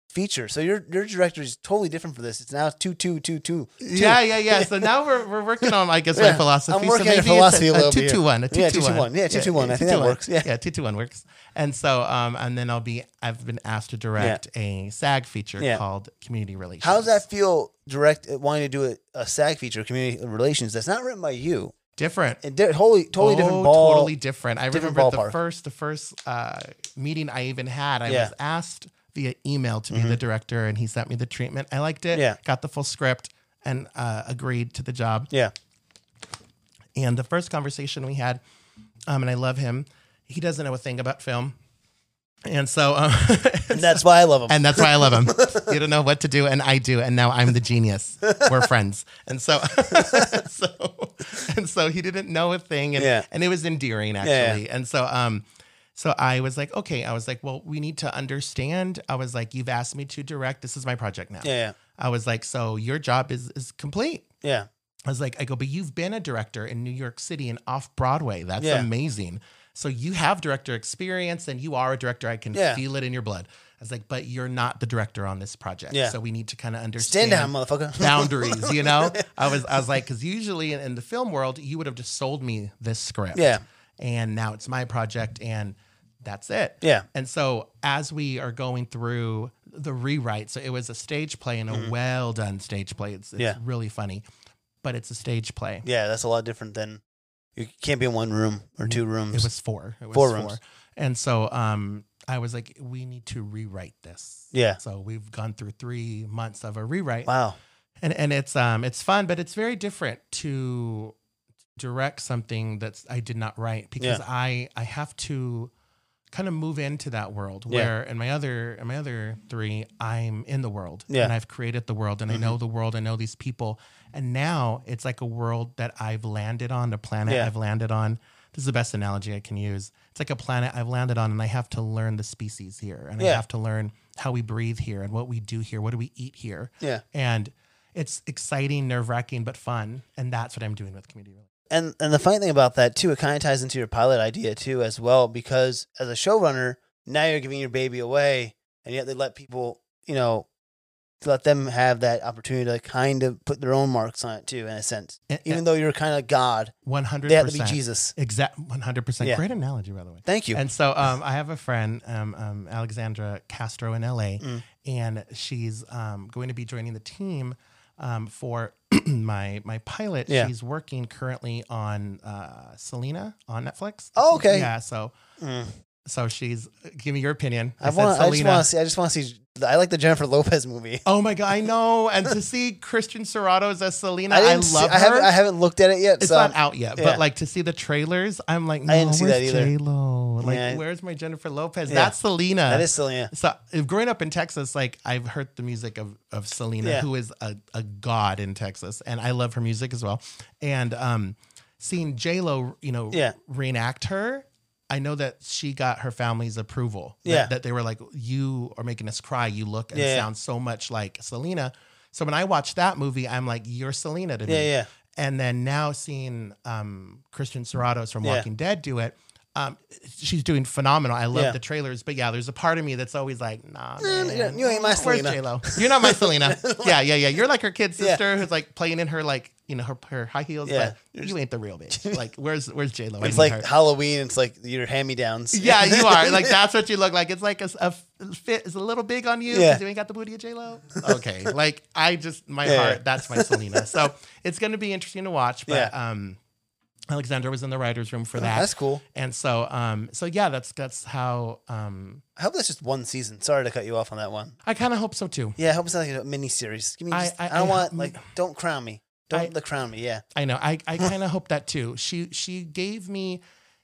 S1: feature. So your your director is totally different for this. It's now two two two two. two.
S3: Yeah, yeah, yeah. So now we're, we're working on, I guess,
S1: Yeah,
S3: my philosophy.
S1: I'm working
S3: so
S1: on your philosophy a
S3: a,
S1: little bit
S3: two,
S1: here.
S3: two, one, a two,
S1: Yeah,
S3: two,
S1: 221.
S3: one.
S1: Yeah, 221. I think that
S3: 221.
S1: works. Yeah.
S3: yeah, two, two, one works. And so, um, and then I'll be, I've been asked to direct a SAG feature
S1: Yeah.
S3: called Community Relations.
S1: How does that feel? Direct uh, wanting to do a, a SAG feature, community relations. That's not written by you.
S3: different?
S1: And di- totally totally different
S3: Oh,
S1: ball.
S3: Totally different. I
S1: different
S3: remember
S1: ballpark.
S3: the first the first uh, meeting I even had. I
S1: Yeah. Mm-hmm.
S3: was asked via email to be the director, and he sent me the treatment. I liked it.
S1: Yeah.
S3: got the full script and uh, agreed to the job.
S1: Yeah.
S3: And the first conversation we had, um, and I love him. He doesn't know a thing about film. And so, um,
S1: And that's why I love him.
S3: and that's why I love him. you don't know what to do, and I do, and now I'm the genius. We're friends, and so, so, and so he didn't know a thing, and
S1: Yeah.
S3: and it was endearing actually.
S1: yeah.
S3: And so, um, so I was like, okay, I was like, well, we need to understand. I was like, you've asked me to direct. This is my project now.
S1: yeah, yeah,
S3: I was like, so your job is is complete.
S1: yeah.
S3: I was like, I go, but you've been a director in New York City and off Broadway. That's
S1: Yeah.
S3: amazing. So you have director experience and you are a director. I can
S1: Yeah.
S3: feel it in your blood. I was like, but you're not the director on this project.
S1: Yeah.
S3: So we need to kind of understand
S1: Stand down, motherfucker.
S3: boundaries, you know? I was I was like, because usually in, in the film world, you would have just sold me this script.
S1: Yeah.
S3: And now it's my project and that's it.
S1: Yeah.
S3: And so as we are going through the rewrite, so it was a stage play and a well done stage play. It's, it's
S1: Mm-hmm. Yeah.
S3: really funny, but it's a stage play.
S1: Yeah, that's a lot different than you can't be in one room or two rooms.
S3: Mm, It was four. It was
S1: Four rooms.
S3: And so um, I was like, we need to rewrite this.
S1: Yeah.
S3: So we've gone through three months of a rewrite.
S1: wow.
S3: and and it's um it's fun, but it's very different to direct something that's I did not write because
S1: Yeah.
S3: I I have to kind of move into that world
S1: Yeah.
S3: where in my other in my other three I'm in the world
S1: Yeah. Mm-hmm.
S3: and I've created the world and I know the world I know these people and now it's like a world that I've landed on a planet
S1: Yeah.
S3: I've landed on this is the best analogy I can use it's like a planet I've landed on and I have to learn the species here and I
S1: Yeah.
S3: have to learn how we breathe here and what we do here what do we eat here
S1: Yeah.
S3: and it's exciting, nerve wracking, but fun. And that's what I'm doing with community. Really.
S1: And and the funny thing about that too, it kind of ties into your pilot idea too as well because as a showrunner, now you're giving your baby away, and yet they let people, you know, to let them have that opportunity to kind of put their own marks on it too, in a sense.
S3: And-
S1: Even though you're kind of God,
S3: eh, One hundred
S1: they have to be
S3: percent.
S1: Jesus.
S3: Exact. One hundred percent.
S1: Yeah.
S3: Great analogy, by the way.
S1: Thank you.
S3: And so um, I have a friend, um, um, Alexandra Castro in LA,
S1: Mm.
S3: and she's um, going to be joining the team um, for my my pilot.
S1: Yeah.
S3: She's working currently on uh, Selena on Netflix.
S1: Oh, okay.
S3: Yeah. So
S1: Mm.
S3: so she's uh, give me your opinion.
S1: I
S3: said
S1: want. I just
S3: Selena.
S1: want to see. I just want to see. I like the Jennifer Lopez movie.
S3: Oh my god, I know. And to see Christian Serrato's as Selena,
S1: I
S3: I,
S1: didn't. see,
S3: love her.
S1: I haven't. I haven't looked at it yet.
S3: it's
S1: so
S3: not
S1: I'm-
S3: out yet,
S1: yeah.
S3: but like to see the trailers, I'm like, no,
S1: I didn't see that
S3: where's
S1: either.
S3: J-Lo? Like,
S1: Yeah.
S3: where's my Jennifer Lopez?
S1: Yeah.
S3: That's Selena.
S1: that is still yeah.
S3: so if growing up in Texas, like I've heard the music of, of Selena,
S1: Yeah.
S3: who is a, a god in Texas, and I love her music as well. And um seeing J Lo, you know,
S1: Yeah.
S3: reenact her, I know that she got her family's approval. That-
S1: Yeah.
S3: That, they were like, You are making us cry. You look and
S1: Yeah.
S3: sound so much like Selena. So when I watch that movie, I'm like, You're Selena to me.
S1: Yeah, yeah.
S3: And then now seeing um, Christian Serratos from
S1: Yeah.
S3: Walking Dead do it, um, she's doing phenomenal. I love
S1: Yeah.
S3: the trailers, but yeah, there's a part of me that's always like, nah, man,
S1: you don't- you ain't my
S3: Where's
S1: Selena."
S3: J-Lo? You're not my Selena. yeah, yeah, yeah. You're like her kid
S1: Yeah.
S3: sister who's like playing in her like you know her, her high heels,
S1: Yeah.
S3: but you ain't the real bitch. Like where's where's J Lo?
S1: It's like Halloween. It's like your hand me downs.
S3: yeah, you are like that's what you look like. It's like a, a fit is a little big on you because
S1: Yeah.
S3: you ain't got the booty of J Lo. Okay, like I just my
S1: Yeah.
S3: heart that's my Selena. So it's gonna be interesting to watch. But um, Alexander was in the writers' room for that,
S1: Oh, That's cool.
S3: and so um, so yeah, that's that's how um,
S1: I hope that's just one season. Sorry to cut you off on that one.
S3: I kind of hope so too.
S1: Yeah, I hope it's not like a mini series. Give me.
S3: I-
S1: Just, I,
S3: I-
S1: don't
S3: I-
S1: want like. Don't crown me. Don't
S3: I-
S1: the crown me. Yeah.
S3: I know. I, I kind of hope that too. She she gave me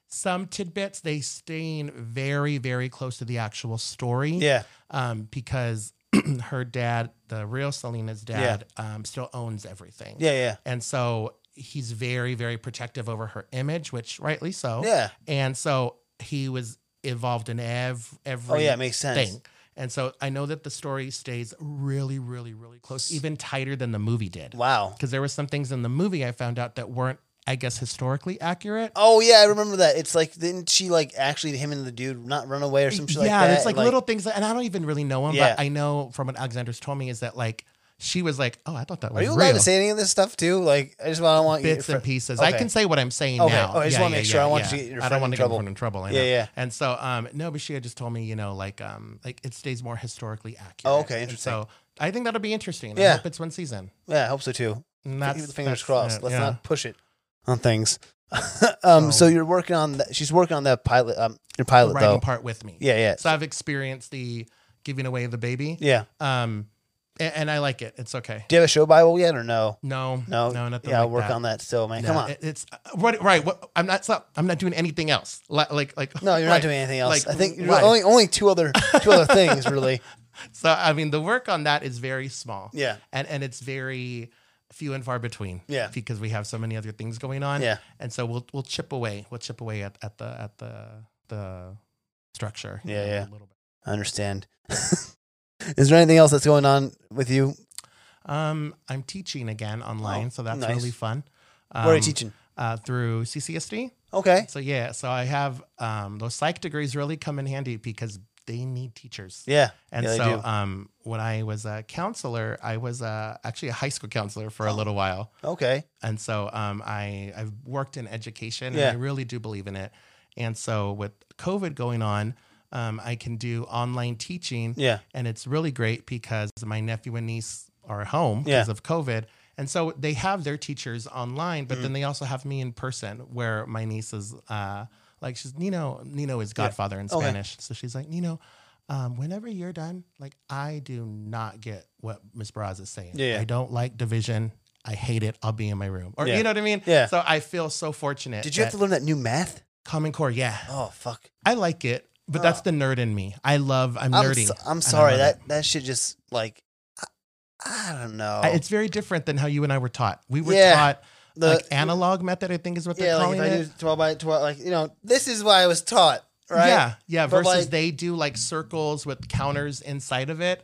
S3: some tidbits. They staying very very close to the actual story.
S1: Yeah.
S3: Um, because her dad, the real Selena's dad, um, still owns everything.
S1: Yeah. Yeah.
S3: And so he's very very protective over her image, which rightly so.
S1: Yeah.
S3: And so he was involved in ev- every
S1: Oh yeah, it makes sense.
S3: thing. And so I know that the story stays really, really, really close, even tighter than the movie did
S1: Wow.
S3: because there were some things in the movie I found out that weren't, I guess, historically accurate.
S1: Oh yeah, I remember that. It's like didn't she like actually him and the dude not run away or some shit like
S3: yeah,
S1: that?
S3: it's like, little things, that, and I don't even really know him,
S1: Yeah.
S3: but I know from what Alexander's told me is that like she was like, "Oh, I thought that
S1: Are
S3: was
S1: you allowed
S3: real."
S1: to say any of this stuff too? Like I just want I want
S3: Bits
S1: you.
S3: and pieces. I
S1: okay.
S3: can say what I'm saying
S1: Okay.
S3: now.
S1: Oh, I just wanna make sure. I don't want you to get your
S3: I
S1: friend
S3: don't want
S1: in
S3: to get
S1: trouble.
S3: anyone in trouble. I
S1: Yeah,
S3: know.
S1: yeah.
S3: And so, um, no, but she had just told me, you know, like, um, like it stays more historically accurate.
S1: Oh, okay,
S3: And
S1: interesting.
S3: so I think that'll be interesting.
S1: Yeah.
S3: I hope it's one season.
S1: yeah, I hope so too.
S3: And
S1: Keep
S3: that's
S1: the fingers
S3: that's-
S1: crossed.
S3: yeah,
S1: Let's
S3: yeah.
S1: not push it on things. um,
S3: Oh.
S1: so you're working on that. She's working on that pilot. Um, your pilot
S3: writing
S1: though.
S3: part with me.
S1: Yeah, yeah,
S3: So I've experienced the giving away the baby.
S1: yeah.
S3: Um, and, and I like it. It's okay.
S1: Do you have a show Bible yet or no?
S3: No,
S1: No,
S3: no, nothing.
S1: Yeah, I'll
S3: like
S1: work
S3: that.
S1: on that still, man.
S3: No,
S1: Come on.
S3: it- it's uh, what, right. What, I'm not. Stop, I'm not doing anything else. Li- Like, like.
S1: no, you're
S3: right,
S1: not doing anything else.
S3: like,
S1: I think
S3: right.
S1: only only two other two other things really.
S3: So I mean, the work on that is very small.
S1: Yeah.
S3: and and it's very few and far between.
S1: Yeah.
S3: because we have so many other things going on.
S1: Yeah.
S3: and so we'll we'll chip away. We'll chip away at, at the at the the structure. you
S1: Yeah,
S3: know,
S1: yeah.
S3: A little bit.
S1: I understand. Is there anything else that's going on with you?
S3: Um, I'm teaching again online,
S1: Oh,
S3: so that's
S1: nice.
S3: really fun. Um,
S1: What are you teaching?
S3: Uh, through CCSD.
S1: Okay.
S3: E. So yeah, so I have um, those psych degrees really come in handy because they need teachers.
S1: Yeah.
S3: And
S1: yeah, they
S3: so,
S1: do.
S3: um, when I was a counselor, I was uh, actually a high school counselor for a little while.
S1: okay.
S3: And so um, I I've worked in education
S1: Yeah.
S3: and I really do believe in it. And so with COVID going on, um, I can do online teaching
S1: Yeah.
S3: and it's really great because my nephew and niece are home
S1: Yeah.
S3: because of COVID. And so they have their teachers online,
S1: Mm.
S3: but then they also have me in person where my niece is uh, like she's Nino Nino is godfather in
S1: Okay.
S3: Spanish. So she's like, Nino, um, whenever you're done, like I do not get what Miss Braz is saying.
S1: Yeah, yeah.
S3: I don't like division. I hate it. I'll be in my room. Or
S1: Yeah.
S3: you know what I mean?
S1: Yeah.
S3: So I feel so fortunate.
S1: Did you have
S3: that
S1: to learn that new math?
S3: Common Core, yeah.
S1: Oh fuck.
S3: I like it. But that's the nerd in me. I love I'm,
S1: Oh. I'm,
S3: nerdy.
S1: so- I'm
S3: and I
S1: sorry
S3: love it.
S1: that that shit just like I, I don't know.
S3: I- It's very different than how you and I were taught. We were
S1: Yeah.
S3: taught
S1: The-
S3: like analog method, I think is what they're
S1: yeah, like
S3: calling
S1: if I
S3: it.
S1: do twelve by twelve, like you know, this is what I was taught, right?
S3: Yeah, yeah.
S1: But,
S3: versus
S1: like-
S3: they do like circles with counters inside of it.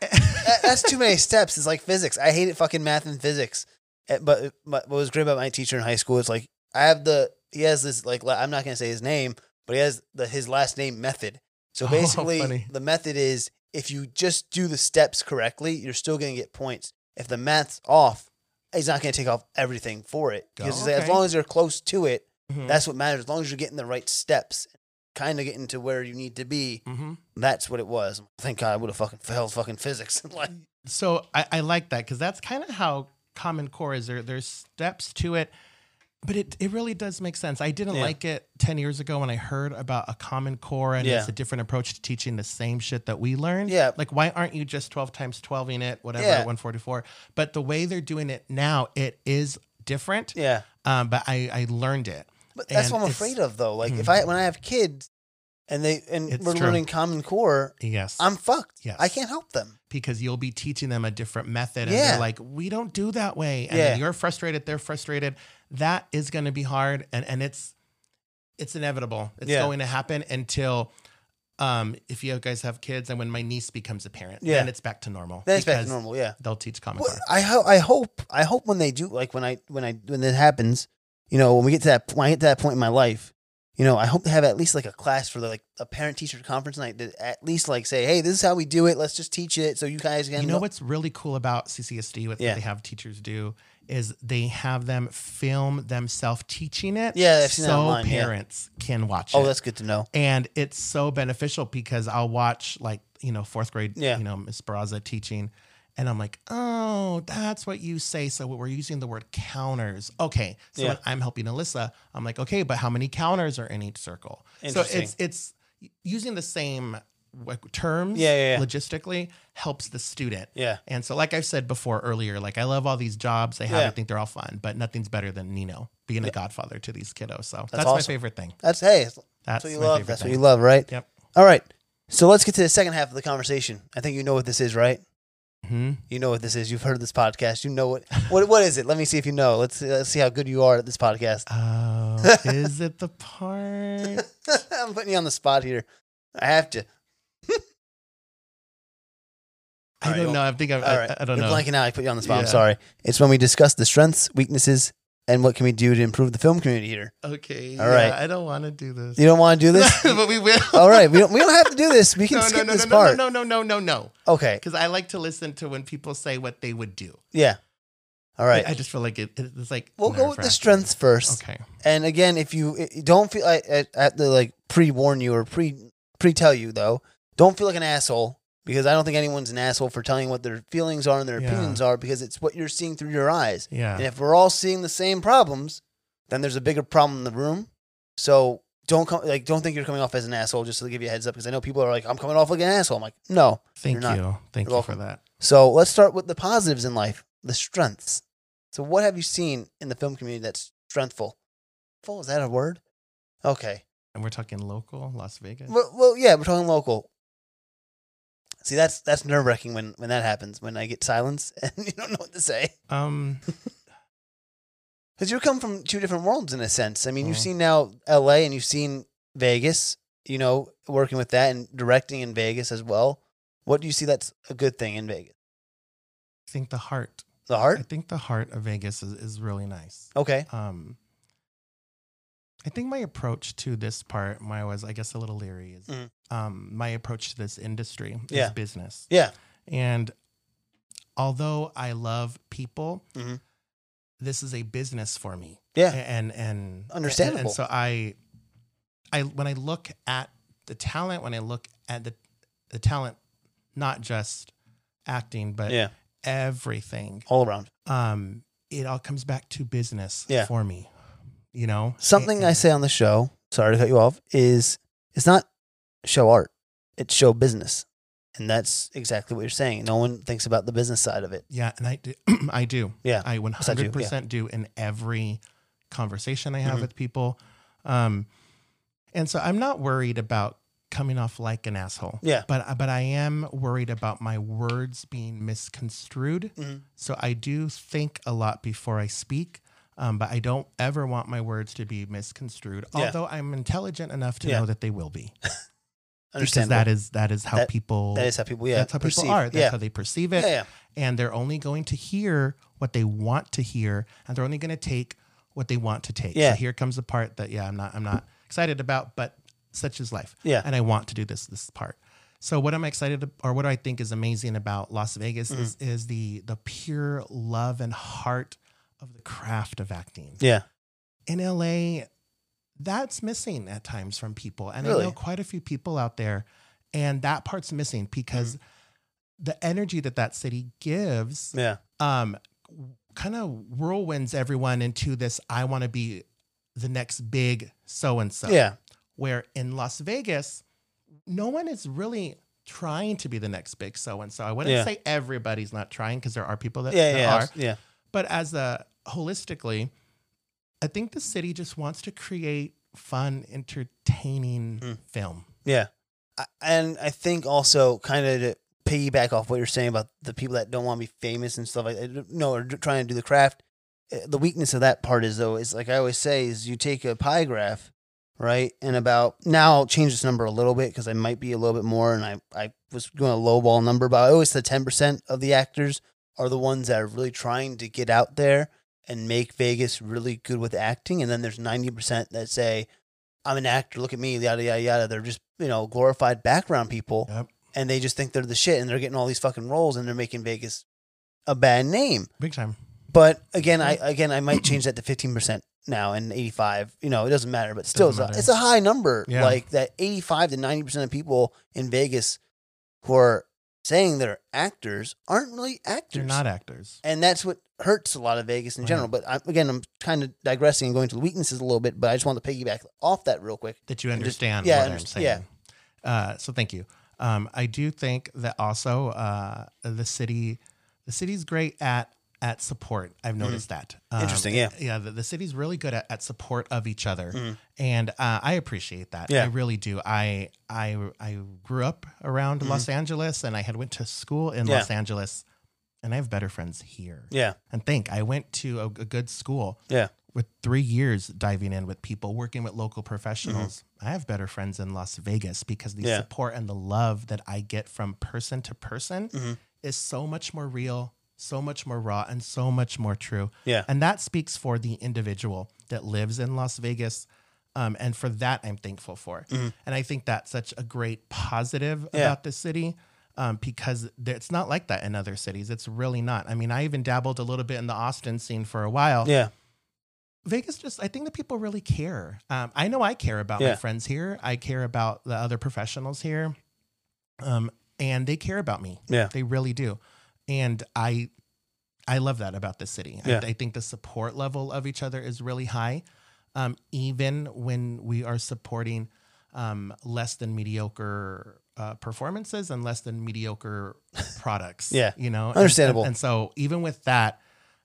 S1: That- that's too many steps. It's like physics. I hated fucking math and physics. Eh, But, but what was great about my teacher in high school is like I have the he has this like la- I'm not gonna say his name, but he has the his last name method. So
S3: Oh,
S1: basically,
S3: funny.
S1: the method is if you just do the steps correctly, you're still gonna get points. If the math's off, he's not gonna take off everything for it because it's like, as
S3: Oh, Okay.
S1: long as you're close to it,
S3: Mhm.
S1: that's what matters. As long as you're getting the right steps, kind of getting to where you need to be,
S3: Mhm.
S1: that's what it was. Thank God I would have fucking failed fucking physics. like,
S3: So I, I like that because that's kind of how Common Core is. There, there's steps to it, but it, it really does make sense. I didn't
S1: Yeah.
S3: like it 10 years ago when I heard about a Common Core and
S1: Yeah.
S3: it's a different approach to teaching the same shit that we learned.
S1: Yeah.
S3: Like, why aren't you just 12 times 12ing it, whatever,
S1: Yeah.
S3: at 144? But the way they're doing it now, it is different.
S1: yeah.
S3: Um, but I, I learned it.
S1: But that's
S3: And
S1: what I'm
S3: it's- Mm-hmm.
S1: afraid of, though. Like if I when I have kids and they and
S3: It's
S1: we're
S3: true.
S1: learning Common Core,
S3: Yes.
S1: I'm fucked.
S3: Yes.
S1: I can't help them.
S3: because you'll be teaching them a different method and
S1: Yeah.
S3: they're like we don't do that way and
S1: Yeah.
S3: you're frustrated they're frustrated that is going to be hard and and it's it's inevitable it's
S1: Yeah.
S3: going to happen until um if you guys have kids and when my niece becomes a parent
S1: Yeah.
S3: then it's back to normal
S1: That's back to
S3: because
S1: normal. Yeah.
S3: they'll teach common
S1: Well,
S3: core
S1: I ho- I hope I hope when they do like when I when I when that happens, you know, when we get to that when I get to that point in my life, you know, I hope they have at least like a class for like a parent teacher conference night that at least like say, hey, this is how we do it. Let's just teach it so you guys can
S3: you know what's really cool about CCSD with
S1: Yeah.
S3: what they have teachers do is they have them film themselves teaching it
S1: Yeah, I've seen that
S3: so
S1: online, yeah.
S3: parents can watch
S1: Oh,
S3: it
S1: that's good to know.
S3: and it's so beneficial because I'll watch like you know fourth grade,
S1: Yeah.
S3: you know Miss Baraza teaching, and I'm like, oh, that's what you say. So we're using the word counters. Okay, so
S1: Yeah.
S3: when I'm helping Alyssa, I'm like, okay, but how many counters are in each circle? So
S1: Interesting.
S3: it's it's using the same like, terms,
S1: Yeah, yeah, yeah.
S3: logistically helps the student.
S1: Yeah.
S3: And so, like I've said before earlier, like I love all these jobs they have.
S1: Yeah.
S3: I think they're all fun, but nothing's better than Nino being a godfather to these kiddos. So that's, my
S1: awesome.
S3: favorite thing.
S1: That's hey, that's,
S3: That's
S1: what you
S3: my
S1: love.
S3: favorite
S1: That's
S3: thing.
S1: what you love, right?
S3: Yep.
S1: All right. So let's get to the second half of the conversation. I think you know what this is, right?
S3: Mhm.
S1: You know what this is. You've heard of this podcast. You know what what what is it? Let me see if you know. Let's let's see how good you are at this podcast.
S3: Oh, is it the part?
S1: I'm putting you on the spot here. I have to.
S3: I
S1: All right,
S3: don't know. I think I'm,
S1: All right.
S3: I, I don't
S1: You're
S3: know.
S1: blanking out. I put you on the spot. I'm
S3: Yeah.
S1: sorry. It's when we discuss the strengths, weaknesses, and what can we do to improve the film community here.
S3: Okay.
S1: All
S3: All
S1: right.
S3: right. I don't want to do this.
S1: You don't want to do this?
S3: but we will.
S1: All right. We don't we don't have to do this. We can
S3: No, no,
S1: skip
S3: no,
S1: this
S3: no,
S1: part.
S3: no, no, no, no, no, no.
S1: Okay.
S3: Because I like to listen to when people say what they would do.
S1: Yeah. All right.
S3: I just feel like it, it's like.
S1: we'll go with the
S3: nerve-wracking.
S1: strengths first.
S3: Okay.
S1: And again, if you i- i- don't feel I I I have to like pre warn you or pre pre tell you though, don't feel like an asshole because I don't think anyone's an asshole for telling what their feelings are and their
S3: Yeah.
S1: opinions are because it's what you're seeing through your eyes.
S3: Yeah.
S1: And if we're all seeing the same problems, then there's a bigger problem in the room. So don't come like don't think you're coming off as an asshole just to give you a heads up because I know people are like I'm coming off like an asshole. I'm like no,
S3: Thank
S1: you're not.
S3: you. Thank
S1: You're
S3: you for
S1: welcome.
S3: that.
S1: So let's start with the positives in life, the strengths. So what have you seen in the film community that's strengthful? Full is that a word? Okay.
S3: And we're talking local, Las Vegas.
S1: Well, well yeah, we're talking local. See, that's that's nerve wracking when when that happens when I get silence and you don't know what to say
S3: Um,
S1: because you come from two different worlds in a sense. I mean, you've
S3: Mhm.
S1: seen now L.A. and you've seen Vegas. You know, working with that and directing in Vegas as well. What do you see that's a good thing in Vegas?
S3: I think the heart.
S1: The
S3: I
S1: heart.
S3: think the heart of Vegas is, is really nice.
S1: Okay.
S3: Um, I think my approach to this part, my was I guess a little leery is
S1: Mhm.
S3: um, my approach to this industry is
S1: Yeah.
S3: business.
S1: Yeah.
S3: And although I love people,
S1: Mhm.
S3: this is a business for me.
S1: Yeah.
S3: And and
S1: Understandable.
S3: And, and so I, I when I look at the talent, when I look at the the talent, not just acting, but
S1: Yeah.
S3: everything
S1: All around.
S3: um, it all comes back to business
S1: Yeah.
S3: for me. You know,
S1: Something I
S3: And-
S1: say on the show, sorry to cut you off, is it's not show art, it's show business. And that's exactly what you're saying. No one thinks about the business side of it.
S3: yeah, and I do, I do,
S1: Yeah,
S3: I one
S1: besides you, yeah.
S3: hundred percent do in every conversation I have
S1: Mhm.
S3: with people, um, and so I'm not worried about coming off like an asshole.
S1: Yeah.
S3: but but I am worried about my words being misconstrued.
S1: Mhm.
S3: So I do think a lot before I speak. Um, but I don't ever want my words to be misconstrued,
S1: Yeah.
S3: although I'm intelligent enough to
S1: Yeah.
S3: know that they will be. because
S1: Understand
S3: that is that is how
S1: That-
S3: people
S1: that is how people, yeah,
S3: that's how
S1: perceive.
S3: people are. That's
S1: yeah.
S3: how they perceive
S1: yeah,
S3: it,
S1: yeah,
S3: and they're only going to hear what they want to hear, and they're only going to take what they want to take.
S1: Yeah.
S3: So here comes the part that yeah, I'm not I'm not excited about, but such is life.
S1: Yeah.
S3: and I want to do this this part. So what am I excited ab- or what I think is amazing about Las Vegas
S1: Mm.
S3: is is the the pure love and heart of the craft of acting
S1: yeah.
S3: in LA, that's missing at times from people. And I
S1: Really?
S3: know quite a few people out there, and that part's missing because
S1: Mm-hmm.
S3: the energy that that city gives
S1: Yeah.
S3: um, kind of whirlwinds everyone into this I want to be the next big so and so.
S1: Yeah.
S3: Where in Las Vegas, no one is really trying to be the next big so and so. I wouldn't
S1: Yeah.
S3: say everybody's not trying because there are people that,
S1: Yeah.
S3: that
S1: Yeah.
S3: are.
S1: abs- Yeah.
S3: But as a holistically, I think the city just wants to create fun, entertaining
S1: Mm.
S3: film.
S1: Yeah. I- And I think also kind of to piggyback off what you're saying about the people that don't want to be famous and stuff like that, no, are trying to do the craft. uh, The weakness of that part is though, is like I always say, is you take a pie graph, right? And about now I'll change this number a little bit because I might be a little bit more, and I I was going a lowball number, but I always said ten percent of the actors are the ones that are really trying to get out there and make Vegas really good with acting, and then there's ninety percent that say I'm an actor. Look at me, yada yada yada. They're just you know glorified background people,
S3: Yep.
S1: and they just think they're the shit, and they're getting all these fucking roles, and they're making Vegas a bad name.
S3: Big time.
S1: But again, I again I might change that to fifteen percent now and eighty five. You know, it doesn't matter. But still, it's
S3: Doesn't
S1: a,
S3: matter.
S1: it's a high number.
S3: Yeah.
S1: Like that eighty five to ninety percent of people in Vegas who are saying they're actors aren't really actors
S3: They're not actors.
S1: and that's what hurts a lot of Vegas in
S3: Right.
S1: general. But I, again, I'm kind of digressing and going to the weaknesses a little bit, but I just want to piggyback off that real quick.
S3: That you
S1: And just-
S3: understand
S1: yeah,
S3: what
S1: I
S3: I'm
S1: understand-
S3: saying. Uh, so thank you. Um, I do think that also uh, the city, the city's great at at support. I've noticed that. Um,
S1: Mm-hmm. Interesting, yeah.
S3: Yeah. The, the city's really good at, at support of each other,
S1: Mhm.
S3: and uh, I appreciate that.
S1: Yeah.
S3: I really do. I I I grew up around Los Angeles, and I had went to school in
S1: Mm-hmm. Yeah.
S3: Los Angeles, and I have better friends here.
S1: Yeah,
S3: And think I went to a, a good school
S1: yeah,
S3: with three years diving in with people, working with local
S1: Mm-hmm.
S3: professionals, I have better friends in Las Vegas because the
S1: Yeah.
S3: support and the love that I get from person to person
S1: Mhm.
S3: is so much more real, so much more raw, and so much more true.
S1: yeah,
S3: And that speaks for the individual that lives in Las Vegas. Um, and for that, I'm thankful for. And I think that's such a great positive
S1: Mm-hmm. Yeah.
S3: about the city um, because there, it's not like that in other cities. It's really not. I mean, I even dabbled a little bit in the Austin scene for a while.
S1: yeah,
S3: Vegas just, I think that people really care. Um, I know I care about
S1: Yeah.
S3: my friends here. I care about the other professionals here. Um, and they care about me.
S1: yeah,
S3: They really do. And I, I love that about this city.
S1: Yeah.
S3: I, I think the support level of each other is really high. Um, even when we are supporting um, less than mediocre uh, performances and less than mediocre products.
S1: Yeah.
S3: you know, And-
S1: Understandable.
S3: And, and so even with that,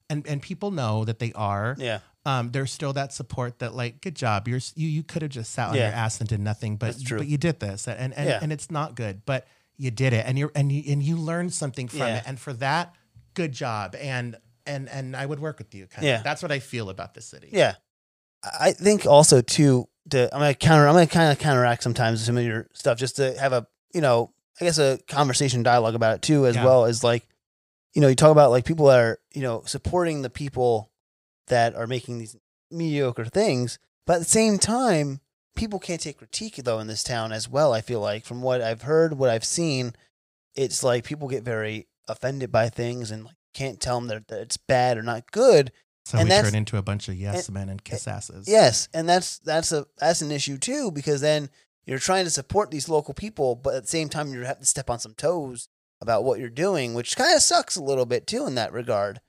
S3: and and people know that they are.
S1: Yeah.
S3: Um, there's still that support that like, good job. You're s- you you could have just sat on
S1: Yeah.
S3: your ass and did nothing, but
S1: That's true.
S3: but you did this, and and
S1: Yeah.
S3: and it's not good, but you did it, and you're and you and you learned something from
S1: Yeah.
S3: it, and for that, good job, and and and I would work with you. Kind
S1: Yeah.
S3: of. that's what I feel about the city.
S1: Yeah, I I think also too. To I'm gonna counter. I'm gonna kind of counteract sometimes some of your stuff just to have a you know I guess a conversation dialogue about it too as
S3: Yeah.
S1: well as like you know you talk about like people that are you know supporting the people that are making these mediocre things, but at the same time people can't take critique though in this town as well. I feel like from what I've heard, what I've seen, it's like people get very offended by things and like can't tell them that that it's bad or not good
S3: So
S1: And
S3: we
S1: that's-
S3: turn into a bunch of yes men and kiss asses.
S1: Yes, and that's that's a that's an issue too because then you're trying to support these local people, but at the same time you have to step on some toes about what you're doing, which kind of sucks a little bit too in that regard.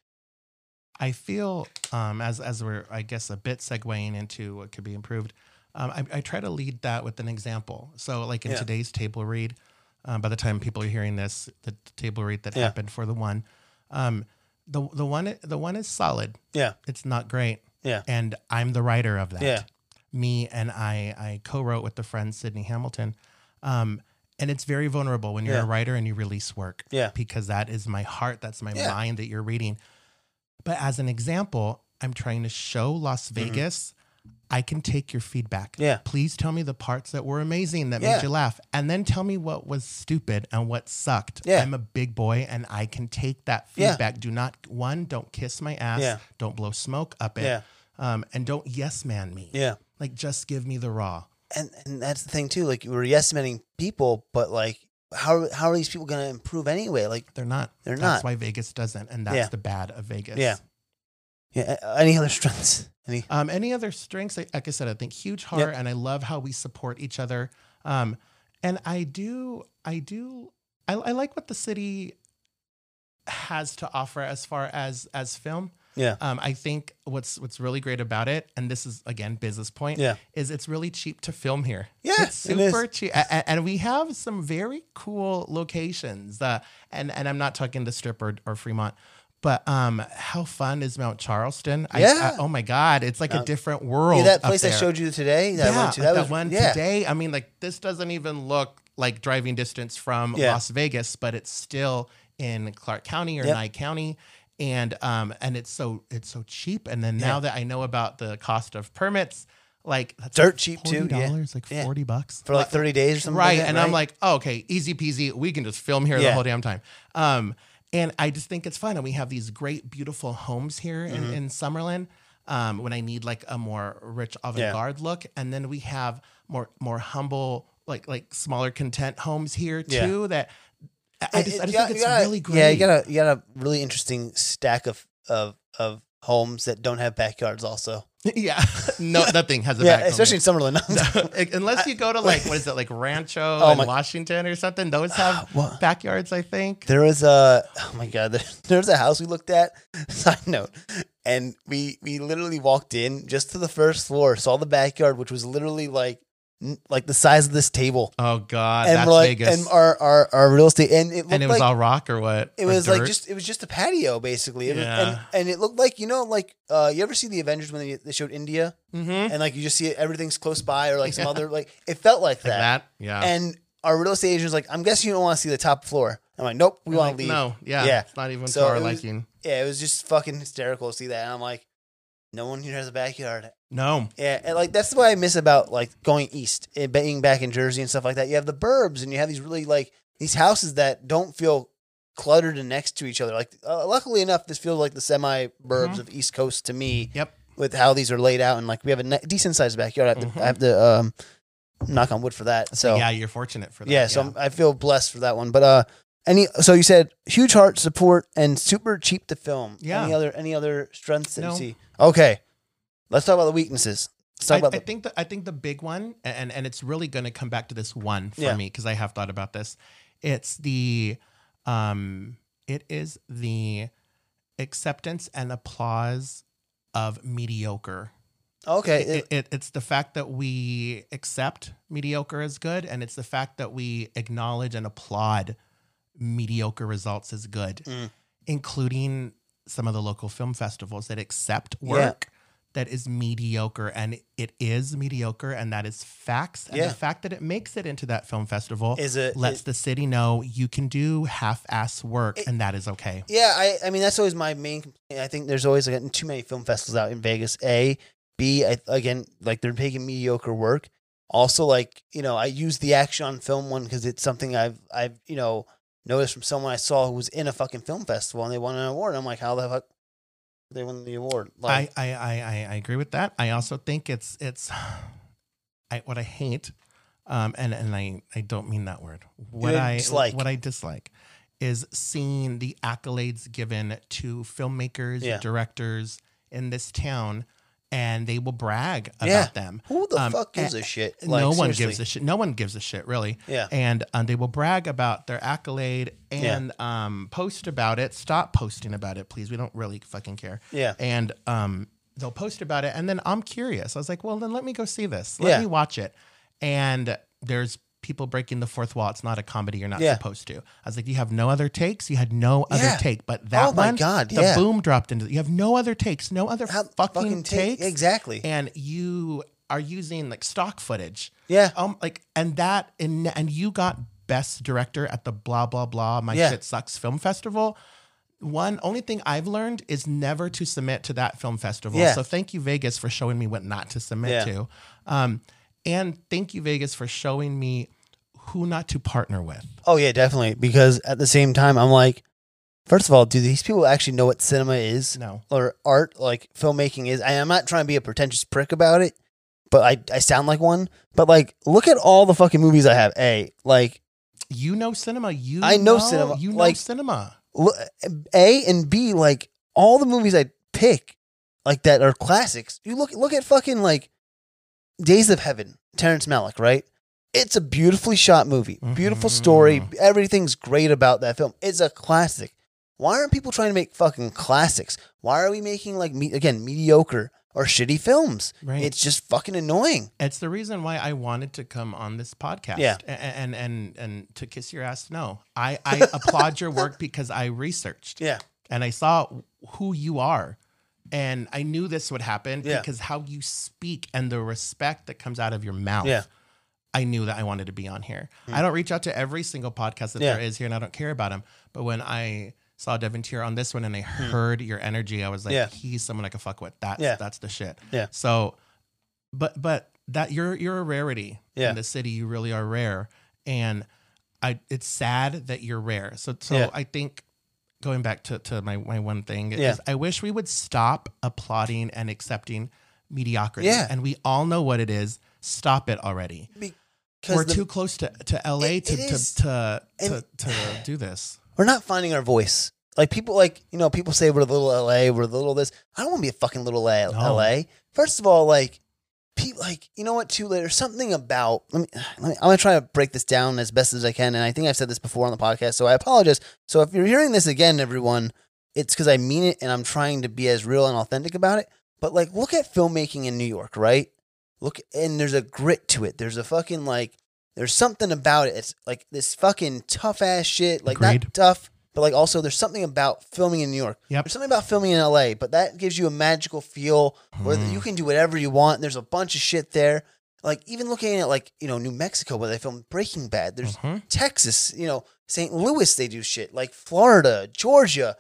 S3: I feel um, as as we're I guess a bit segueing into what could be improved. Um, I, I try to lead that with an example. So like in
S1: Yeah.
S3: today's table read, um, by the time people are hearing this, the t- table read that
S1: Yeah.
S3: happened for the one, um, the the one the one is solid.
S1: Yeah.
S3: it's not great.
S1: Yeah.
S3: and I'm the writer of that.
S1: Yeah.
S3: me and I I co-wrote with the friend Sydney Hamilton. Um, and it's very vulnerable when you're
S1: Yeah.
S3: a writer and you release work.
S1: Yeah.
S3: Because that is my heart, that's my
S1: Yeah.
S3: mind that you're reading. But as an example, I'm trying to show Las Vegas I can take your feedback.
S1: Mm-hmm. Yeah.
S3: Please tell me the parts that were amazing that
S1: Yeah.
S3: made you laugh. And then tell me what was stupid and what sucked.
S1: Yeah.
S3: I'm a big boy and I can take that
S1: Yeah.
S3: feedback. Do not one, don't kiss my ass.
S1: Yeah.
S3: Don't blow smoke up it.
S1: Yeah.
S3: Um, and don't yes man me.
S1: Yeah.
S3: Like just give me the raw.
S1: And and that's the thing too, like you were yes manning people, but like how how are these people going to improve anyway? Like
S3: They're not.
S1: They're
S3: that's
S1: not.
S3: why Vegas doesn't, and that's
S1: Yeah.
S3: the bad of Vegas.
S1: Yeah. yeah, a- any other strengths? Any
S3: Um, any other strengths? Like like I said, I think huge heart, and I love how we support each other. Um, and I do, I do, I, I like what the city has to offer as far as as film.
S1: Yeah.
S3: Um, I think what's what's really great about it, and this is again business point,
S1: Yeah.
S3: is it's really cheap to film here.
S1: Yeah,
S3: It's
S1: it is.
S3: super cheap, A- a- and we have some very cool locations. Uh, and and I'm not talking the Strip or, or Fremont. But um, how fun is Mount Charleston? I-
S1: Yeah.
S3: I, oh my God, it's like a different world.
S1: yeah, that
S3: up
S1: place I
S3: there.
S1: showed you today that
S3: yeah,
S1: I went to
S3: like
S1: that was
S3: one
S1: yeah.
S3: today. I mean, like this doesn't even look like driving distance from
S1: Yeah.
S3: Las Vegas, but it's still in Clark County or
S1: Yep.
S3: Nye County. And um and it's so it's so cheap. And then now that I know about the cost of permits, like that's
S1: Dirt
S3: like
S1: cheap too, yeah.
S3: dollars, like
S1: Yeah.
S3: forty bucks
S1: for like 30 days or something
S3: right
S1: like that,
S3: and i'm like oh, okay easy peasy we can just film here
S1: Yeah.
S3: the whole damn time um and i just think it's fun and we have these great beautiful homes here
S1: Mm-hmm.
S3: in, in summerlin um when i need like a more rich avant-garde look and then we have more more humble like like smaller content homes here
S1: Yeah.
S3: too that i I
S1: It-
S3: just,
S1: it-
S3: I just
S1: you
S3: think it's
S1: gotta-
S3: really great
S1: Yeah, you got a you got a really interesting stack of of of homes that don't have backyards. Also,
S3: yeah no nothing has a
S1: yeah,
S3: back
S1: especially in Summerlin.
S3: unless you go to like what is it like rancho
S1: Oh
S3: in
S1: my-
S3: washington or something those have
S1: What?
S3: backyards i think
S1: there was a oh my god, there, there was a house we looked at. Side note, and we we literally walked in just to the first floor, saw the backyard, which was literally like n- like the size of this table,
S3: oh god
S1: and
S3: that's
S1: we're like,
S3: vegas
S1: and our, our our real estate, and it looked
S3: and it was
S1: like
S3: all rock or what?
S1: It
S3: Or
S1: was like
S3: dirt?
S1: just it was just a patio basically. It was, and,
S3: Yeah.
S1: and it looked like you know like uh, you ever see the Avengers when they, they showed India
S3: Mhm.
S1: and like you just see it, everything's close by or like some other like it felt like
S3: like
S1: that.
S3: that. Yeah.
S1: And our real estate agent was like, "I'm guessing you don't want to see the top floor." I'm like, "Nope, we want
S3: Like,
S1: to leave."
S3: No, yeah,
S1: Yeah.
S3: It's not even
S1: So
S3: to our
S1: it was-
S3: liking.
S1: Yeah, it was just fucking hysterical to see that. And I'm like, "No one here has a backyard."
S3: No.
S1: Yeah, and like that's what I miss about like going east and being back in Jersey and stuff like that. You have the burbs and you have these really like these houses that don't feel cluttered and next to each other. Like uh, luckily enough, this feels like the semi burbs
S3: Mm-hmm.
S1: of East Coast to me
S3: Yep.
S1: with how these are laid out and like we have a ne- decent sized backyard. I have to,
S3: Mm-hmm.
S1: I have to um, knock on wood for that. So
S3: yeah, you're fortunate for that.
S1: yeah, so I'm, I feel blessed for that one. But uh, any so you said huge heart support and super cheap to film.
S3: Yeah.
S1: Any other any other strengths that you
S3: No.
S1: see? Okay, let's talk about the weaknesses. Let's talk
S3: I,
S1: about
S3: I
S1: the
S3: think the I think the big one, and and it's really going to come back to this one for
S1: Yeah.
S3: me because I have thought about this. It's the, um, it is the acceptance and applause of mediocre.
S1: Okay.
S3: It, it, it's the fact that we accept mediocre as good, and it's the fact that we acknowledge and applaud mediocre results as good,
S1: Mm.
S3: including some of the local film festivals that accept work that is mediocre, and it is mediocre, and that is facts. And
S1: Yeah.
S3: the fact that it makes it into that film festival
S1: Is it-
S3: lets
S1: it-
S3: the city know you can do half-ass work, and that is okay.
S1: Yeah, I, I mean that's always my main complaint. I think there's always like too many film festivals out in Vegas. A, B, I, again, like they're making mediocre work. Also, like you know, I use the action on film one because it's something I've I've you know noticed from someone I saw who was in a fucking film festival and they won an award. I'm like, how the fuck they won the award?
S3: I,
S1: Like,
S3: I, I, I- I agree with that. I also think it's it's I, what I hate, um, and and I, I don't mean that word. What
S1: didn't
S3: I
S1: dislike.
S3: what I dislike is seeing the accolades given to filmmakers,
S1: Yeah.
S3: directors in this town, and they will brag about
S1: Yeah.
S3: them.
S1: who the
S3: um,
S1: fuck gives
S3: eh,
S1: a shit?
S3: no one gives a shit. No one gives a shit, really.
S1: Yeah.
S3: And um, they will brag about their accolade and um, post about it. Stop posting about it, please. We don't really fucking care.
S1: Yeah.
S3: And um, they'll post about it, and then I'm curious. I was like, well, then let me go see this. Let
S1: Yeah.
S3: me watch it. And there's people breaking the fourth wall. It's not a comedy. You're not
S1: Yeah.
S3: supposed to. I was like, you have no other takes. You had no other
S1: Yeah.
S3: take. But that
S1: Oh my
S3: one,
S1: God,
S3: the
S1: yeah.
S3: boom dropped into. You have no other takes. No other
S1: How-
S3: fucking,
S1: fucking take-
S3: takes.
S1: exactly.
S3: And you are using like stock footage.
S1: Yeah.
S3: Um, like, and that, and and you got best director at the blah blah blah. My
S1: Yeah.
S3: shit sucks film festival. One only thing I've learned is never to submit to that film festival.
S1: Yeah.
S3: So thank you Vegas for showing me what not to submit
S1: Yeah.
S3: to, um, and thank you Vegas for showing me who not to partner with.
S1: Oh yeah, definitely. Because at the same time, I'm like, first of all, do these people actually know what cinema is?
S3: No.
S1: Or art, like filmmaking is. And I'm not trying to be a pretentious prick about it, but I I sound like one. But like, look at all the fucking movies I have. A like,
S3: You know cinema. You
S1: I know cinema,
S3: You know
S1: like-
S3: cinema.
S1: lo- A and B, like all the movies I pick, like that are classics. You look look at fucking like Days of Heaven, Terrence Malick, right? It's a beautifully shot movie, beautiful story.
S3: Mhm.
S1: Everything's great about that film. It's a classic. Why aren't people trying to make fucking classics? Why are we making like me- again mediocre or shitty films?
S3: Right.
S1: It's just fucking annoying.
S3: It's the reason why I wanted to come on this podcast.
S1: Yeah.
S3: A- a- And and and to kiss your ass, no. I, I applaud your work because I researched
S1: Yeah,
S3: and I saw who you are. And I knew this would happen
S1: Yeah.
S3: because how you speak and the respect that comes out of your mouth.
S1: Yeah. Hmm.
S3: I knew that I wanted to be on here. I don't reach out to every single podcast that
S1: Yeah.
S3: there is here and I don't care about them. But when I saw Devin Tier on this one and I heard your energy, I was like,
S1: Hmm. Yeah.
S3: he's someone I could fuck with. That's
S1: Yeah.
S3: that's the shit.
S1: Yeah.
S3: So but but that you're you're a rarity
S1: Yeah.
S3: in the city. You really are rare, and I it's sad that you're rare. So so
S1: Yeah.
S3: I think going back to to my my one thing
S1: Yeah.
S3: is I wish we would stop applauding and accepting mediocrity.
S1: Yeah.
S3: and we all know what it is. Stop it already.
S1: because
S3: We're too close to to LA
S1: It-
S3: to,
S1: it is-
S3: to to to
S1: and-
S3: to do this.
S1: we're not finding our voice. Like people, like you know, people say we're little LA, we're little this. I don't want to be a fucking little LA.
S3: No.
S1: LA. First of all, like, people, like you know what? Too late. There's something about. Let me, let me. I'm gonna try to break this down as best as I can, and I think I've said this before on the podcast, so I apologize. So if you're hearing this again, everyone, it's because I mean it, and I'm trying to be as real and authentic about it. But like, look at filmmaking in New York, right? Look, and there's a grit to it. There's a fucking like. There's something about it. It's like this fucking tough ass shit. Like
S3: Agreed.
S1: not tough, but like also there's something about filming in New York.
S3: Yep.
S1: There's something about filming in LA, but that gives you a magical feel where
S3: Mm.
S1: you can do whatever you want. There's a bunch of shit there. Like even looking at like, you know, New Mexico where they filmed Breaking Bad. There's
S3: Mhm.
S1: Texas, you know, St. Louis, they do shit like Florida, Georgia.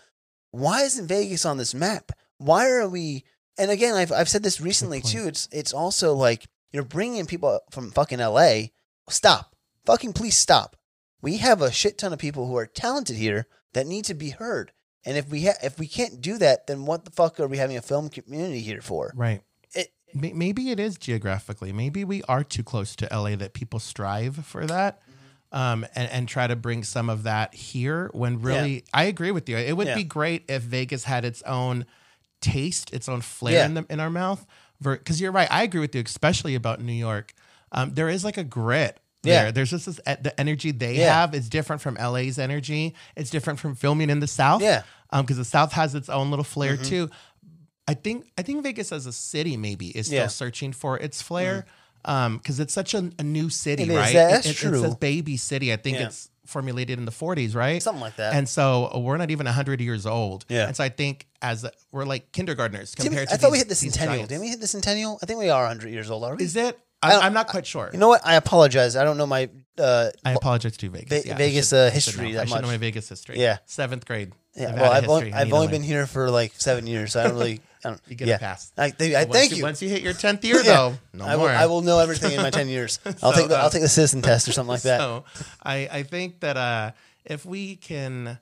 S1: Why isn't Vegas on this map? Why are we? And again, I've I've said this recently
S3: point.
S1: too. It's it's also like you're bringing people from fucking L.A. Stop, fucking please stop. We have a shit ton of people who are talented here that need to be heard. And if we ha- if we can't do that, then what the fuck are we having a film community here for?
S3: Right.
S1: It,
S3: May- Maybe it is geographically. Maybe we are too close to LA that people strive for that,
S1: Mm-hmm.
S3: um, and and try to bring some of that here. When really, I agree with you. It would
S1: Yeah.
S3: be great if Vegas had its own taste, its own flair
S1: Yeah.
S3: in the, in our mouth. Because you're right. I agree with you, especially about New York. Um, there is like a grit.
S1: Yeah.
S3: There. There's just this, e, the energy they
S1: Yeah.
S3: have is different from LA's energy. It's different from filming in the South.
S1: Yeah. Mm-hmm.
S3: Because the South has its own little flair too I think I think Vegas as a city maybe is still
S1: Yeah. Mm.
S3: searching for its flair Um, 'cause because it's such a, a new city,
S1: It is.
S3: right?
S1: Yeah, that's
S3: It- it- It's
S1: true.
S3: a baby city. I think
S1: Yeah.
S3: it's formulated in the 40s, right?
S1: Something like that.
S3: And so uh, we're not even 100 years old.
S1: Yeah.
S3: And so I think as a, we're like kindergartners
S1: Didn't we-
S3: compared to
S1: I thought we
S3: these-
S1: hit the
S3: these
S1: centennial.
S3: giants.
S1: Didn't we hit the centennial? I think we are 100 years old already.
S3: Is it?
S1: don't-
S3: I'm, I'm not quite sure.
S1: you know what? I apologize. I don't know my. Uh,
S3: I apologize to Vegas.
S1: Ve-
S3: I
S1: Vegas,
S3: should-
S1: uh,
S3: I should
S1: history
S3: know.
S1: that
S3: I should know
S1: much.
S3: my Vegas history.
S1: Yeah.
S3: Seventh grade.
S1: yeah,
S3: I've
S1: well,
S3: had
S1: I've
S3: a
S1: only,
S3: history. I
S1: I've
S3: need to
S1: only
S3: learn.
S1: been here for like seven years, so I don't really. I don't,
S3: You get a
S1: yeah.
S3: pass.
S1: I, thank- I
S3: Once
S1: thank
S3: you-
S1: you.
S3: Once you hit your 10th year,
S1: Yeah.
S3: though, no
S1: I will,
S3: more.
S1: I will know everything in my 10 years. I'll
S3: So,
S1: take the, I'll
S3: uh,
S1: take the citizen test or something like that.
S3: So I, I think that uh, if we can,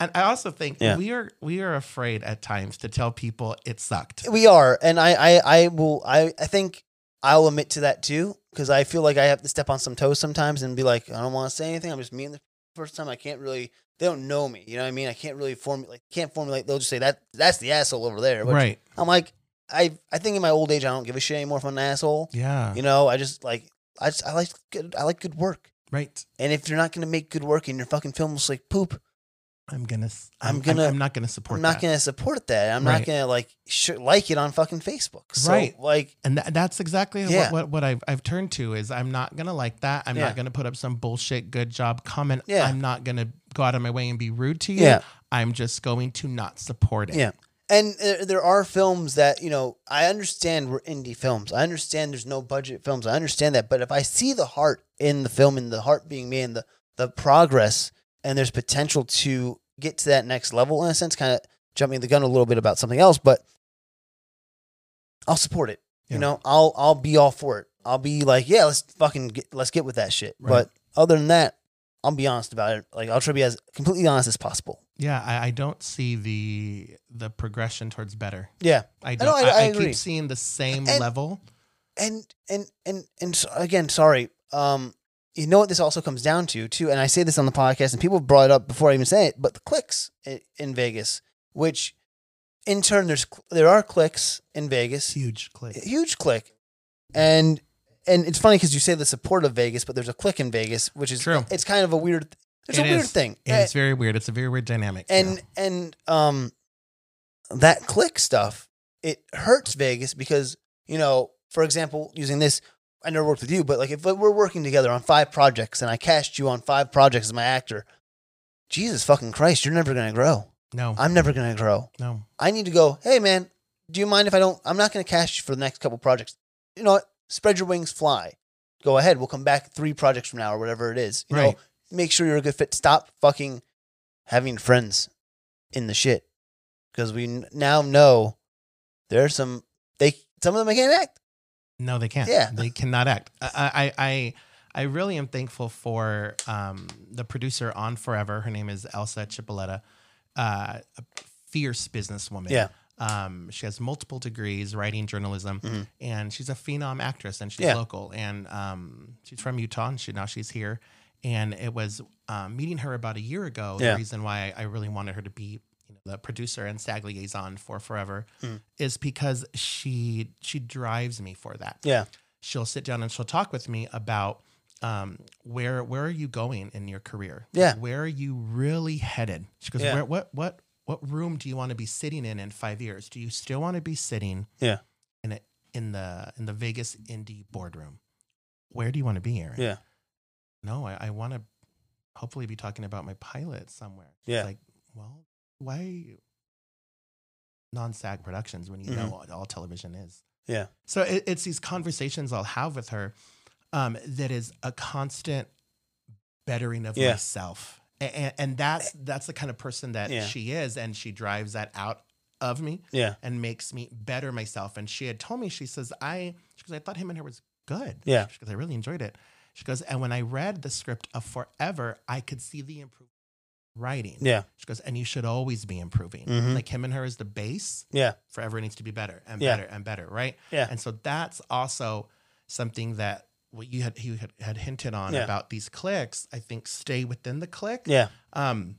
S3: and I also think
S1: Yeah.
S3: we are we are afraid at times to tell people it sucked.
S1: we are, and I, I, I will. I, I think I'll admit to that too, because I feel like I have to step on some toes sometimes and be like, I don't want to say anything. I'm just meeting the first time. I can't really. They don't know me. You know what I mean? I can't really formulate. Can't formulate. They'll just say that that's the asshole over there. which
S3: Right.
S1: I'm like, I, I think in my old age, I don't give a shit anymore if I'm an asshole.
S3: Yeah.
S1: You know, I just like, I, just, I like good. I like good work.
S3: right.
S1: And if you're not gonna make good work and your fucking film looks like poop,
S3: I'm gonna. s-
S1: I'm
S3: I'm,
S1: gonna-
S3: gonna. I'm not gonna support.
S1: I'm not
S3: that.
S1: gonna support that. I'm not
S3: Right.
S1: gonna like sh- like it on fucking Facebook. So
S3: Right.
S1: like,
S3: And tha- that's exactly
S1: Yeah.
S3: what, what, what I've, I've turned to is I'm not going to like that. I'm
S1: Yeah.
S3: not going to put up some bullshit good job comment.
S1: Yeah.
S3: I'm not going to go out of my way and be rude to you.
S1: Yeah.
S3: I'm just going to not support it.
S1: yeah. And uh, there are films that you know. I understand we're indie films. I understand there's no budget films. I understand that. But if I see the heart in the film and the heart being made and the the progress and there's potential to get to that next level in a sense, kind of jumping the gun a little bit about something else, but I'll support it.
S3: Yeah.
S1: You know, I'll I'll be all for it. I'll be like, yeah, let's fucking get, let's get with that shit.
S3: Right.
S1: But other than that, I'll be honest about it. Like I'll try to be as completely honest as possible.
S3: Yeah. I, I don't see the, the progression towards better.
S1: Yeah,
S3: I don't,
S1: know, I-
S3: I,
S1: I
S3: I,
S1: agree.
S3: keep seeing the same
S1: And-
S3: level.
S1: and and and and so, again, sorry. Um, you know what this also comes down to too, and I say this on the podcast, and people brought it up before I even say it, but the clicks i- in Vegas, which in turn there's cl- there are clicks in Vegas,
S3: Huge click.
S1: a huge click, and and it's funny because you say the support of Vegas, but there's a click in Vegas, which is
S3: True.
S1: It's kind of a weird. It's a
S3: It
S1: weird
S3: is.
S1: thing,
S3: And it's very weird. It's a very weird dynamic.
S1: and and um, that click stuff it hurts Vegas because you know, for example, using this, I never worked with you, but like if we're working together on five projects and I cast you on five projects as my actor, Jesus fucking Christ, you're never gonna grow.
S3: no,
S1: I'm never gonna grow.
S3: no.
S1: I need to go, hey man, do you mind if I don't? I'm not going to cast you for the next couple projects. You know what? Spread your wings, fly. Go ahead. We'll come back three projects from now or whatever it is. You
S3: Right.
S1: know, make sure you're a good fit. Stop fucking having friends in the shit because we n- now know there's some they some of them can't act.
S3: No, they can't.
S1: Yeah.
S3: they cannot act. I, I, I, I really am thankful for um, the producer on Forever. Her name is Elsa Chipoletta, uh, a fierce businesswoman.
S1: Yeah.
S3: Um, she has multiple degrees, writing, journalism,
S1: Mhm.
S3: and she's a phenom actress, and she's
S1: Yeah.
S3: local, and um, she's from Utah, and she now she's here. And it was um, meeting her about a year ago.
S1: Yeah.
S3: The reason why I really wanted her to be you know, the producer and SAG liaison for Forever
S1: Mm.
S3: is because she she drives me for that
S1: Yeah,
S3: she'll sit down and she'll talk with me about um, where where are you going in your career?
S1: Yeah.
S3: where are you really headed? She goes,
S1: Yeah.
S3: where, what what what room do you want to be sitting in in five years? Do you still want to be sitting?
S1: Yeah.
S3: in a, in the in the Vegas indie boardroom. Where do you want to be, Aaron?
S1: yeah,
S3: No, I, I want to hopefully be talking about my pilot somewhere. She's
S1: Yeah.
S3: like, well, why non-SAG productions when you know what all television is?
S1: Mm-hmm. yeah,
S3: So it, it's these conversations I'll have with her um, that is a constant bettering of
S1: Yeah.
S3: myself, and, and that's that's the kind of person that
S1: Yeah.
S3: she is, and she drives that out of me
S1: yeah,
S3: and makes me better myself. And she had told me, she says, I she goes, I thought him and her was good.
S1: Yeah.
S3: She goes, I really enjoyed it. She goes, and when I read the script of Forever, I could see the improvement in writing.
S1: yeah,
S3: She goes, and you should always be improving.
S1: Mhm.
S3: Like him and her is the base
S1: yeah,
S3: forever needs to be better and
S1: Yeah.
S3: better and better, right?
S1: Yeah.
S3: And so that's also something that what you had you had, had hinted on
S1: Yeah.
S3: about these clicks. I think stay within the click.
S1: yeah,
S3: Um,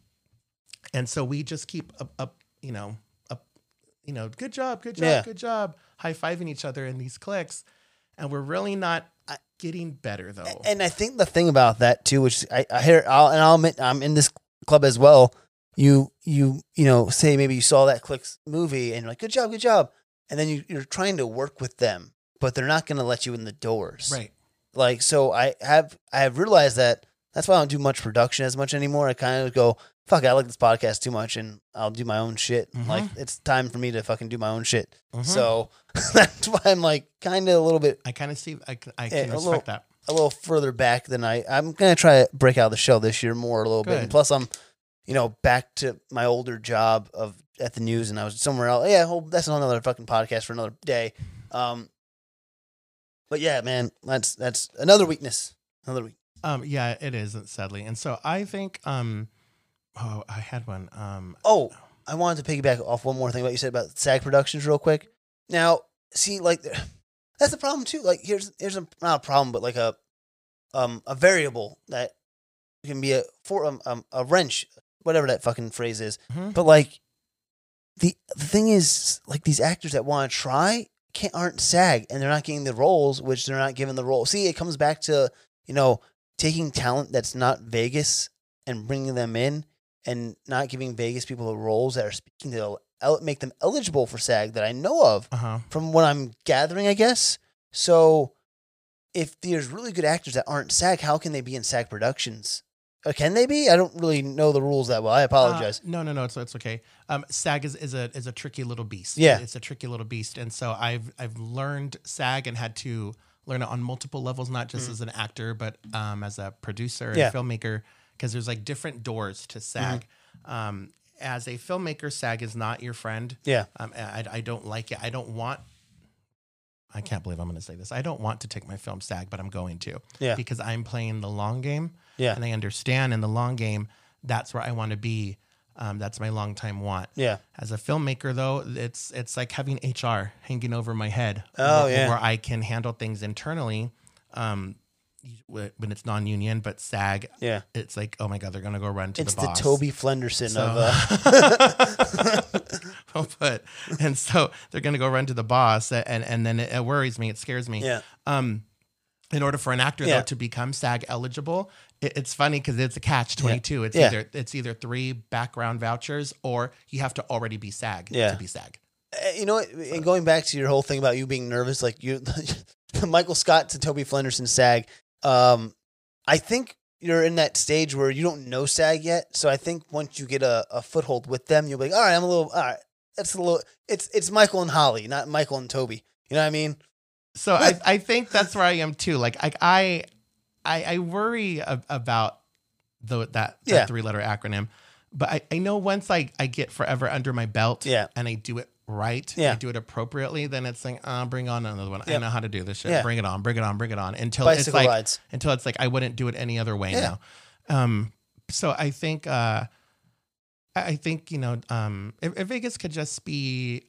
S3: and so we just keep up, up you know, up, you know, good job, good job,
S1: Yeah.
S3: good job, high fiving each other in these clicks, and we're really not uh, getting better though.
S1: And I think the thing about that too, which I, I hear, I'll, and I'll admit, I'm in this club as well. You, you, you know, say maybe you saw that Clicks movie and you're like, good job, good job. and then you, you're trying to work with them, but they're not going to let you in the doors.
S3: Right.
S1: Like so, I have I have realized that that's why I don't do much production as much anymore. I kind of go fuck. I like this podcast too much, and I'll do my own shit.
S3: Mhm.
S1: Like it's time for me to fucking do my own shit.
S3: Mhm.
S1: So that's why I'm like kind of a little bit
S3: I kind of see. I, c- I
S1: Yeah,
S3: can
S1: a
S3: respect
S1: little-
S3: that.
S1: a little further back than I. I'm gonna try to break out of the shell this year more a little bit. And
S3: Good.
S1: plus, I'm, you know, back to my older job of at the news, and I was somewhere else. Yeah, well, that's another fucking podcast for another day. Um, but yeah, man, that's that's another weakness. Another week.
S3: Um, yeah, it is sadly, and so I think. Um, oh, I had one. Um,
S1: Oh, I wanted to piggyback off one more thing about you said about SAG Productions real quick. Now, see, like that's the problem too. Like here's here's a, not a problem, but like a um a variable that can be a for um, um a wrench, whatever that fucking phrase is.
S3: Mhm.
S1: But like the the thing is, like these actors that want to try can't aren't SAG and they're not getting the roles, which they're not given the role. See, it comes back to you know taking talent that's not Vegas and bringing them in and not giving Vegas people the roles that are speaking to el- make them eligible for SAG that I know of
S3: uh huh.
S1: from what I'm gathering, I guess. So if there's really good actors that aren't SAG, how can they be in SAG productions? Or can they be? I don't really know the rules that well. I apologize.
S3: Uh, no, no, no. It's it's okay. Um, SAG is, is a is a tricky little beast.
S1: Yeah.
S3: it's a tricky little beast, and so I've I've learned SAG and had to learn it on multiple levels, not just as an actor, but um, as a producer and
S1: Mm. Yeah.
S3: filmmaker, because there's like different doors to SAG.
S1: Mm-hmm.
S3: Um, as a filmmaker, SAG is not your friend.
S1: yeah.
S3: Um, I, I don't like it. I don't want. I can't believe I'm going to say this. I don't want to take my film SAG, but I'm going to.
S1: Yeah.
S3: Because I'm playing the long game.
S1: Yeah.
S3: And I understand in the long game, that's where I want to be. Um, that's my long time want.
S1: Yeah.
S3: As a filmmaker, though, it's it's like having HR hanging over my head.
S1: Oh,
S3: where,
S1: yeah.
S3: where I can handle things internally. Um, when it's non-union, but SAG,
S1: Yeah.
S3: it's like, oh my god, they're going to go run to
S1: It's
S3: the
S1: the,
S3: boss.
S1: Toby Flenderson uh, of uh,
S3: well put. And so they're going to go run to the boss, and and then it, it worries me. It scares me.
S1: Yeah.
S3: Um, in order for an actor
S1: Yeah.
S3: though to become SAG eligible, it, it's funny because it's a catch twenty two. It's
S1: Yeah.
S3: either it's either three background vouchers or you have to already be SAG
S1: Yeah.
S3: to be SAG.
S1: Uh, you know what? And going back to your whole thing about you being nervous, like you, Michael Scott to Toby Flenderson SAG. Um, I think you're in that stage where you don't know SAG yet. So I think once you get a, a foothold with them, you'll be like, all right, I'm a little, all right, that's a little, it's it's Michael and Holly, not Michael and Toby. You know what I mean?
S3: So I, I think that's where I am too. Like I I I, I worry ab- about the that, that
S1: Yeah.
S3: three letter acronym, but I, I know once I, I get forever under my belt
S1: Yeah.
S3: and I do it right,
S1: Yeah.
S3: I do it appropriately, then it's like, uh, bring on another one.
S1: Yeah.
S3: I know how to do this shit.
S1: Yeah.
S3: Bring it on, bring it on, bring it on until it's
S1: Bicycle
S3: like
S1: rides.
S3: until it's like I wouldn't do it any other way
S1: Yeah.
S3: now. Um, so I think uh, I I think you know um, if, if Vegas could just be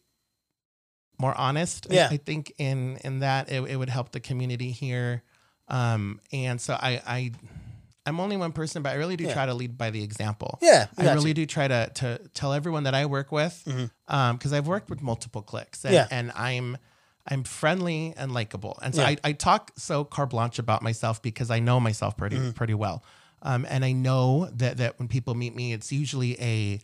S3: more honest, I-
S1: Yeah.
S3: I, think in in that it, it would help the community here. Um, and so I I I'm only one person, but I really do
S1: Yeah.
S3: try to lead by the example.
S1: Yeah, we
S3: I
S1: got
S3: really
S1: you.
S3: do try to to tell everyone that I work with, because
S1: Mhm.
S3: I've worked with multiple cliques, and,
S1: Yeah.
S3: and I'm I'm friendly and likable, and so
S1: Yeah.
S3: I, I talk so carte blanche about myself because I know myself pretty
S1: Mm-hmm.
S3: pretty well, um, and I know that that when people meet me, it's usually a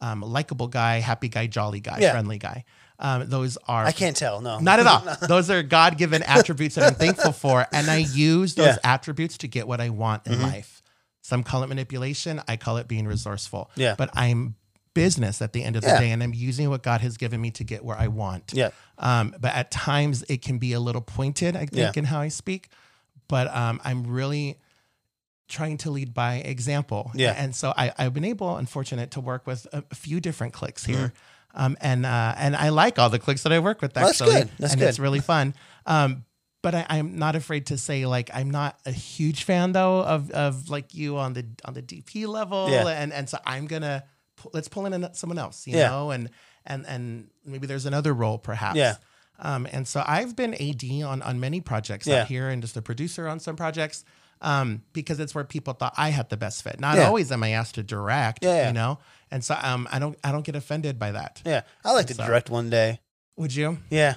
S3: um, likable guy, happy guy, jolly guy,
S1: Yeah.
S3: friendly guy. Um, those are
S1: I can't tell. No,
S3: not at all. Those are God given attributes that I'm thankful for. And I use those
S1: Yeah. Mm-hmm.
S3: attributes to get what I want in life. Some call it manipulation. I call it being resourceful.
S1: Yeah.
S3: But I'm business at the end of
S1: Yeah.
S3: the day and I'm using what God has given me to get where I want.
S1: Yeah.
S3: Um, but at times it can be a little pointed, I think,
S1: Yeah.
S3: in how I speak. But um, I'm really trying to lead by example.
S1: Yeah.
S3: And so I, I've been able and fortunate to work with a, a few different cliques
S1: Mm-hmm.
S3: here. Um, and uh, and I like all the cliques that I work with.
S1: That's
S3: actually,
S1: good. That's
S3: and it's
S1: good.
S3: really fun. Um, but I, I'm not afraid to say like I'm not a huge fan though of of like you on the on the DP level.
S1: Yeah.
S3: And and so I'm gonna pu- let's pull in an- someone else, you
S1: Yeah.
S3: know, and and and maybe there's another role perhaps.
S1: Yeah.
S3: Um, and so I've been AD on on many projects
S1: Yeah.
S3: out here, and just a producer on some projects, um, because it's where people thought I had the best fit. Not
S1: Yeah.
S3: always am I asked to direct,
S1: Yeah, yeah.
S3: you know, and so um, I don't I don't get offended by that.
S1: Yeah, I like to
S3: So-
S1: direct one day.
S3: Would you?
S1: Yeah,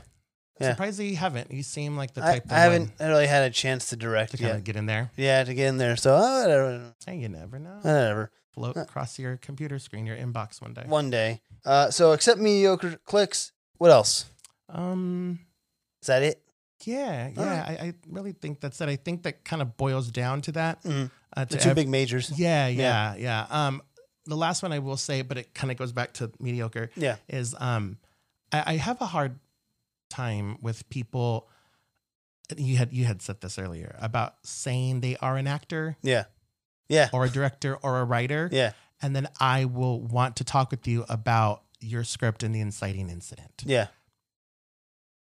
S1: Yeah.
S3: Surprised that you haven't. You seem like the
S1: I,
S3: type that
S1: I
S3: would
S1: haven't really had a chance to direct
S3: to kind
S1: yet.
S3: of get in there.
S1: Yeah, to get in there. So uh, whatever,
S3: Hey, you never know.
S1: whatever.
S3: Float
S1: uh.
S3: across your computer screen, your inbox one day.
S1: One day. Uh, so accept mediocre clicks. What else?
S3: Um,
S1: Is that it?
S3: yeah, yeah.
S1: All
S3: I, I really think that's it. I think that kind of boils down to that.
S1: Mhm.
S3: Uh,
S1: The
S3: to
S1: two
S3: ev-
S1: big majors.
S3: Yeah, yeah, yeah, Um, the last one I will say, but it kind of goes back to mediocre.
S1: Yeah.
S3: is um, I, I have a hard time with people. You had you had said this earlier about saying they are an actor
S1: Yeah. Yeah.
S3: or a director or a writer,
S1: Yeah.
S3: and then I will want to talk with you about your script and the inciting incident.
S1: Yeah.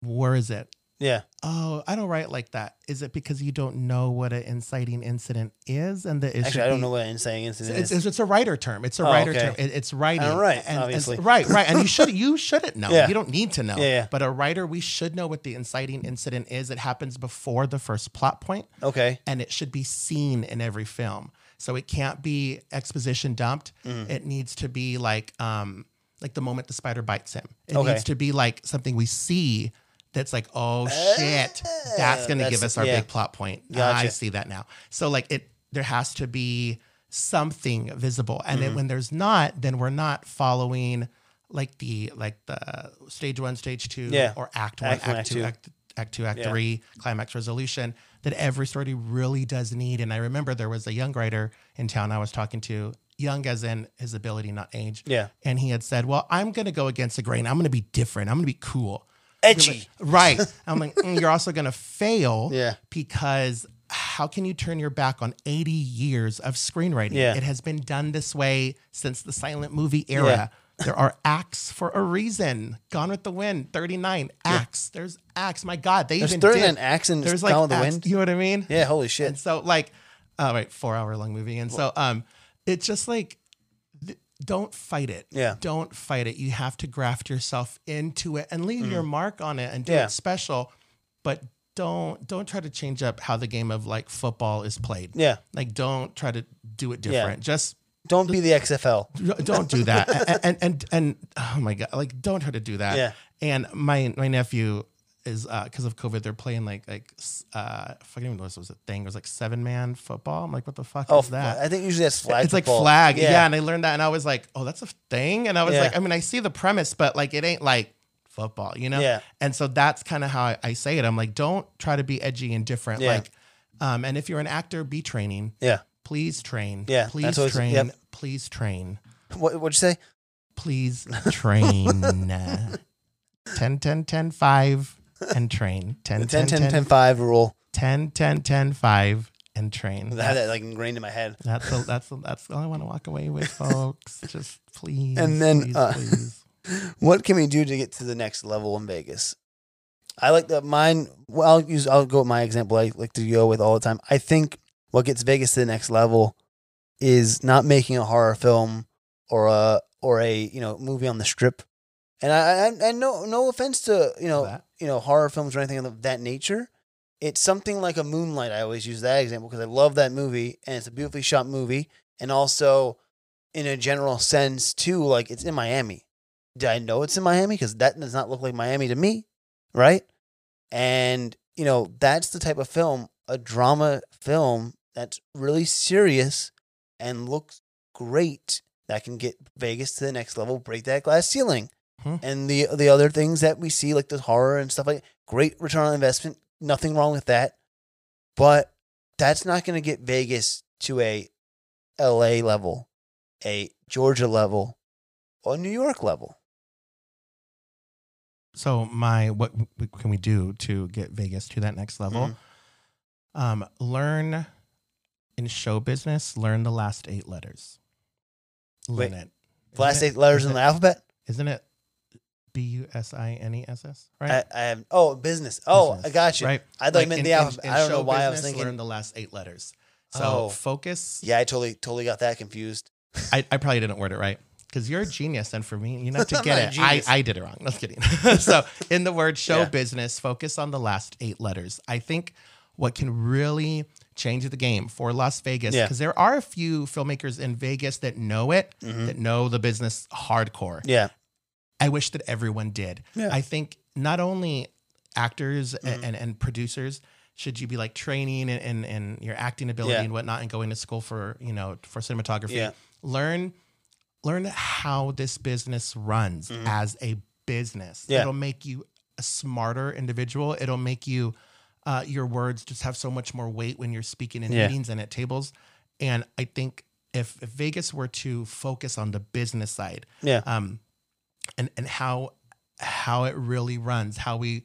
S3: Where is it?
S1: Yeah.
S3: Oh, I don't write like that. Is it because you don't know what an inciting incident is and the issue?
S1: Actually, I don't know what insane incident
S3: It's,
S1: is.
S3: it's, it's a writer term. It's a
S1: Oh,
S3: writer
S1: okay.
S3: term. It- it's writing.
S1: I don't write,
S3: and, and-
S1: obviously.
S3: right, right. And you should you shouldn't know.
S1: Yeah.
S3: You don't need to know.
S1: Yeah, yeah.
S3: But a writer, we should know what the inciting incident is. It happens before the first plot point,
S1: Okay.
S3: and it should be seen in every film. So it can't be exposition dumped.
S1: Mm.
S3: It needs to be like um like the moment the spider bites him. It
S1: Okay.
S3: needs to be like something we see that's like, oh shit, that's
S1: Ah,
S3: gonna
S1: that's-
S3: give us our
S1: yeah.
S3: big plot point. I
S1: Gotcha.
S3: see that now. So like it there has to be something visible. And
S1: Mm-hmm.
S3: then when there's not, then we're not following like the like the stage one, stage two,
S1: Yeah.
S3: or act one, act, two, act act two, act
S1: Yeah.
S3: three, climax resolution that every story really does need. And I remember there was a young writer in town I was talking to, young as in his ability, not age.
S1: Yeah.
S3: And he had said, Well, I'm gonna go against the grain. I'm gonna be different. I'm gonna be cool.
S1: Edgy.
S3: Right. I'm like, "Mm, you're also going to fail
S1: Yeah.
S3: because how can you turn your back on 80 years of screenwriting?
S1: Yeah.
S3: It has been done this way since the silent movie era. There are acts for a reason. Gone with the Wind, 39 acts. There's acts. My God, they
S1: There's
S3: even
S1: 39
S3: did.
S1: acts in
S3: There's like
S1: Gone with the
S3: acts.
S1: Wind?
S3: You know what I mean?
S1: Yeah. Holy
S3: And
S1: shit.
S3: so like, uh, right, four hour long movie. And so um, it's just like, th- don't fight it.
S1: Yeah.
S3: Don't fight it. You have to graft yourself into it and leave your mark on it and do
S1: Mm. Yeah.
S3: it special, but don't don't try to change up how the game of like football is played.
S1: Yeah.
S3: Like don't try to do it
S1: Yeah.
S3: different. Just
S1: Don't be the XFL.
S3: don't do that. A- and, and and oh my god, like don't try to do that.
S1: Yeah.
S3: And my my nephew is because of COVID, they're playing like like s- uh, I forget even know this was a thing. It was like seven man football. I'm like, what the fuck
S1: Oh,
S3: is that?
S1: I think usually that's flag.
S3: it's like
S1: football.
S3: flag, yeah. And I learned that, and I was like, "Oh, that's a thing." And I was
S1: Yeah.
S3: like, "I mean, I see the premise, but like, it ain't like football, you know."
S1: Yeah.
S3: And so that's kind of how I, I say it. I'm like, "Don't try to be edgy and different."
S1: Yeah.
S3: Like, um, and if you're an actor, be training
S1: Yeah.
S3: please train.
S1: Yeah, that's
S3: Please
S1: what it's-
S3: train.
S1: yep.
S3: Please train.
S1: What, what'd you say?
S3: Please train. 10, 10, 10, 5 and train. 10,
S1: The
S3: 10, 10, 10,
S1: 5 rule.
S3: 10, 10, 10, 5 and train.
S1: I had that like ingrained in my head.
S3: That's the, that's the, that's all I want to walk away with, folks. Just please.
S1: And then,
S3: please,
S1: uh,
S3: please.
S1: What can we do to get to the next level in Vegas? I like that mine. Well, I'll use. I'll go with my example. I like to go with all the time. I think what gets Vegas to the next level is not making a horror film or a or a you know movie on the strip. And I I, I no no offense to you know
S3: That.
S1: you know horror films or anything of that nature. It's something like a Moonlight. I always use that example because I love that movie and it's a beautifully shot movie. And also, in a general sense, too, like it's in Miami. Did I know it's in Miami? Because that does not look like Miami to me, right? And, you know, that's the type of film, a drama film that's really serious and looks great that can get Vegas to the next level, break that glass ceiling.
S3: Hmm.
S1: And the the other things that we see, like the horror and stuff like great return on investment, nothing wrong with that. But that's not gonna get Vegas to a LA level, a Georgia level, or New York level.
S3: So my what w- can we do to get Vegas to that next level?
S1: Mm-hmm.
S3: Um, learn in show business. Learn the last eight letters. Learn
S1: Wait,
S3: it.
S1: The last
S3: Isn't
S1: eight
S3: it-
S1: letters in
S3: isn't
S1: the
S3: it-
S1: alphabet?
S3: Isn't it B U S I N E S S? Right.
S1: I, I have oh business. Oh, I
S3: Business,
S1: got you.
S3: Right.
S1: I thought you meant the alphabet. I don't know
S3: show
S1: why I was
S3: business,
S1: thinking-
S3: Learn the last eight letters. So
S1: Oh.
S3: focus.
S1: Yeah, I totally totally got that confused.
S3: I, I probably didn't word it right because you're a genius, and for me, you know to
S1: I'm not a
S3: get it. I,
S1: genius.
S3: I did it wrong. Just kidding. so in the word show
S1: Yeah.
S3: business, focus on the last eight letters. I think what can really change the game for Las Vegas
S1: Yeah.
S3: because there are a few filmmakers in Vegas that know it,
S1: Mm-hmm.
S3: that know the business hardcore.
S1: Yeah.
S3: I wish that everyone did.
S1: Yeah. Mm-hmm.
S3: I think not only actors a- and, and, producers should you be like training and, and, and your acting ability
S1: Yeah.
S3: and whatnot and going to school for, you know, for cinematography.
S1: Yeah.
S3: Learn learn how this business runs as a business.
S1: Mm-hmm. Yeah.
S3: It'll make you a smarter individual. It'll make you uh, your words just have so much more weight when you're speaking in
S1: Yeah.
S3: meetings and at tables. And I think if, if Vegas were to focus on the business side,
S1: Yeah.
S3: um, and and how how it really runs, how we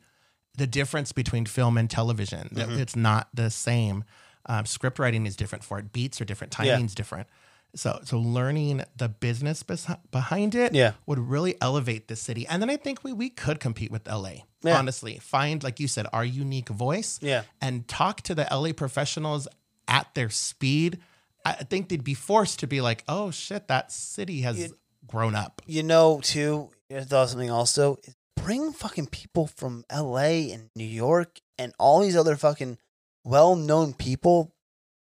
S3: the difference between film and television. that
S1: Mm-hmm.
S3: It's not the same. Um, script writing is different for it. Beats are different.
S1: Yeah.
S3: Timing's different. So so learning the business bes- behind it
S1: Yeah.
S3: would really elevate the city. And then I think we we could compete with LA.
S1: Yeah.
S3: Honestly, find like you said our unique voice.
S1: Yeah.
S3: and talk to the LA professionals at their speed. I I think they'd be forced to be like, oh shit, that city has grown up.
S1: You know, too, I thought of something also. is Bring fucking people from LA and New York and all these other fucking well known people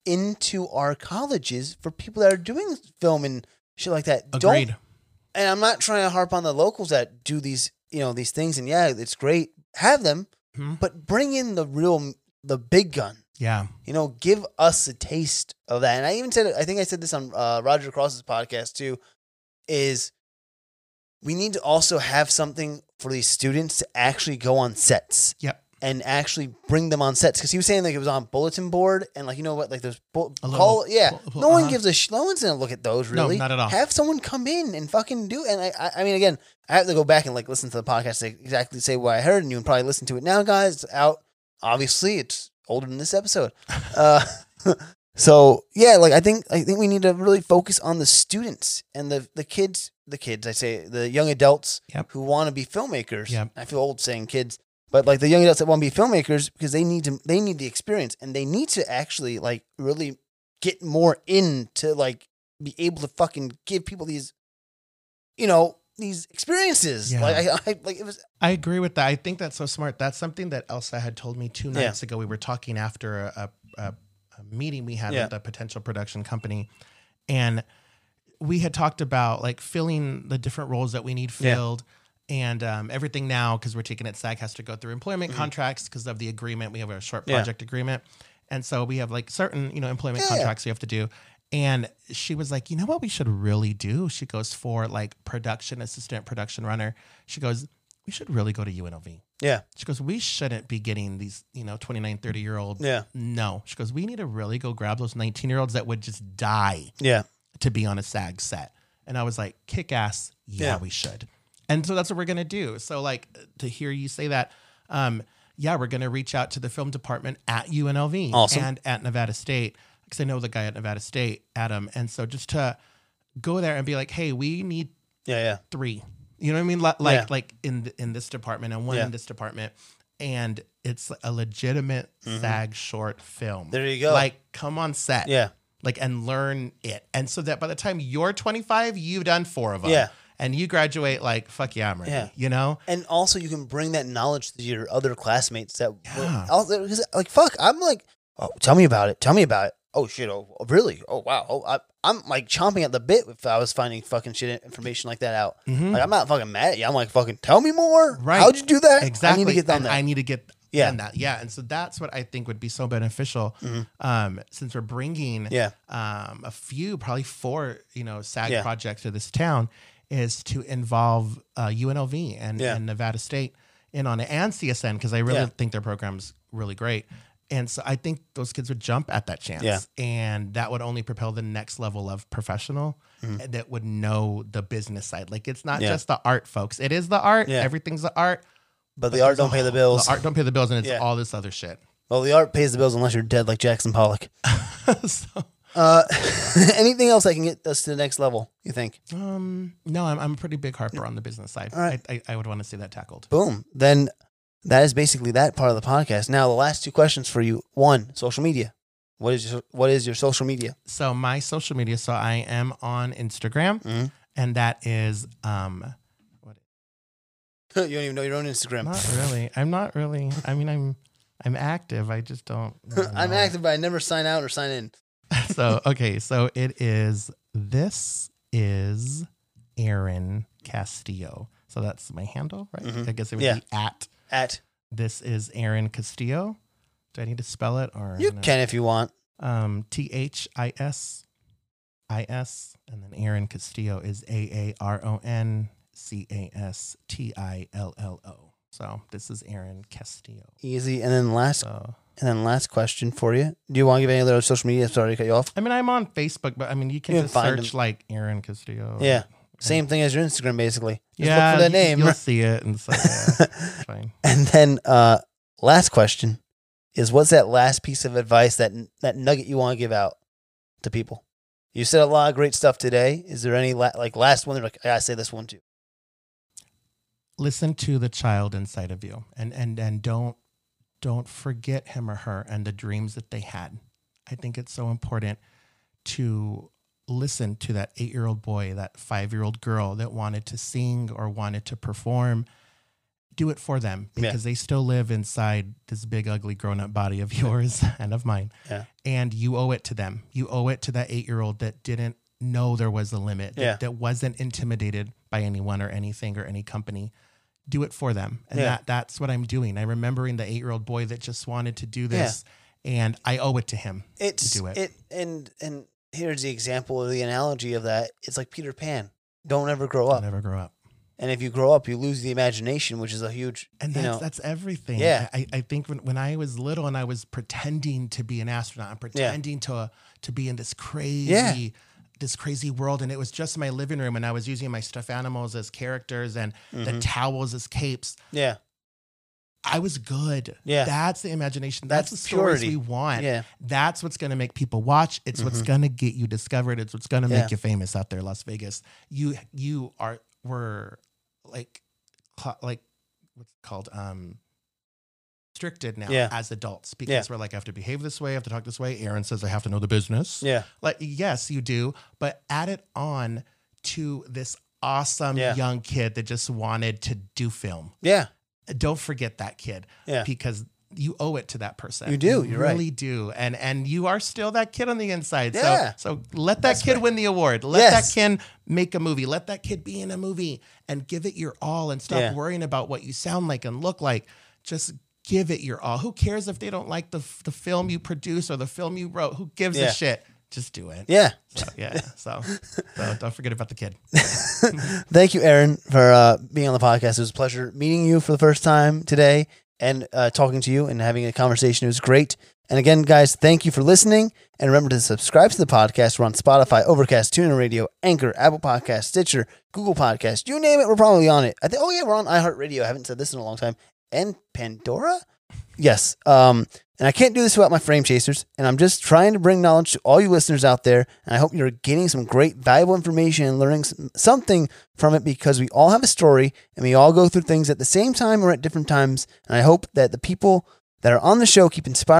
S1: into our colleges for people that are doing film and shit like that.
S3: Agreed.
S1: Don't and I'm not trying to harp on the locals that do these, you know, these things. And yeah, it's great, have them,
S3: Mhm.
S1: but bring in the real, the big gun.
S3: Yeah.
S1: You know, give us a taste of that. And I even said, I think I said this on uh, Roger Cross's podcast too, is we need to also have something for these students to actually go on sets
S3: Yep.
S1: and actually bring them on sets because he was saying like it was on bulletin board and like you know what like those bull-
S3: A little-
S1: call yeah
S3: bu- bu-
S1: no one
S3: uh-huh.
S1: gives a sh- no one's gonna look at those
S3: No,
S1: really
S3: not at all.
S1: have someone come in and fucking do and I, I I mean again I have to go back and like listen to the podcast to exactly say what I heard and you can probably listen to it now guys it's out obviously it's older than this episode uh so yeah like I think I think we need to really focus on the students and the the kids the kids I say the young adults
S3: Yep.
S1: who want to be filmmakers
S3: Yep.
S1: I feel old saying kids but like the young adults that want to be filmmakers because they need to they need the experience and they need to actually like really get more in to like be able to fucking give people these you know these experiences
S3: Yeah.
S1: like I, I like it was
S3: I agree with that. I think that's so smart. That's something that Elsa had told me two nights ago. We were talking after a, a, a, a meeting we had
S1: Yeah.
S3: with a potential production company, and we had talked about like filling the different roles that we need
S1: Yeah.
S3: filled. And um, everything now, because we're taking it, SAG has to go through employment contracts because of the agreement. We have a short
S1: Mm-hmm. Yeah.
S3: project agreement, and so we have like certain you know employment
S1: Yeah.
S3: contracts we have to do. And she was like, you know what we should really do? She goes for like production assistant, production runner. She goes, we should really go to UNLV.
S1: yeah
S3: She goes, we shouldn't be getting these, you know, 29, 30 year old.
S1: Yeah.
S3: No. She goes, we need to really go grab those 19 year olds that would just die
S1: yeah
S3: to be on a SAG set. And I was like, kick ass. Yeah,
S1: Yeah.
S3: we should. And so that's what we're going to do. So, like, to hear you say that, um, yeah, we're going to reach out to the film department at UNLV
S1: Awesome.
S3: and at Nevada State, because I know the guy at Nevada State, Adam. And so just to go there and be like, hey, we need
S1: yeah yeah
S3: three. You know what I mean? Li- Like
S1: Yeah.
S3: like in th- in this department and one
S1: Yeah.
S3: in this department, and it's a legitimate SAG short film.
S1: Mm-hmm. There you go.
S3: Like come on set.
S1: Yeah.
S3: Like and learn it, and so that by the time you're 25, you've done four of them.
S1: Yeah.
S3: And you graduate like fuck yeah, I'm ready.
S1: Yeah.
S3: You know.
S1: and also you can bring that knowledge to your other classmates that
S3: Yeah.
S1: I'll- because, like fuck i'm like oh tell me about it tell me about it oh shit oh really oh wow oh I, i'm like chomping at the bit if i was finding fucking shit information like that out
S3: Mhm.
S1: like i'm not fucking mad at you i'm like fucking tell me more
S3: Right.
S1: how'd you do that
S3: Exactly.
S1: i need to get down
S3: And
S1: there
S3: I need to get
S1: Yeah.
S3: yeah. that. Yeah. And so that's what I think would be so beneficial. Um, since we're bringing
S1: Mm-hmm. Yeah.
S3: um, a few, probably four, you know, SAG
S1: Yeah.
S3: projects to this town is to involve uh, UNLV and,
S1: Yeah.
S3: and Nevada State in on it and CSN because I really
S1: Yeah.
S3: think their program's really great. And so I think those kids would jump at that chance.
S1: Yeah.
S3: And that would only propel the next level of professional that would know the business side. Like it's not
S1: Mm-hmm. Yeah.
S3: just the art, folks. It is the art.
S1: Yeah.
S3: Everything's the art.
S1: but the art don't pay the bills
S3: The art don't pay the bills, and it's
S1: Yeah.
S3: all this other shit.
S1: well the art pays the bills unless you're dead like jackson pollock
S3: so,
S1: uh, anything else i can get us to the next level you think
S3: um, no, I'm, I'm a pretty big harper on the business side.
S1: All right.
S3: I, I, I would want to see that tackled.
S1: boom then that is basically that part of the podcast now the last two questions for you one social media what is your, what is your social media
S3: So my social media. So I am on Instagram,
S1: Mhm.
S3: and that is um, what,
S1: you don't even know your own instagram
S3: not really. I'm not really. I mean, I'm I'm active. I just don't. really
S1: i'm
S3: know.
S1: active but i never sign out or sign in
S3: so okay. So it is. This is Aaron Castillo. So that's my handle, right?
S1: Mhm.
S3: I guess it would
S1: Yeah.
S3: be at
S1: at
S3: This is Aaron Castillo. Do I need to spell it or
S1: you
S3: no?
S1: can if you want
S3: Um, T H I S I S, and then Aaron Castillo is A A R O N C A S T I L L O. So this is Aaron Castillo.
S1: Easy. And then last
S3: So
S1: and then last question for you. Do you want to give any other social media? Sorry to cut you off.
S3: I mean, I'm on Facebook, but I mean, you can
S1: You can
S3: just
S1: find
S3: search
S1: him.
S3: like Aaron Castillo.
S1: Yeah. Same thing as your Instagram, basically. Just
S3: yeah,
S1: look for the
S3: you-
S1: name.
S3: You'll see it, and so yeah, it's fine.
S1: And then uh, last question is what's that last piece of advice that that nugget you want to give out to people? You said a lot of great stuff today. Is there any la- like last one? They're like, I gotta say this one too.
S3: Listen to the child inside of you, and and and don't don't forget him or her and the dreams that they had. I think it's so important to listen to that eight year old boy, that five year old girl that wanted to sing or wanted to perform. Do it for them
S1: Yeah.
S3: because they still live inside this big, ugly, grown up body of yours and of mine.
S1: Yeah.
S3: And you owe it to them. You owe it to that eight year old that didn't know there was a limit, that,
S1: Yeah.
S3: that wasn't intimidated by anyone or anything or any company. Do it for them. And
S1: Yeah.
S3: that, that's what I'm doing. I'm remembering the eight year old boy that just wanted to do this. And I owe it to him.
S1: It's
S3: Do it.
S1: it and and here's the example of the analogy of that. It's like Peter Pan. Don't ever grow
S3: I'll
S1: up.
S3: never grow up.
S1: And if you grow up, you lose the imagination, which is a huge
S3: And
S1: you
S3: that's,
S1: know
S3: that's everything.
S1: Yeah.
S3: I, I think when, when I was little and I was pretending to be an astronaut, I'm pretending to, to be in this crazy, this crazy world. And it was just my living room and I was using my stuffed animals as characters and the Mm-hmm.
S1: Mhm.
S3: towels as capes.
S1: yeah
S3: I was good.
S1: Yeah.
S3: That's the imagination. That's,
S1: That's
S3: the stories
S1: purity.
S3: we want.
S1: yeah Mm-hmm.
S3: That's what's going to make people watch. It's what's going to get you discovered. It's what's going to
S1: Yeah.
S3: make you famous out there, Las Vegas. You you are were like cla- like what's it called um restricted now
S1: Yeah.
S3: as adults because we're like I have to behave this way, I have to talk this way. Aaron says I have to know the business.
S1: yeah
S3: Like yes, you do, but add it on to this awesome
S1: Yeah.
S3: young kid that just wanted to do film.
S1: yeah
S3: Don't forget that kid
S1: yeah
S3: because you owe it to that person.
S1: You do, you're right.
S3: really do, and and you are still that kid on the inside.
S1: Yeah.
S3: So so let that kid win the award. Let
S1: Yes.
S3: that kid make a movie. Let that kid be in a movie and give it your all, and stop
S1: Yeah.
S3: worrying about what you sound like and look like. Just give it your all. Who cares if they don't like the the film you produce or the film you wrote? Who gives
S1: Yeah.
S3: a shit? Just do it.
S1: yeah.
S3: So, yeah. So, so don't forget about the kid.
S1: Thank you, Aaron, for uh, being on the podcast. It was a pleasure meeting you for the first time today and uh, talking to you and having a conversation. It was great. And again, guys, thank you for listening. And remember to subscribe to the podcast. We're on Spotify, Overcast, TuneIn Radio, Anchor, Apple Podcast, Stitcher, Google Podcast. You name it, we're probably on it. I think. Oh yeah, we're on iHeartRadio. I haven't said this in a long time. And Pandora. Yes. Um, and I can't do this without my frame chasers. And I'm just trying to bring knowledge to all you listeners out there. And I hope you're getting some great, valuable information and learning some, something from it because we all have a story and we all go through things at the same time or at different times. And I hope that the people that are on the show keep inspiring.